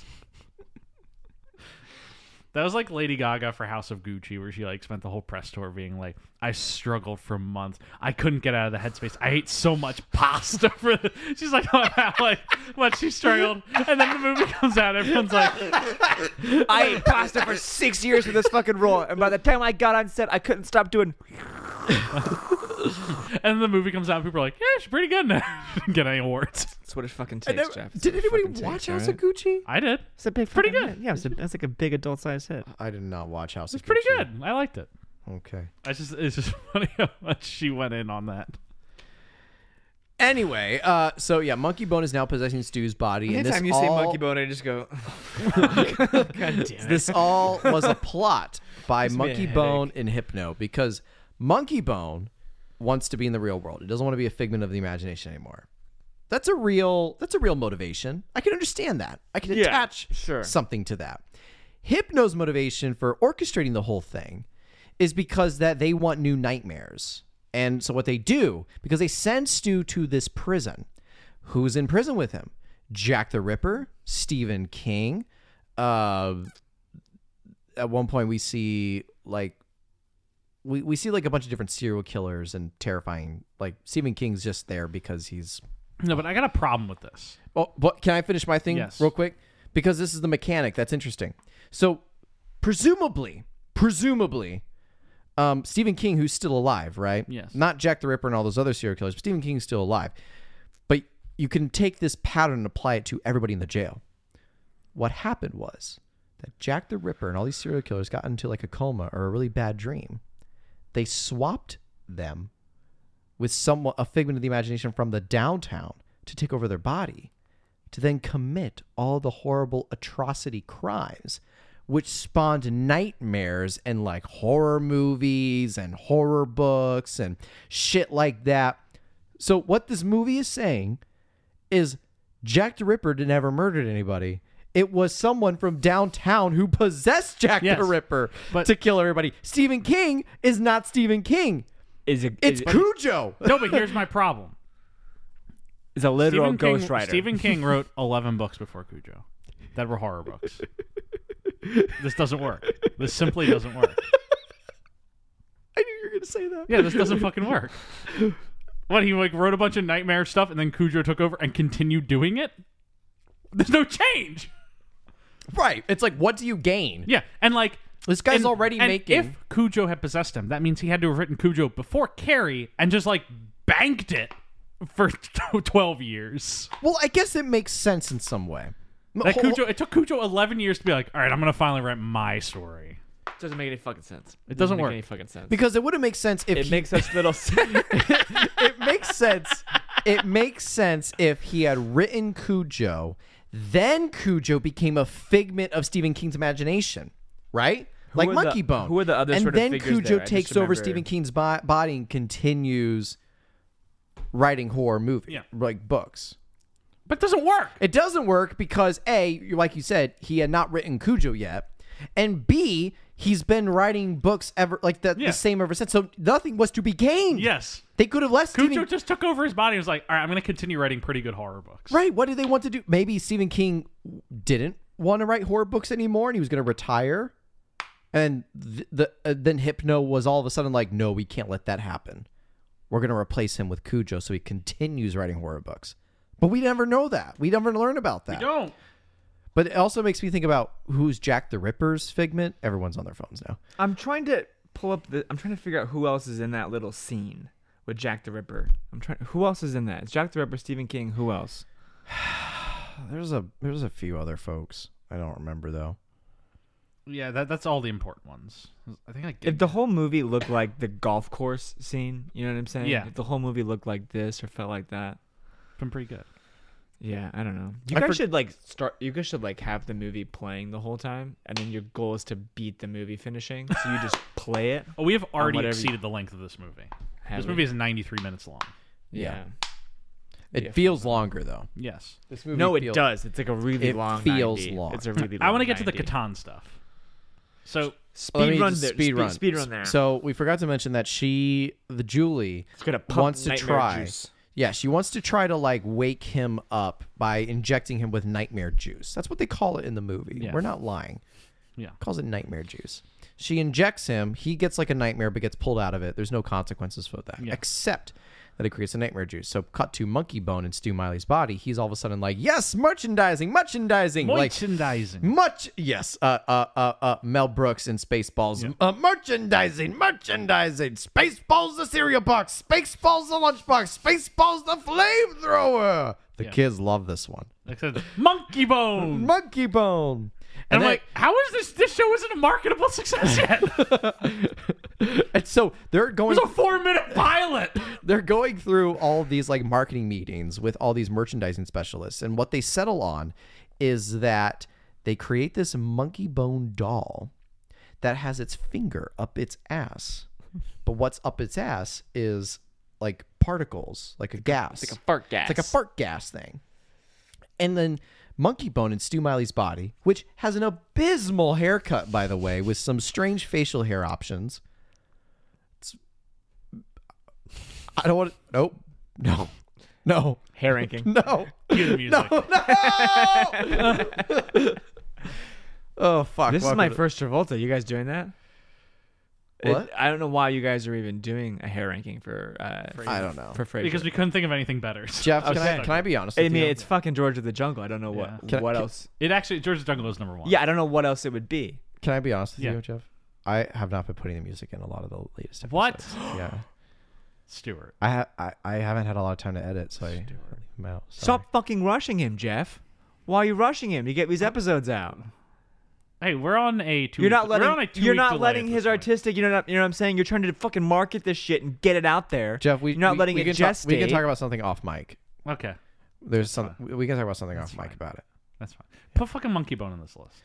A: That was like Lady Gaga for House of Gucci, where she like spent the whole press tour being like, "I struggled for months. I couldn't get out of the headspace. I ate so much pasta for." The-. She's like, "Oh, wow, like what she struggled," and then the movie comes out. Everyone's like,
C: I ate pasta for six years for this fucking role, and by the time I got on set, I couldn't stop doing.
A: and then the movie comes out, and people are like, "Yeah, she's pretty good now." She didn't get any awards.
D: That's what it fucking
B: I
D: takes,
B: never-
D: Jeff. It's
B: did
D: what it
B: anybody
D: fucking
B: watch
D: takes, all
B: House
D: right?
B: of Gucci?
A: I did.
D: It's a big
A: Pretty
D: fucking
A: good.
D: hit. Yeah, it's, a, it's like a big adult sized hit.
B: I did not watch House
A: It's pretty good. I liked it.
B: Okay.
A: I just it's just funny how much she went in on that.
B: Anyway, uh, so yeah, Monkey Bone is now possessing Stu's body. and this
D: Anytime you
B: all,
D: say monkey bone, I just go.
B: this all was a plot by
D: me a
B: Monkey
D: headache.
B: Bone and Hypno because Monkey Bone wants to be in the real world. It doesn't want to be a figment of the imagination anymore. That's a real that's a real motivation. I can understand that. I can attach
D: sure.
B: something to that. Hypno's motivation for orchestrating the whole thing is because that they want new nightmares. And so what they do, because they send Stu to this prison. Who's in prison with him? Jack the Ripper, Stephen King, uh, at one point we see like we, we see like a bunch of different serial killers and terrifying like Stephen King's just there because he's
A: No, but I got a problem with this.
B: well Oh, but can I finish my thing
A: Yes.
B: real quick? Because this is the mechanic that's interesting. So presumably presumably um Stephen King who's still alive, right?
A: Yes.
B: Not Jack the Ripper and all those other serial killers, but Stephen King's still alive. But you can take this pattern and apply it to everybody in the jail. What happened was that Jack the Ripper and all these serial killers got into like a coma or a really bad dream. They swapped them with someone a figment of the imagination from the downtown to take over their body to then commit all the horrible atrocity crimes which spawned nightmares and like horror movies and horror books and shit like that. So what this movie is saying is Jack the Ripper did never murdered anybody. It was someone from downtown who possessed Jack
A: Yes,
B: the Ripper
A: but-
B: to kill everybody. Stephen King is not Stephen King.
D: Is a,
B: It's
D: is,
B: Cujo.
A: No, but here's my problem.
D: is a literal
A: Stephen King,
D: ghostwriter.
A: Stephen King wrote eleven books before Cujo, that were horror books. this doesn't work. This simply doesn't work.
B: I knew you were gonna say that.
A: Yeah, this doesn't fucking work. What he like wrote a bunch of nightmare stuff and then Cujo took over and continued doing it. There's no change.
B: Right. It's like, what do you gain?
A: Yeah, and like
B: This guy's
A: and-
B: already
A: and
B: making.
A: If Cujo had possessed him, that means he had to have written Cujo before Carrie and just like banked it for twelve years.
B: well, I guess it makes sense in some way.
A: That
B: Ho- ho-
A: Cujo, it took Cujo eleven years to be like, all right, I'm gonna finally write my story.
D: doesn't make any fucking sense. It
A: doesn't
D: make
A: work.
D: any fucking sense.
B: because it wouldn't make sense if
D: it
B: he-
D: makes such little sense.
B: it makes sense. It makes sense if he had written Cujo, then Cujo became a figment of Stephen King's imagination, right? like
D: are the-
B: Monkey Bone.
D: who are the other
B: And
D: sort of
B: then
D: figures
B: Cujo
D: there? I just
B: takes over
D: remember-
B: Stephen King's bo- body and continues writing horror movies,
A: Yeah.
B: like books.
A: But it doesn't work.
B: It doesn't work because A, like you said, he had not written Cujo yet, and B, he's been writing books ever like the,
A: Yeah.
B: the same ever since. So nothing was to be gained.
A: Yes,
B: they could have left
A: Cujo
B: Stephen.
A: just took over his body and was like, all right, I'm gonna continue writing pretty good horror books.
B: right? What did they want to do? Maybe Stephen King didn't want to write horror books anymore, and he was going to retire. And th- the uh, then Hypno was all of a sudden like, no, we can't let that happen. We're going to replace him with Cujo, so he continues writing horror books. But we never know that. We never learn about that.
A: Don't.
B: But it also makes me think about who's Jack the Ripper's figment. Everyone's on their phones now.
D: I'm trying to pull up the. I'm trying to figure out who else is in that little scene with Jack the Ripper. I'm trying. Who else is in that? It's Jack the Ripper, Stephen King. Who else?
B: Oh, There's a there's a few other folks. I don't remember though.
A: Yeah, that, that's all the important ones. I think I get
D: If the whole movie looked like the golf course scene, you know what I'm saying?
A: Yeah.
D: If the whole movie looked like this or felt like that,
A: been pretty good.
D: yeah, I don't know. You
B: I
D: guys
B: for-
D: should like start. You guys should like have the movie playing the whole time, and then your goal is to beat the movie finishing. So you just play it.
A: Oh, we have already
D: whatever you-
A: exceeded the length of this movie.
D: Have
A: this
D: it.
A: movie is 93 minutes long.
D: yeah.
B: It
D: Yeah.
B: feels longer though.
A: Yes.
B: This movie
D: No, it
B: feels-
D: does. It's like a really
B: It
D: long.
B: feels
D: 90.
B: long.
D: It's a really.
A: I
D: want to
A: get to the Catan stuff. So,
B: Let me
D: Speed run
B: just
D: there.
B: speed run.
D: Speed run there.
B: So we forgot to mention that she, the Julie,
D: It's gonna pump
B: wants to
D: nightmare
B: try.
D: juice.
B: Yeah, she wants to try to like wake him up by injecting him with nightmare juice. That's what they call it in the movie.
A: Yeah.
B: We're not lying.
A: Yeah.
B: Calls it nightmare juice. She injects him. He gets like a nightmare, but gets pulled out of it. There's no consequences for that,
A: Yeah.
B: except that it creates a nightmare juice. So cut to Monkey Bone in Stu Miley's body. He's all of a sudden like, yes, merchandising, merchandising, like
A: merchandising.
B: much yes uh uh uh, uh mel brooks in spaceballs uh, merchandising merchandising spaceballs the cereal box spaceballs the lunchbox spaceballs the flamethrower the
A: Yeah.
B: kids love this one
A: Except Monkey Bone.
B: monkey bone
A: And I'm
B: then-
A: like, how is this? This show isn't a marketable success yet. It's
B: and so they're going
A: a four minute pilot.
B: they're going through all these like marketing meetings with all these merchandising specialists and what they settle on is that they create this monkey bone doll that has its finger up its ass but what's up its ass is like particles like a gas like a
D: Fart gas.
B: it's like a fart gas thing. And then Monkey Bone in Stu Miley's body, which has an abysmal haircut, by the way, with some strange facial hair options. It's, I don't want to. Nope. No. No.
D: hair ranking.
B: No.
A: Cue the music.
B: No. oh, fuck.
D: This is
B: Welcome
D: my
B: to-
D: first Travolta. You guys doing that? It-
B: What?
D: I don't know why you guys are even doing a hair ranking for uh,
B: I don't know.
D: for Fraser.
A: Because we couldn't think of anything better.
B: Jeff, can, I,
A: Okay.
B: can I be honest with
D: I mean,
B: you?
D: it's fucking George of the Jungle. I don't know what
A: Yeah.
B: Can I-
D: what
B: can-
D: else.
A: It actually, George's Jungle is number one.
D: Yeah, I don't know what else it would be.
B: can I be honest with
A: Yeah.
B: you, Jeff? I have not been putting the music in a lot of the latest episodes.
A: What?
B: Yeah.
A: Stewart.
B: I, ha- I I haven't had a lot of time to edit, so I leave them out. Sorry.
D: Stop fucking rushing him, Jeff. Why are you rushing him? You get these episodes out.
A: Hey, we're on a two.
D: You're not
A: we're on a
D: letting.
A: two
D: You're
A: week
D: not
A: delay
D: letting
A: at
D: his
A: this point.
D: artistic. You know. Not, you know what I'm saying. You're trying to fucking market this shit and get it out there.
B: Jeff, we
D: you're not
B: we-
D: letting
B: we
D: it
B: can
D: gestate.
B: talk, We can talk about something off mic.
A: Okay,
B: There's some. We can talk about something off mic
A: fine.
B: about it.
A: that's fine. Put fucking Monkey Bone on this list.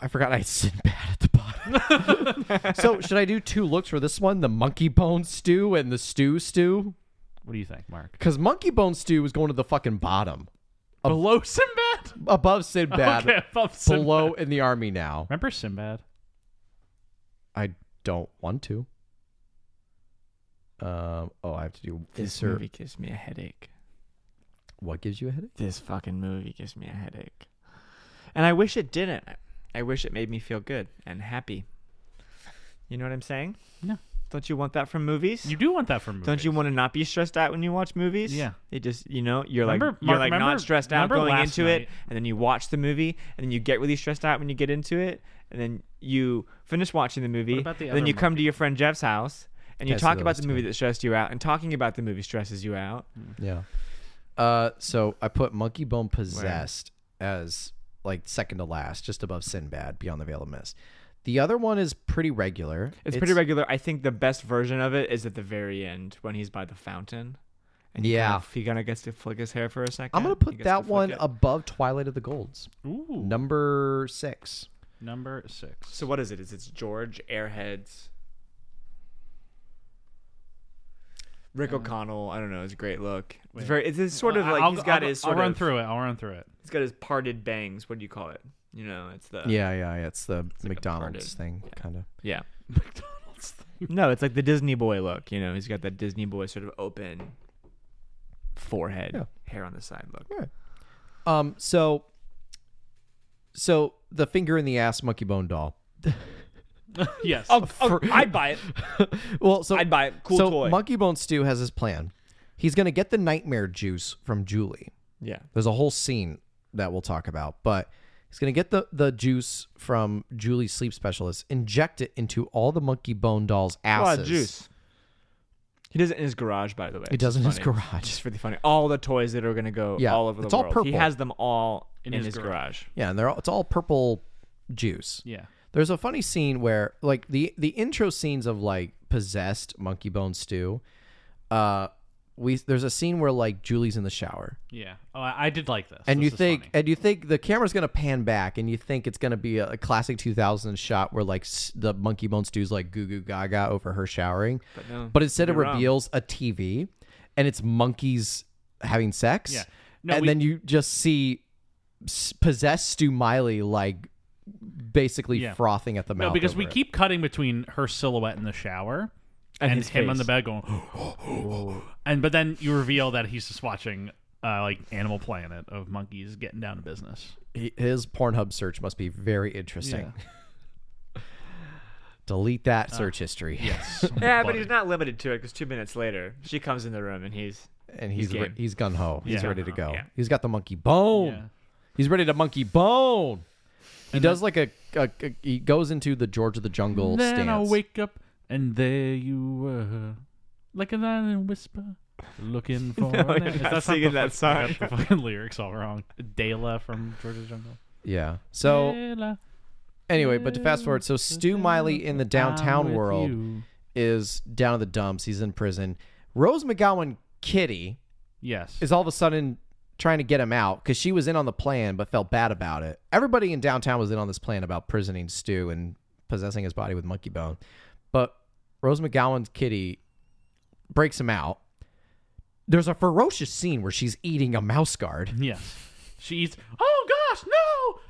B: I forgot I sit bad at the bottom. so should I do two looks for this one? The monkey bone stew and the stew stew.
A: What do you think, Mark?
B: Because monkey bone stew is going to the fucking bottom,
A: Below Sinbad.
B: above Sinbad,
A: Okay, above Sinbad.
B: below in the army now.
A: Remember Sinbad?
B: I don't want to. Um. Oh, I have to do
D: This
B: insert-
D: movie gives me a headache.
B: What gives you a headache?
D: This fucking movie gives me a headache, and I wish it didn't. I wish it made me feel good and happy. You know what I'm saying?
A: No.
D: Don't you want that from movies?
A: You do want that from movies.
D: Don't you want to not be stressed out when you watch movies?
A: Yeah.
D: It just you know you're
A: Remember-
D: like you're
A: Mark,
D: like
A: remember-
D: not stressed out
A: remember
D: going
A: last
D: into
A: night-
D: it, and then you watch the movie, and then you get really stressed out when you get into it, and then you finish watching the movie,
A: about the
D: and then
A: other
D: you come to your friend Jeff's house, and you
B: Yes,
D: talk
B: that
D: about
B: was
D: the movie
B: too.
D: that stressed you out, and talking about the movie stresses you out.
B: Yeah. Uh, so I put Monkey Bone Possessed as like second to last, just above Sinbad, Beyond the Veil of Mist. The other one is pretty regular.
D: It's, pretty regular. I think the best version of it is at the very end when he's by the fountain, and he
B: Yeah.
D: kind of, he kind of gets to flick his hair for a second.
B: I'm gonna
D: He
B: put
D: gets to
B: that
D: flick
B: one
D: it.
B: above Twilight of the Golds,
A: Ooh,
B: number six.
A: number six.
D: So what is it? Is it's George Airheads, Rick O'Connell? I don't know. It's a great look. It's
A: wait.
D: very. It's, it's sort of
A: Well,
D: like
A: I'll-
D: he's got
A: I'll-
D: his.
A: I'll
D: Sort
A: run
D: of,
A: through it. I'll run through it.
D: He's got his parted bangs. What do you call it? You know, it's the
B: Yeah, yeah, yeah. It's the
D: like a
B: McDonald's thing, kind of.
D: yeah.
A: McDonald's.
D: No, it's like the Disney boy look. You know, he's got that Disney boy sort of open forehead,
B: Yeah.
D: hair on the side look.
B: Um. So. So the finger in the ass monkey bone doll.
A: yes.
D: Oh, oh, I'd buy it.
B: Well, so
D: I'd buy it. Cool
B: so
D: toy.
B: Monkey Bone Stew has his plan. He's gonna get the nightmare juice from Julie.
D: Yeah.
B: There's a whole scene that we'll talk about, but he's going to get the, the juice from Julie's sleep specialist, inject it into all the monkey bone dolls'
D: A lot
B: asses.
D: of juice. He does it in his garage, by the way.
B: He does it in his garage.
D: It's really funny. All the toys that are going to go
B: Yeah,
D: all over the
B: it's all
D: world. He
B: purple.
D: has them all in,
A: his
D: his, garage.
B: Yeah, and they're all, it's all purple juice.
A: Yeah.
B: There's a funny scene where like the the intro scenes of like possessed monkey bone stew. Uh, we there's a scene where like Julie's in the shower,
A: Yeah. Oh, I, I did like this.
B: and
A: This
B: you
A: is
B: think
A: funny.
B: and you think the camera's gonna pan back, and you think it's gonna be a, a classic 2000 shot where like s- the monkey bone stew's like goo goo gaga over her showering, but,
D: no,
B: instead it
D: you're wrong.
B: reveals a TV, and it's monkeys having sex.
A: Yeah. No,
B: and
A: we-
B: then you just see s- possessed Stu Miley like basically
A: Yeah.
B: frothing at the mouth.
A: no, because we
B: over it.
A: keep cutting between her silhouette in the shower and,
D: his
A: him on the
D: face.
A: bed going, and but then you reveal that he's just watching uh, like Animal Planet of monkeys getting down to business.
B: He- his Pornhub search must be very interesting. Delete that
A: Uh,
B: search history.
A: Yes.
D: Yeah, but he's not limited to it because two minutes later, she comes in the room and he's.
B: and he's
D: He's
B: re-
D: game.
B: he's gun ho. He's
A: Yeah.
B: ready to go. He's got the monkey bone.
A: Yeah.
B: He's ready to monkey bone. He does like a, a, a- he goes into the George of the Jungle
A: then I
B: stance.
A: wake up and there you were, like a lion whisper, looking for. no,
D: you're not singing that song.
A: the fucking lyrics all wrong. Dela from George's Jungle.
B: yeah. So
A: Dela,
B: anyway, but to fast forward, so Stu Miley in the
A: I'm
B: downtown
A: with
B: world.
A: you.
B: is down in the dumps. He's in prison. Rose McGowan Kitty
A: Yes.
B: is all of a sudden trying to get him out because she was in on the plan but felt bad about it. Everybody in downtown was in on this plan about prisoning Stu and possessing his body with monkey bone. But Rose McGowan's kitty breaks him out. There's a ferocious scene where she's eating a mouse guard.
A: Yes. She eats. Oh gosh, no,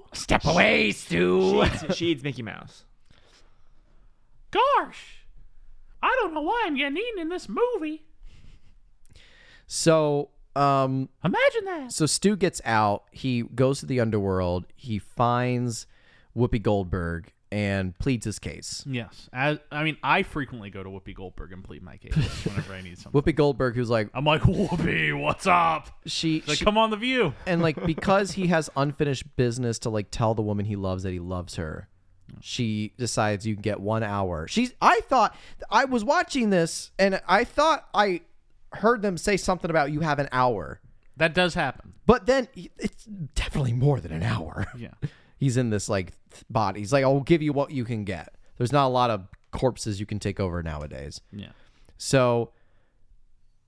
A: no!
B: Step away,
D: She
B: Stu.
D: eats, she eats Mickey Mouse.
A: Gosh, I don't know why I'm getting eaten in this movie.
B: So, um,
A: Imagine that.
B: So Stu gets out. He goes to the underworld. He finds Whoopi Goldberg and pleads his case.
A: Yes. As, I mean, I frequently go to Whoopi Goldberg and plead my case whenever I need something.
B: Whoopi Goldberg, who's like
A: I'm like, Whoopi, what's up?
B: she,
A: She's like,
B: she-
A: come on the view.
B: and like because he has unfinished business to like tell the woman he loves that he loves her. She decides you can get one hour. She's. I thought I was watching this, and I thought I heard them say something about you have an hour,
A: That does happen.
B: but then it's definitely more than an hour.
A: Yeah.
B: he's in this like th- body. He's like, I'll give you what you can get. There's not a lot of corpses you can take over nowadays.
A: Yeah.
B: So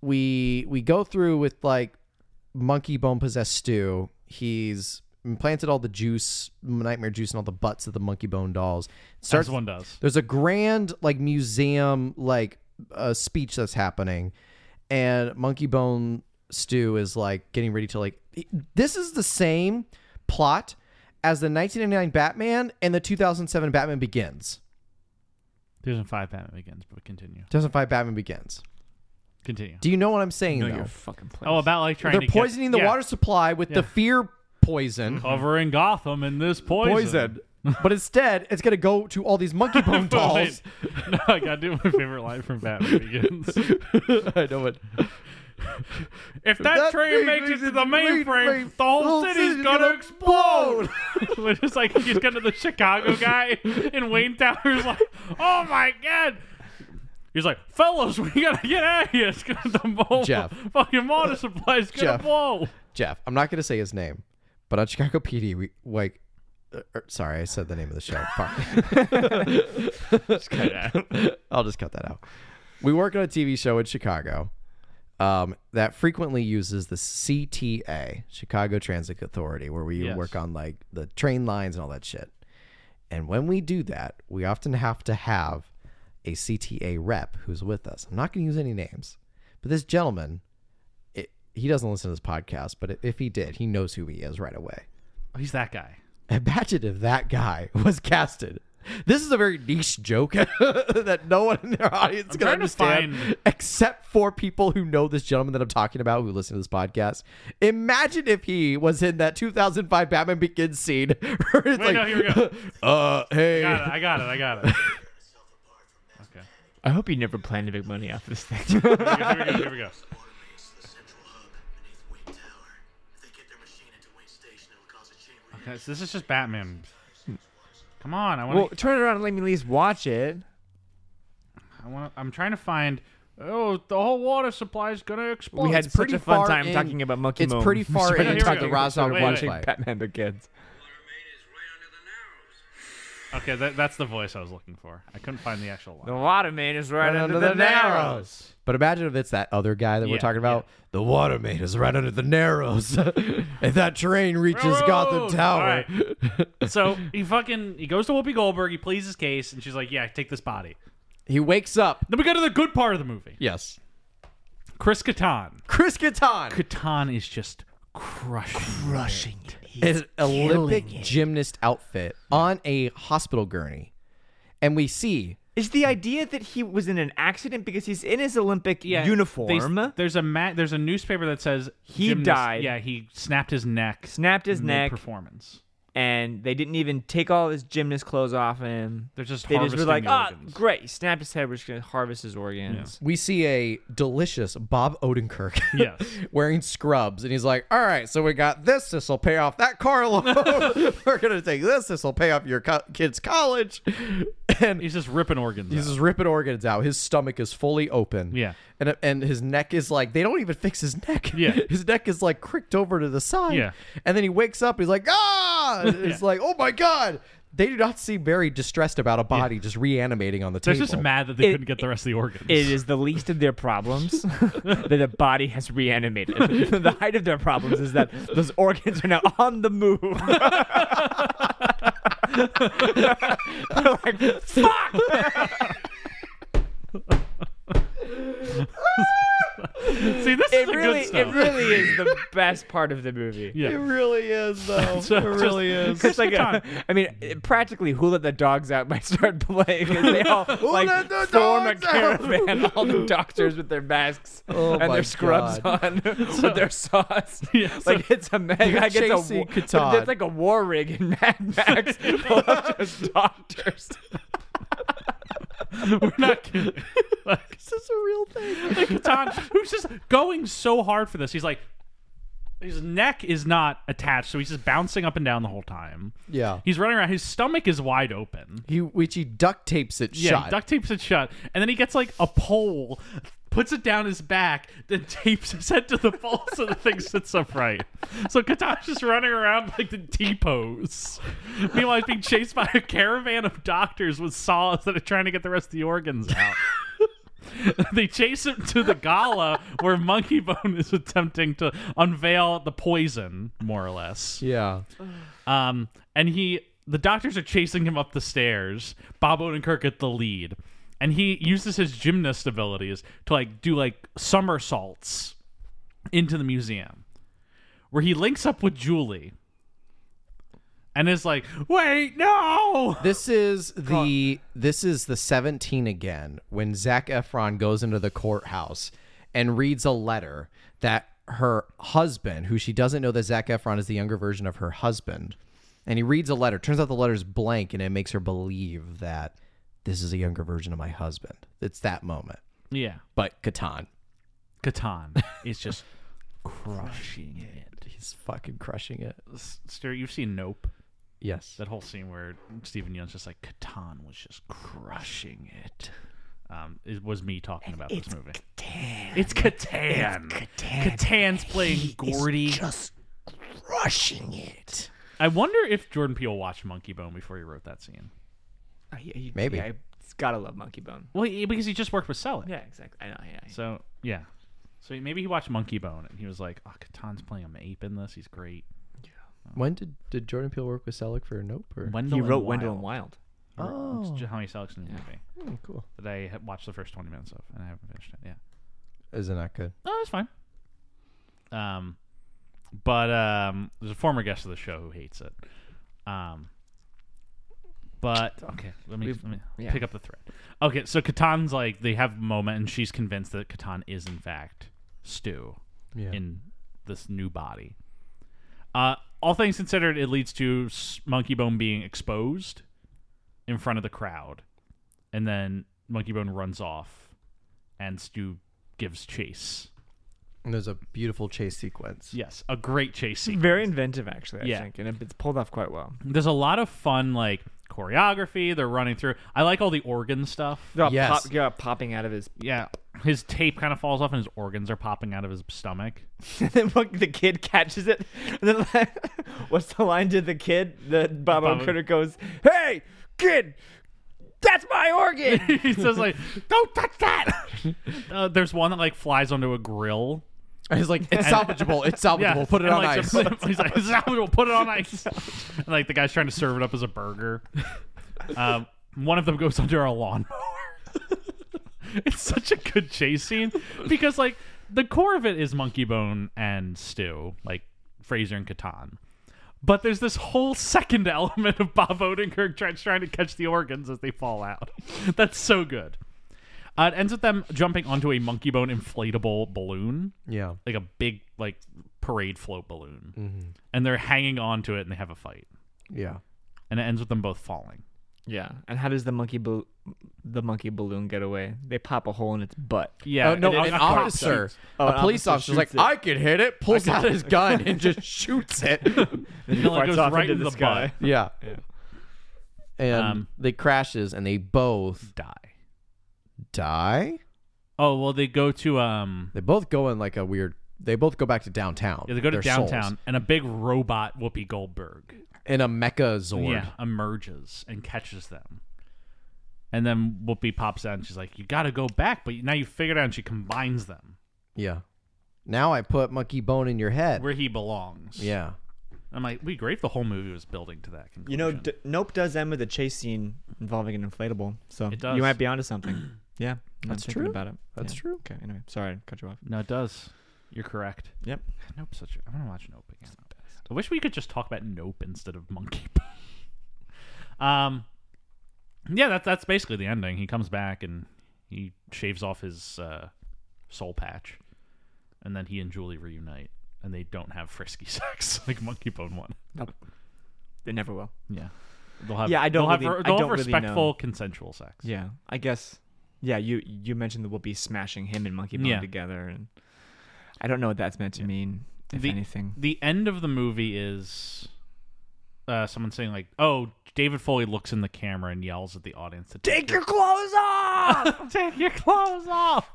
B: we we go through with like monkey bone possessed stew. He's implanted all the juice, nightmare juice, and all the butts of the monkey bone dolls.
A: As
B: Starts
A: one does.
B: there's a grand like museum like uh, speech that's happening, and Monkey Bone Stew is like getting ready to like. he- This is the same plot as the 1999 Batman and the 2007 Batman Begins.
A: 2005 Batman Begins, but continue.
B: 2005 Batman Begins.
A: Continue.
B: Do you know what I'm saying
D: No,
B: though?
D: you're fucking place.
A: Oh, about like trying
B: They're
A: to get-
B: poisoning the
A: yeah,
B: water supply with
A: Yeah.
B: the fear poison.
A: over in Gotham in this poison.
B: but instead, it's gonna go to all these monkey bone dolls.
A: Wait. No, I gotta do my favorite line from Batman Begins.
B: I know it.
A: If that,
B: That
A: train
B: thing
A: makes it
B: makes
A: to
B: it
A: the
B: to the
A: mainframe,
B: mainframe,
A: the whole
B: whole
A: city's
B: city's
A: gonna
B: gonna
A: explode. Which is like he's gonna the Chicago guy in Wayne Towers like, oh my god. He's like, fellas, we gotta get out of here. It's gonna the whole
B: Jeff.
A: fucking water supply is gonna
B: Jeff.
A: blow.
B: Jeff. I'm not going to say his name, but on Chicago PD, we like. Uh, er, sorry, I said the name of the show. Fuck. I'll just cut that out. We work on a TV show in Chicago um, that frequently uses the CTA, Chicago Transit Authority, where we
A: Yes.
B: work on like the train lines and all that shit. And when we do that, we often have to have a CTA rep who's with us. I'm not going to use any names, but this gentleman, it, he doesn't listen to this podcast, but if he did, he knows who he is right away.
A: He's that guy.
B: Imagine if that guy was casted. This is a very niche joke that no one in their audience can
A: trying to
B: understand,
A: find-
B: except for people who know this gentleman that I'm talking about who listen to this podcast. Imagine if he was in that 2005 Batman Begins scene. where it's
A: Wait, no, here we go.
B: Uh, hey,
A: Got it, I got it, I got it. Okay.
D: I hope you never plan to make money off this
A: Here
D: thing.
A: we go, here we go.
J: automates the central hub beneath Wayne Tower. If they get their machine into Wayne Station, it will cause a chain reaction.
A: Okay, so this is just Batman. Come on, I want to
D: well, turn it around and let me at least watch it.
A: I want. I'm trying to find oh, the whole water supply is gonna explode.
D: we had
B: it's
D: such
B: pretty
D: a fun
B: far
D: time
B: in-
D: talking about Monkey
B: It's
D: Moon.
B: pretty far
A: Sorry, here
B: into
A: we
B: the
A: go.
B: Roswell
A: Wait,
B: water
A: wait.
B: fight.
D: Batman Begins.
J: Water main is right under the narrows.
A: Okay, that, that's the voice I was looking for. I couldn't find the actual
D: The
A: line.
D: water main is right,
B: Right
D: under,
B: under
D: the
B: the
D: narrows.
B: But imagine if it's that other guy that we're
A: Yeah,
B: talking about. The water main is right under the narrows. and that train reaches
A: Railroad!
B: Gotham
A: All
B: Tower.
A: right. so he fucking he goes to Whoopi Goldberg. He pleads his case, and she's like, "Yeah, take this body."
B: He wakes up.
A: Then we go to the good part of the movie.
B: Yes.
A: Chris Catan.
B: Chris Catan
A: Catan is just crushing.
D: Rushing.
B: is Olympic gymnast outfit on a hospital gurney. And we see
D: Is the idea that he was in an accident because he's in his Olympic
A: Yeah,
D: uniform,
A: they- there's a ma- there's a newspaper that says
D: He
A: gymnast-
D: died.
A: Yeah, he snapped his neck.
D: snapped his neck,
A: Performance.
D: and they didn't even take all his gymnast clothes off him.
A: They're just
D: They just were
A: harvesting
D: like,
A: the
D: ah,
A: organs."
D: great. He snapped his head. We're just going to harvest his organs.
B: we see a delicious Bob Odenkirk
A: Yes.
B: wearing scrubs and he's like, "All right, so we got this. This will pay off that car loan. We're going to take this. This will pay off your co- kids' college." And
A: He's just ripping organs.
B: He's
A: out.
B: just ripping organs out. His stomach is fully open.
A: Yeah.
B: And and his neck is like they don't even fix his neck.
A: Yeah.
B: His neck is like cricked over to the side.
A: Yeah.
B: And then he wakes up. He's like ah. It's like oh my god. They do not seem very distressed about a body just reanimating on the
A: They're
B: table.
A: just mad that they
D: It-
A: couldn't get the rest of the organs.
D: It is the least of their problems that a body has reanimated. the height of their problems is that those organs are now on the move. They're like, fuck!
A: See, this is
D: It
A: the
D: really,
A: good stuff.
D: it really is the best part of the movie.
A: yeah.
B: It really is though.
A: So
B: it really
A: just-
B: is.
D: It's like a, I mean, it- practically, "Who Let the Dogs Out" might start playing. and They all like
B: Let the
D: form a
B: Dogs Out?
D: caravan. All the doctors with their masks
B: Oh
D: and
B: my
D: their scrubs
B: God.
D: on, with their saws.
A: Yeah, so-
D: like it's a mad. Like it's a,
B: chasing
D: wa-
B: Catan.
D: it's like a war rig in Mad Max. full of just doctors.
A: We're not kidding. Like,
B: This is a real thing.
A: like Catan, who's just going so hard for this. He's like, his neck is not attached, so he's just bouncing up and down the whole time.
B: Yeah.
A: He's running around. His stomach is wide open.
B: He which he duct tapes it
A: Yeah,
B: shut.
A: he duct tapes it shut, and then he gets like a pole, puts it down his back, then tapes his head to the pole so the thing sits upright. So Katan's just running around like the depots. Meanwhile, he's being chased by a caravan of doctors with saws that are trying to get the rest of the organs out. they chase him to the gala where Monkey Bone is attempting to unveil the poison, more or less.
B: yeah.
A: Um, and he, the doctors are chasing him up the stairs. Bob Odenkirk at the lead, and he uses his gymnast abilities to like do like somersaults into the museum, where he links up with Julie, and is like, "Wait, no!"
B: This is the this is the 17 again when Zach Efron goes into the courthouse and reads a letter that her husband, who she doesn't know that Zach Efron is the younger version of her husband, and he reads a letter. Turns out the letter's blank, and it makes her believe that this is a younger version of my husband. It's that moment.
A: Yeah,
B: But Catan,
A: Catan is just crushing it.
B: he's fucking crushing it.
A: Stuart, you've seen Nope.
B: Yes.
A: That whole scene where Stephen Young's just like Catan was just crushing it. Um, it was me talking about this movie. Catan. It's Catan. Catan's playing Gordy.
B: Just crushing it.
A: I wonder if Jordan Peele watched Monkey Bone before he wrote that scene.
B: Maybe.
D: I, it's gotta love Monkey Bone.
A: Well, he- because he just worked with Selig.
D: Yeah, exactly. I know. Yeah, yeah.
A: So yeah. So maybe he watched Monkey Bone and he was like, "Oh, Catan's playing an ape in this. He's great."
B: When did, did Jordan Peele work with Selleck for Nope? Or? Oh,
A: Wendell
D: he wrote
A: and
D: Wendell and
A: Wild.
D: Wild.
A: It's Johanny Selig's new movie
B: Hmm, cool.
A: that I had watched the first twenty minutes of and I haven't finished it. Yeah.
B: Is it not good?
A: No, that's fine. Um, but um, there's a former guest of the show who hates it. Um, but okay, let me,
D: We've-
A: let me
D: yeah.
A: pick up the thread. Okay, so Katan's like they have a moment, and she's convinced that Katan is in fact Stu
B: Yeah.
A: in this new body. Uh, all things considered, it leads to S- Monkey Bone being exposed in front of the crowd, and then Monkey Bone runs off, and Stu gives chase.
B: And there's a beautiful chase sequence.
A: Yes, a great chase scene.
D: Very inventive, actually. I
A: Yeah.
D: think, and it- it's pulled off quite well.
A: There's a lot of fun like choreography. They're running through. I like all the organ stuff.
D: They're all
B: Yes.
D: pop, yeah, popping out of his
A: Yeah, his tape kind of falls off and his organs are popping out of his stomach.
D: and then fuck, the kid catches it. And then like, what's the line to the kid? The Bob
A: Bob-
D: Critter goes, "Hey, kid, that's my organ."
A: he says like, "Don't touch that." uh, there's one that like flies onto a grill.
B: He's like, it's salvageable. It's salvageable. Put it
A: and,
B: on
A: like,
B: ice.
A: some- He's like, "This is how we'll put it on ice." and like the guy's trying to serve it up as a burger. Um, one of them goes under a lawnmower. it's such a good chase scene because like the core of it is Monkey Bone and Stew, like Fraser and Catan. But there's this whole second element of Bob Odenkirk try- trying to catch the organs as they fall out. That's so good. Uh, it ends with them jumping onto a monkey bone inflatable balloon
B: yeah.
A: like a big like parade float balloon,
B: Mm-hmm.
A: and they're hanging on to it and they have a fight,
B: Yeah.
A: and it ends with them both falling.
D: yeah. And how does the monkey bal- the monkey balloon get away? They pop a hole in its butt.
A: Yeah,
B: Oh, no,
A: and it-
B: an
A: it-
B: officer,
D: Oh,
B: a
D: an
B: police
D: officer
B: officer's like,
D: shoots it.
B: I could hit it, pulls out his gun and just shoots it.
A: it like,
D: farts
A: goes
D: off
A: right
D: into
A: in
D: the
A: the
D: sky.
A: butt.
B: yeah. And
A: Um,
B: they crashes and they both
A: Die.
B: die.
A: Oh well, they go to um,
B: They both go in like a weird. They both go back to downtown.
A: yeah, they go to
B: Their souls.
A: downtown, and a big robot Whoopi Goldberg,
B: in a mecha zord.
A: yeah, emerges and catches them. And then Whoopi pops out and she's like, "You got to go back," but now you figured out, and she combines them
B: Yeah. Now I put monkey bone in your head.
A: where he belongs.
B: yeah.
A: I'm like, we great. if The whole movie was building to that conclusion.
D: You know, d- Nope does end with a chase scene involving an inflatable. So
A: It does.
D: you might be onto something. yeah, now
B: That's
D: I'm thinking
B: true.
D: About it.
B: That's
D: Yeah.
B: true.
D: Okay. Anyway, sorry, I cut you off.
A: no, it does. You're correct.
D: Yep.
A: Nope, such a, I want to watch Nope again. I wish we could just talk about Nope instead of Monkey. Bone. um, yeah, that's that's basically the ending. He comes back and he shaves off his uh, soul patch, and then he and Julie reunite, and they don't have frisky sex like Monkey Bone one.
D: They never will.
A: Yeah, they'll have
D: Yeah, I don't
A: they'll
D: really-
A: have,
D: I
A: they'll
D: don't
A: have
D: really know.
A: respectful consensual sex.
D: Yeah, I guess. Yeah, you you mentioned that we'll be smashing him and Monkey Bone
A: Yeah.
D: together, and I don't know what that's meant to mean, if
A: The-
D: anything.
A: the end of the movie is uh, someone saying like, "Oh, David Foley looks in the camera and yells at the audience to take, your clothes off, take your clothes off."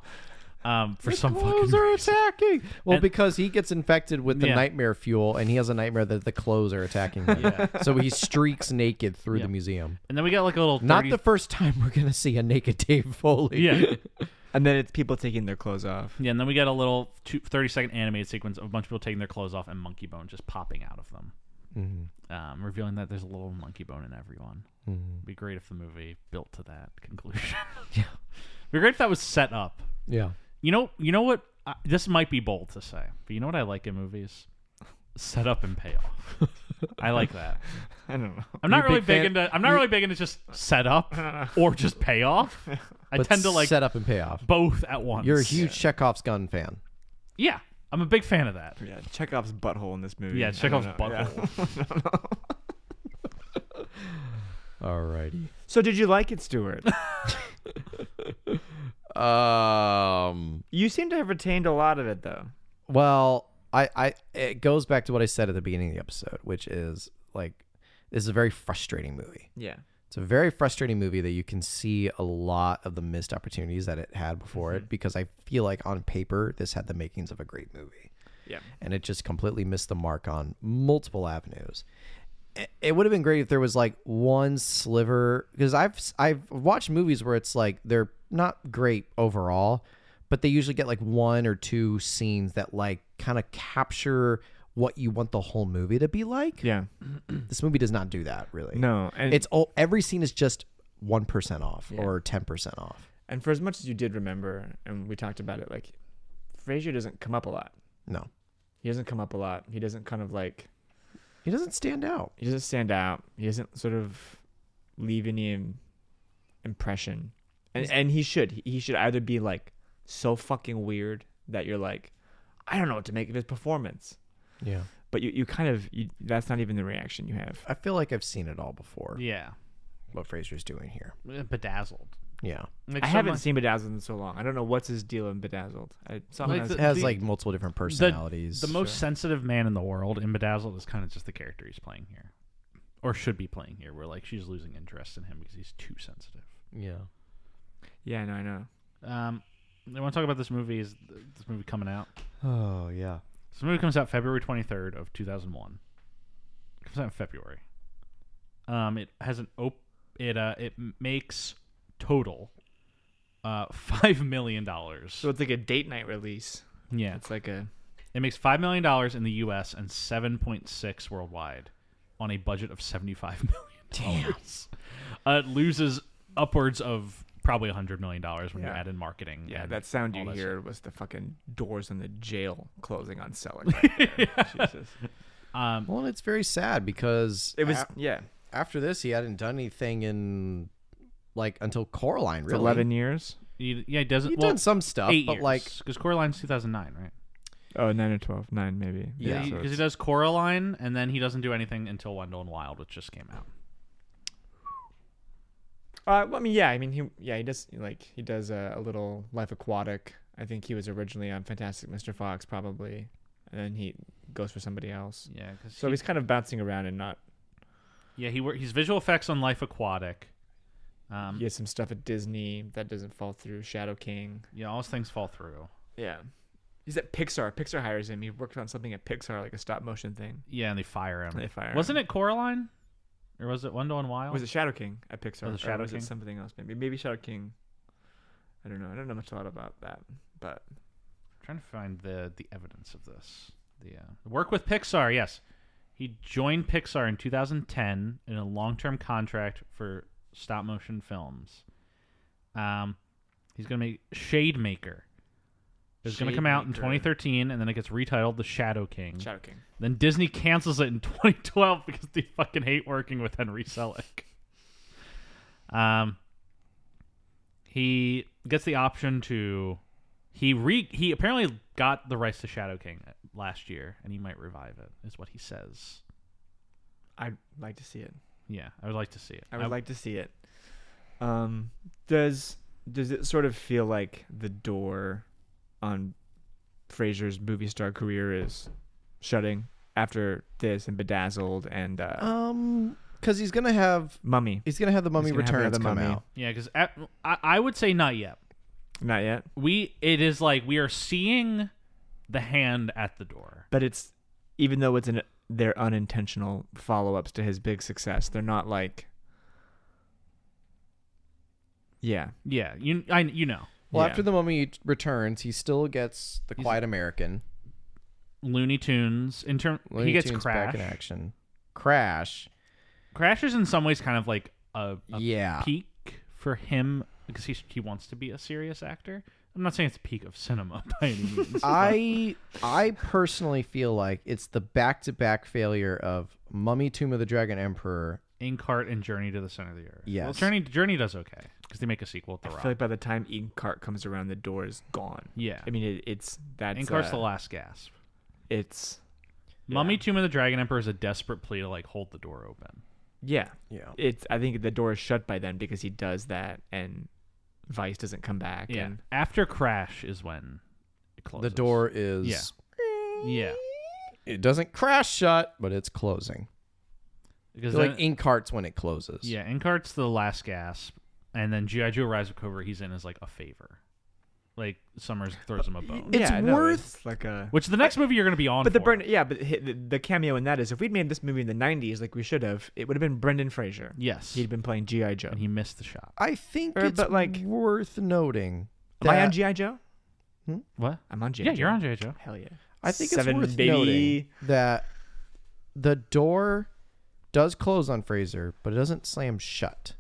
A: Um, for some
B: Clothes
A: fucking
B: are
A: reason.
B: attacking. Well,
A: And-
B: because he gets infected with the
A: Yeah.
B: nightmare fuel, and he has a nightmare that the clothes are attacking him. So he streaks naked through
A: Yeah.
B: the museum.
A: and then we got like a little
B: Not
A: 30
B: the first time we're gonna see a naked Dave Foley.
A: yeah,
D: And then it's people taking their clothes off.
A: yeah, and then we got a little two, 30 second animated sequence of a bunch of people taking their clothes off and monkey bone just popping out of them, um, revealing that there's a little monkey bone in everyone. It'd be great if the movie built to that conclusion. yeah, be great if that was set up.
B: Yeah.
A: You know, you know what? I this might be bold to say, but you know what I like in movies? Set up and payoff. I like that.
D: I don't know.
A: I'm not
B: You a
A: really
B: big
A: big,
B: fan-
A: into. I'm not really big into just set up or just payoff. I
B: But
A: tend to like
B: set up and pay off.
A: both at once.
B: You're a huge Chekhov's gun fan.
A: Yeah, I'm a big fan of that.
D: Yeah, Chekhov's butthole in this movie.
A: Yeah,
D: I don't
A: Chekhov's
D: know, yeah.
A: butthole.
B: Alrighty.
D: So did you like it, Stuart?
B: Um.
D: you seem to have retained a lot of it, though.
B: Well, I, I, it goes back to what I said at the beginning of the episode, which is like, this is a very frustrating movie.
D: Yeah.
B: It's a very frustrating movie that you can see a lot of the missed opportunities that it had before
D: Mm-hmm.
B: it because I feel like on paper this had the makings of a great movie.
D: Yeah.
B: And it just completely missed the mark on multiple avenues. I- It would have been great if there was like one sliver because I've s- I've watched movies where it's like they're not great overall, but they usually get like one or two scenes that like kind of capture what you want the whole movie to be like.
D: Yeah.
B: This movie does not do that really
D: No, and
B: it's all every scene is just one percent off or ten percent off.
D: and for as much as you did remember, and we talked about it, like Frasier doesn't come up a lot.
B: No,
D: He doesn't come up a lot. He doesn't kind of like
B: he doesn't stand out.
D: he doesn't stand out. He doesn't sort of leave any im- impression, and and he should. He- He should either be like so fucking weird that you're like, I don't know what to make of his performance.
B: Yeah,
D: But you, you kind of you, that's not even the reaction you have.
B: I feel like I've seen it all before.
A: Yeah, uh,
B: What Fraser's doing here.
A: bedazzled.
B: Yeah,
A: Like
D: I
A: so
D: haven't
A: much-
D: seen Bedazzled in so long. I don't know what's his deal in Bedazzled. I saw him
A: Like
D: as-
A: the-
B: it has
A: The-
B: like multiple different personalities.
A: The most sensitive man in the world in Bedazzled is kind of just the character he's playing here, or should be playing here. Where like she's losing interest in him because he's too sensitive.
B: yeah.
D: yeah, no, I know.
A: Um, I want to talk about this movie. Is th- this movie coming out?
B: Oh yeah.
A: This movie comes out February 23rd of 2001. It comes out in February. Um, it has an op. It uh, it m- makes total uh five million dollars.
D: So it's like a date night release.
A: yeah,
D: It's like a
A: it makes five million dollars in the U.S. and 7.6 worldwide on a budget of 75 million dollars. Uh, it loses upwards of probably 100 million dollars when you
D: Yeah.
A: add in marketing.
D: yeah.
A: and
D: That sound
A: all
D: you
A: that
D: hear was the fucking doors in the jail closing on selling. Right there. Jesus.
A: Um,
B: Well, and it's very sad because
D: It was
B: a-
D: yeah.
B: after this he hadn't done anything in like until Coraline really.
D: Eleven years.
A: he- yeah, he doesn't.
B: He'd
A: well,
B: done some stuff,
A: eight
B: but like
A: because Coraline's 2009, right?
D: Oh, nine or twelve. Nine maybe.
A: Yeah,
B: Yeah.
D: so
A: because he
D: it's-
A: does Coraline, and then he doesn't do anything until Wendell and Wild, which just came out.
D: Uh, well, I mean, yeah, I mean, he, yeah, he does like he does a, a little Life Aquatic. I think he was originally on Fantastic Mr. Fox, probably, and then he goes for somebody else.
A: Yeah, because
D: So he's kind of bouncing around and not.
A: yeah he wor- he's visual effects on Life Aquatic. Um,
D: He
A: yeah.
D: has some stuff at Disney that doesn't fall through. Shadow King.
A: all those things fall through.
D: Yeah, he's at Pixar. Pixar hires him. He worked on something at Pixar, like a stop motion thing.
A: Yeah, and they fire him.
D: They fire
A: Um, Wasn't it Coraline, or was it Wendell and Wild?
D: Was it Shadow King at Pixar?
A: Was it
D: or
A: Shadow
D: was
A: King?
D: it something else? Maybe maybe Shadow King. I don't know. I don't know much a lot about that, but
A: trying to find the the evidence of this. The uh, work with Pixar, yes. He joined Pixar in 2010 in a long-term contract for stop motion films. Um, he's going to make Shade Maker. It's going to
D: Shade
A: come out in
D: Maker.
A: 2013, and then it gets retitled The Shadow King.
D: Shadow King.
A: Then Disney cancels it in 2012 because they fucking hate working with Henry Selick. Um, he gets the option to he re he apparently got the rights to Shadow King last year, and he might revive it, is what he says.
D: I'd like to see it.
A: Yeah, I would like to see it.
D: I would like to see it. Um, does does it sort of feel like the door on Fraser's movie star career is shutting after this and Bedazzled and uh,
B: um cuz he's going to have
D: Mummy?
B: he's going to have the mummy
D: gonna have
B: returns
D: another
B: come
D: Mummy.
B: out.
A: yeah, because I, I would say not yet.
D: Not yet,
A: We it is like we are seeing the hand at the door.
D: but it's even though it's an they're unintentional follow ups to his big success. They're not like yeah.
A: Yeah, you I you know
B: Well,
D: Yeah.
B: after the mummy returns, he still gets the
A: He's-
B: Quiet American.
A: Looney Tunes. In turn,
B: Looney
A: he gets
B: Tunes
A: Crash.
B: back in action. Crash.
A: Crash is in some ways kind of like a, a
B: yeah.
A: peak for him because he he wants to be a serious actor. I'm not saying it's a peak of cinema by any
B: Uh,
A: means.
B: I I personally feel like it's the back-to-back failure of Mummy Tomb of the Dragon Emperor.
A: Inkheart and Journey to the Center of the Earth. Well,
B: Yes.
A: Journey Journey does okay because they make a sequel with The
D: I
A: Rock.
D: feel like by the time Eden Cart comes around, the door is gone.
A: yeah,
D: I mean, it, it's that's
A: Inkheart's
D: uh,
A: the last gasp.
D: It's
A: Mummy Tomb of the Dragon Emperor is a desperate plea to like hold the door open.
D: Yeah.
B: Yeah.
D: It's I think the door is shut by then because he does that and Vice doesn't come back
A: Yeah.
D: and
A: After Crash is when it
B: The
A: closes.
B: door is
A: Yeah. Yeah.
B: It doesn't crash shut, but it's closing.
A: Because
B: like
A: then-
B: ink carts when it closes.
A: Yeah, Encart's the last gasp, and then GI Joe Rise of Cobra he's in is like a favor, like Summers throws him a bone.
B: It's
D: yeah, no,
B: worth-
D: it's like a
A: Which the next movie you're gonna be on,
D: but the
A: for.
D: Brendan yeah, but hi- the, the cameo in that is if we'd made this movie in the 90s like we should have, it would have been Brendan Fraser.
A: yes,
D: He'd been playing GI Joe.
A: and he missed the shot.
B: I think
D: Or,
B: it's
D: Er, but, like-
B: worth noting.
D: Am I
B: that-
D: on GI Joe?
A: What?
D: I'm on GI.
A: Yeah,
D: Joe.
A: you're on GI Joe.
D: Hell yeah.
B: I think it's
D: Seven,
B: worth
D: baby.
B: noting that the door does close on Fraser, but it doesn't slam shut.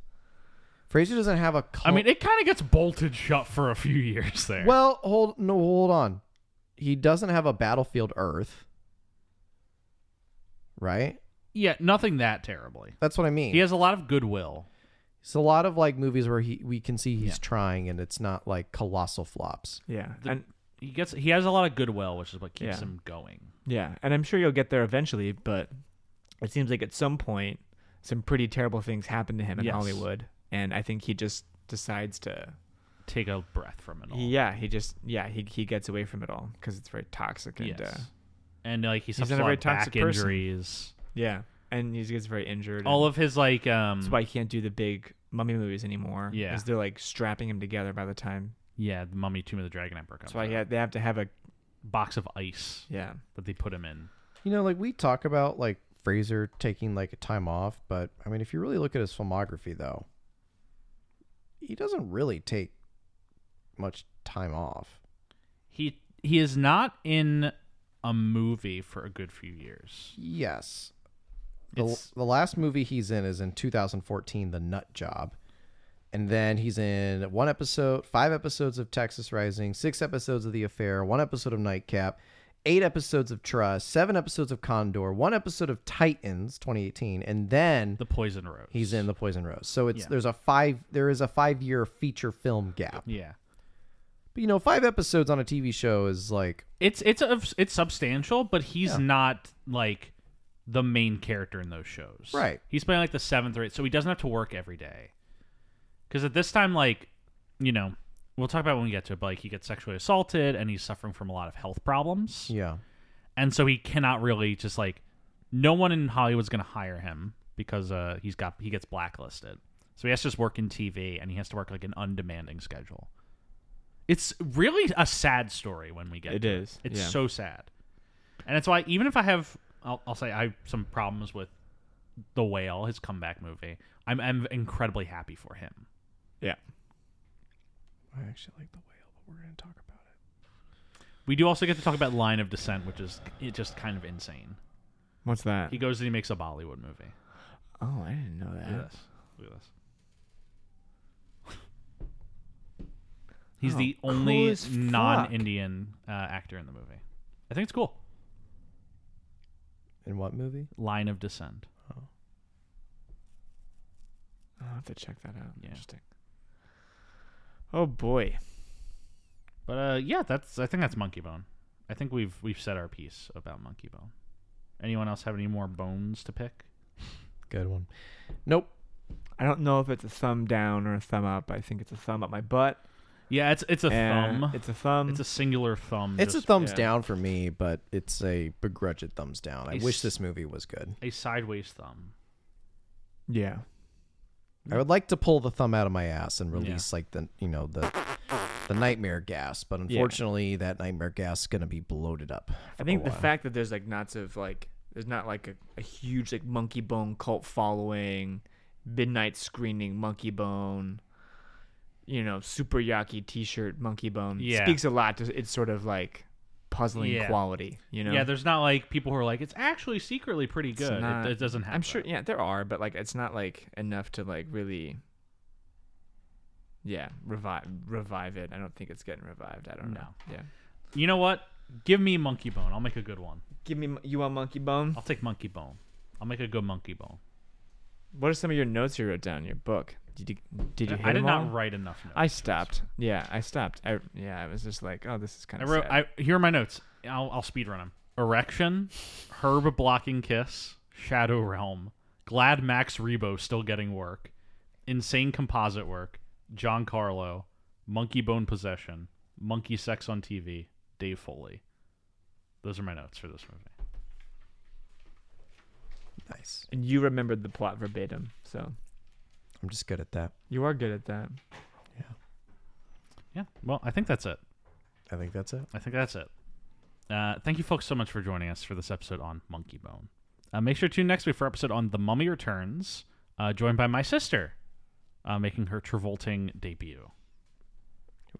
B: Fraser doesn't have a.
A: I
B: cl-
A: mean, it kind of gets bolted shut for a few years there.
B: well, hold no, hold on. He doesn't have a battlefield Earth, right?
A: yeah, nothing that terribly.
B: That's what I mean.
A: He has a lot of goodwill.
B: It's a lot of like movies where he we can see he's
A: Yeah.
B: trying, and it's not like colossal flops.
D: Yeah.
A: The-
D: and
A: He gets he has a lot of goodwill, which is what keeps
D: Yeah.
A: him going.
D: yeah, and I'm sure you'll get there eventually, but it seems like at some point some pretty terrible things happened to him in
A: Yes.
D: Hollywood and I think he just decides to
A: Take a breath from it all.
D: Yeah, he just yeah he he gets away from it all because it's very toxic and
A: Yes.
D: uh,
A: And like he
D: He's
A: suffers a
D: not a
A: lot
D: very
A: of back
D: toxic person.
A: injuries.
D: yeah, and he gets very injured.
A: All
D: and
A: of his like um
D: that's why he can't do the big mummy movies anymore.
A: Yeah.
D: is they're like strapping him together by the time
A: Yeah, the Mummy Tomb of the Dragon Emperor comes.
D: So I
A: out.
D: had, they have to have a
A: box of ice
D: yeah.
A: that they put him in.
B: You know, like we talk about like Fraser taking like a time off, but I mean, if you really look at his filmography, though, he doesn't really take much time off.
A: He he is not in a movie for a good few years.
B: Yes, the,
A: It's-
B: the last movie he's in is in 2014, The Nut Job, and then he's in one episode, five episodes of Texas Rising, six episodes of The Affair, one episode of Nightcap. Eight episodes of Trust, seven episodes of Condor, one episode of Titans 2018, and then
A: The Poison Rose.
B: he's in the poison rose so it's
A: Yeah.
B: there's a five there is a five year feature film gap
A: yeah.
B: but you know five episodes on a tv show is like
A: It's it's a, it's substantial, but he's not like the main character in those shows.
B: Right.
A: He's playing like the seventh or eighth, so he doesn't have to work every day. Because at this time, like you know, we'll talk about when we get to it. But like he gets sexually assaulted, and he's suffering from a lot of health problems.
B: yeah
A: and so he cannot really just like no one in Hollywood's going to hire him because uh he's got he gets blacklisted. So he has to just work in TV and he has to work like an undemanding schedule. It's really a sad story when we get
D: It
A: to
D: is,
A: It's
D: yeah.
A: so sad. And it's why even if I have I'll, I'll say I have some problems with The Whale, his comeback movie, I'm I'm incredibly happy for him.
D: Yeah.
B: i actually like the whale but we're gonna talk about it
A: We do also get to talk about Line of Descent, which is it just kind of insane.
D: What's that?
A: He goes and he makes a Bollywood movie.
D: oh, I didn't know that.
A: Look at this. Look at this. He's the
D: cool
A: only
D: as fuck.
A: non-Indian uh, actor in the movie. I think it's cool.
B: in what movie
A: Line of Descent.
D: I'll have to check that out.
A: Yeah.
D: Interesting. Oh boy.
A: But uh, yeah, that's. I think that's Monkey Bone. I think we've we've said our piece about Monkey Bone. Anyone else have any more bones to pick?
B: good one nope
D: I don't know if it's a thumb down or a thumb up. I think it's a thumb up my butt.
A: Yeah, it's it's a
D: and
A: thumb. It's
D: Eh, It's a thumb.
A: a, singular thumb.
B: it's a
A: just
B: thumbs
D: yeah.
B: down for me but it's a begrudged thumbs down i
A: He's-
B: wish this movie was good
A: a sideways thumb.
D: yeah.
A: Mm.
B: i would like to pull the thumb out of my ass and release like the you know the the nightmare gas but unfortunately that nightmare gas is gonna be bloated up
D: I think the
B: while.
D: fact that there's like lots of like there's not like a, a huge like monkey bone cult following, midnight screening monkey bone, you know, super yaki t shirt monkey bone
A: Yeah.
D: speaks a lot to its sort of like puzzling
A: Yeah.
D: quality, you know?
A: Yeah, there's not like people who are like it's actually secretly pretty
D: It's
A: good. It-
D: not-
A: it, doesn't have.
D: I'm sure
A: that.
D: yeah, there are, but like it's not like enough to like really Yeah, revive revive it. I don't think it's getting revived. I don't know. Yeah.
A: You know what? Give me Monkey Bone. I'll make a good one.
D: Give me you want monkey bone?
A: I'll take monkey bone. I'll make a good monkey bone.
D: What are some of your notes you wrote down in your book? Did you did you hit
A: I did
D: them all?
A: not write enough notes.
D: I stopped. Yeah, I stopped. I yeah, I was just like, oh, this is kind
A: I
D: of.
A: wrote.
D: sad.
A: I here are my notes. I'll, I'll speed run them. Erection, herb blocking kiss, shadow realm, glad Max Rebo still getting work, insane composite work, John Carlo, monkey bone possession, monkey sex on TV, Dave Foley. Those are my notes for this movie.
B: nice
D: and you remembered the plot verbatim, so
B: i'm just good at that
D: you are good at that.
A: Yeah. Well, I think that's it.
B: i think that's it
A: I think that's it. Uh, thank you, folks, so much for joining us for this episode on Monkey Bone. Uh, make sure to tune next week for episode on The Mummy Returns, uh, joined by my sister, uh, making her Travolting debut.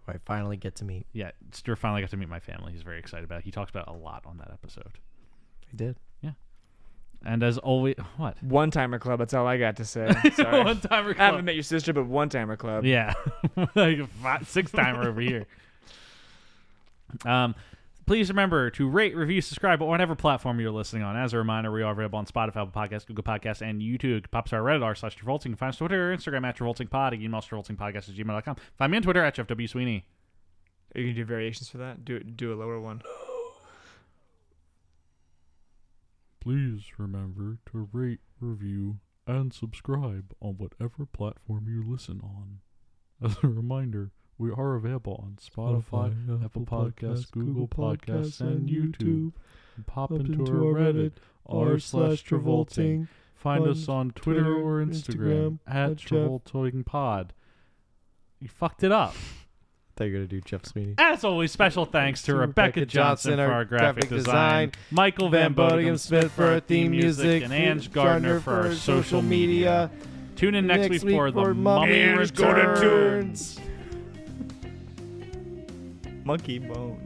B: i finally get to meet
A: Yeah, Stuart finally got to meet my family. He's very excited about it. He talks about it a lot on that episode.
B: i did
A: And as always, what?
D: One timer club. That's all I got to say. Sorry.
A: One timer
D: I haven't met your sister, but one timer club.
A: Yeah, like five, six timer over here. Um, please remember to rate, review, subscribe on whatever platform you're listening on. As a reminder, we are available on Spotify, Apple Podcasts, Google Podcasts, and YouTube. Popstar Reddit r slash Travolting. You can Find us on Twitter, Instagram at TravoltingPod, and email us TravoltingPodcast at gmail.com. Find me on Twitter at Jeff W. Sweeney.
D: Are you gonna do variations for that? Do do a lower one.
K: Please remember to rate, review, and subscribe on whatever platform you listen on. As a reminder, we are available on Spotify, Apple Podcasts, Google Podcasts, and YouTube. Pop into our Reddit, r slash Travolting.
A: Find
K: On
A: us on Twitter,
K: Twitter,
A: or Instagram,
K: Instagram,
A: at
K: at Jeff-
A: TravoltingPod. You fucked it up.
B: thought you were gonna do Jeff Sweeney.
A: As always, special thanks to Rebecca Johnson, for our graphic, design, Michael Van
B: Van
A: Bodegum
B: Bodegum
A: Smith for our theme music, and Ange Gardner for our social media. Tune in next, week, for the Mummy Returns.
D: Monkey bone.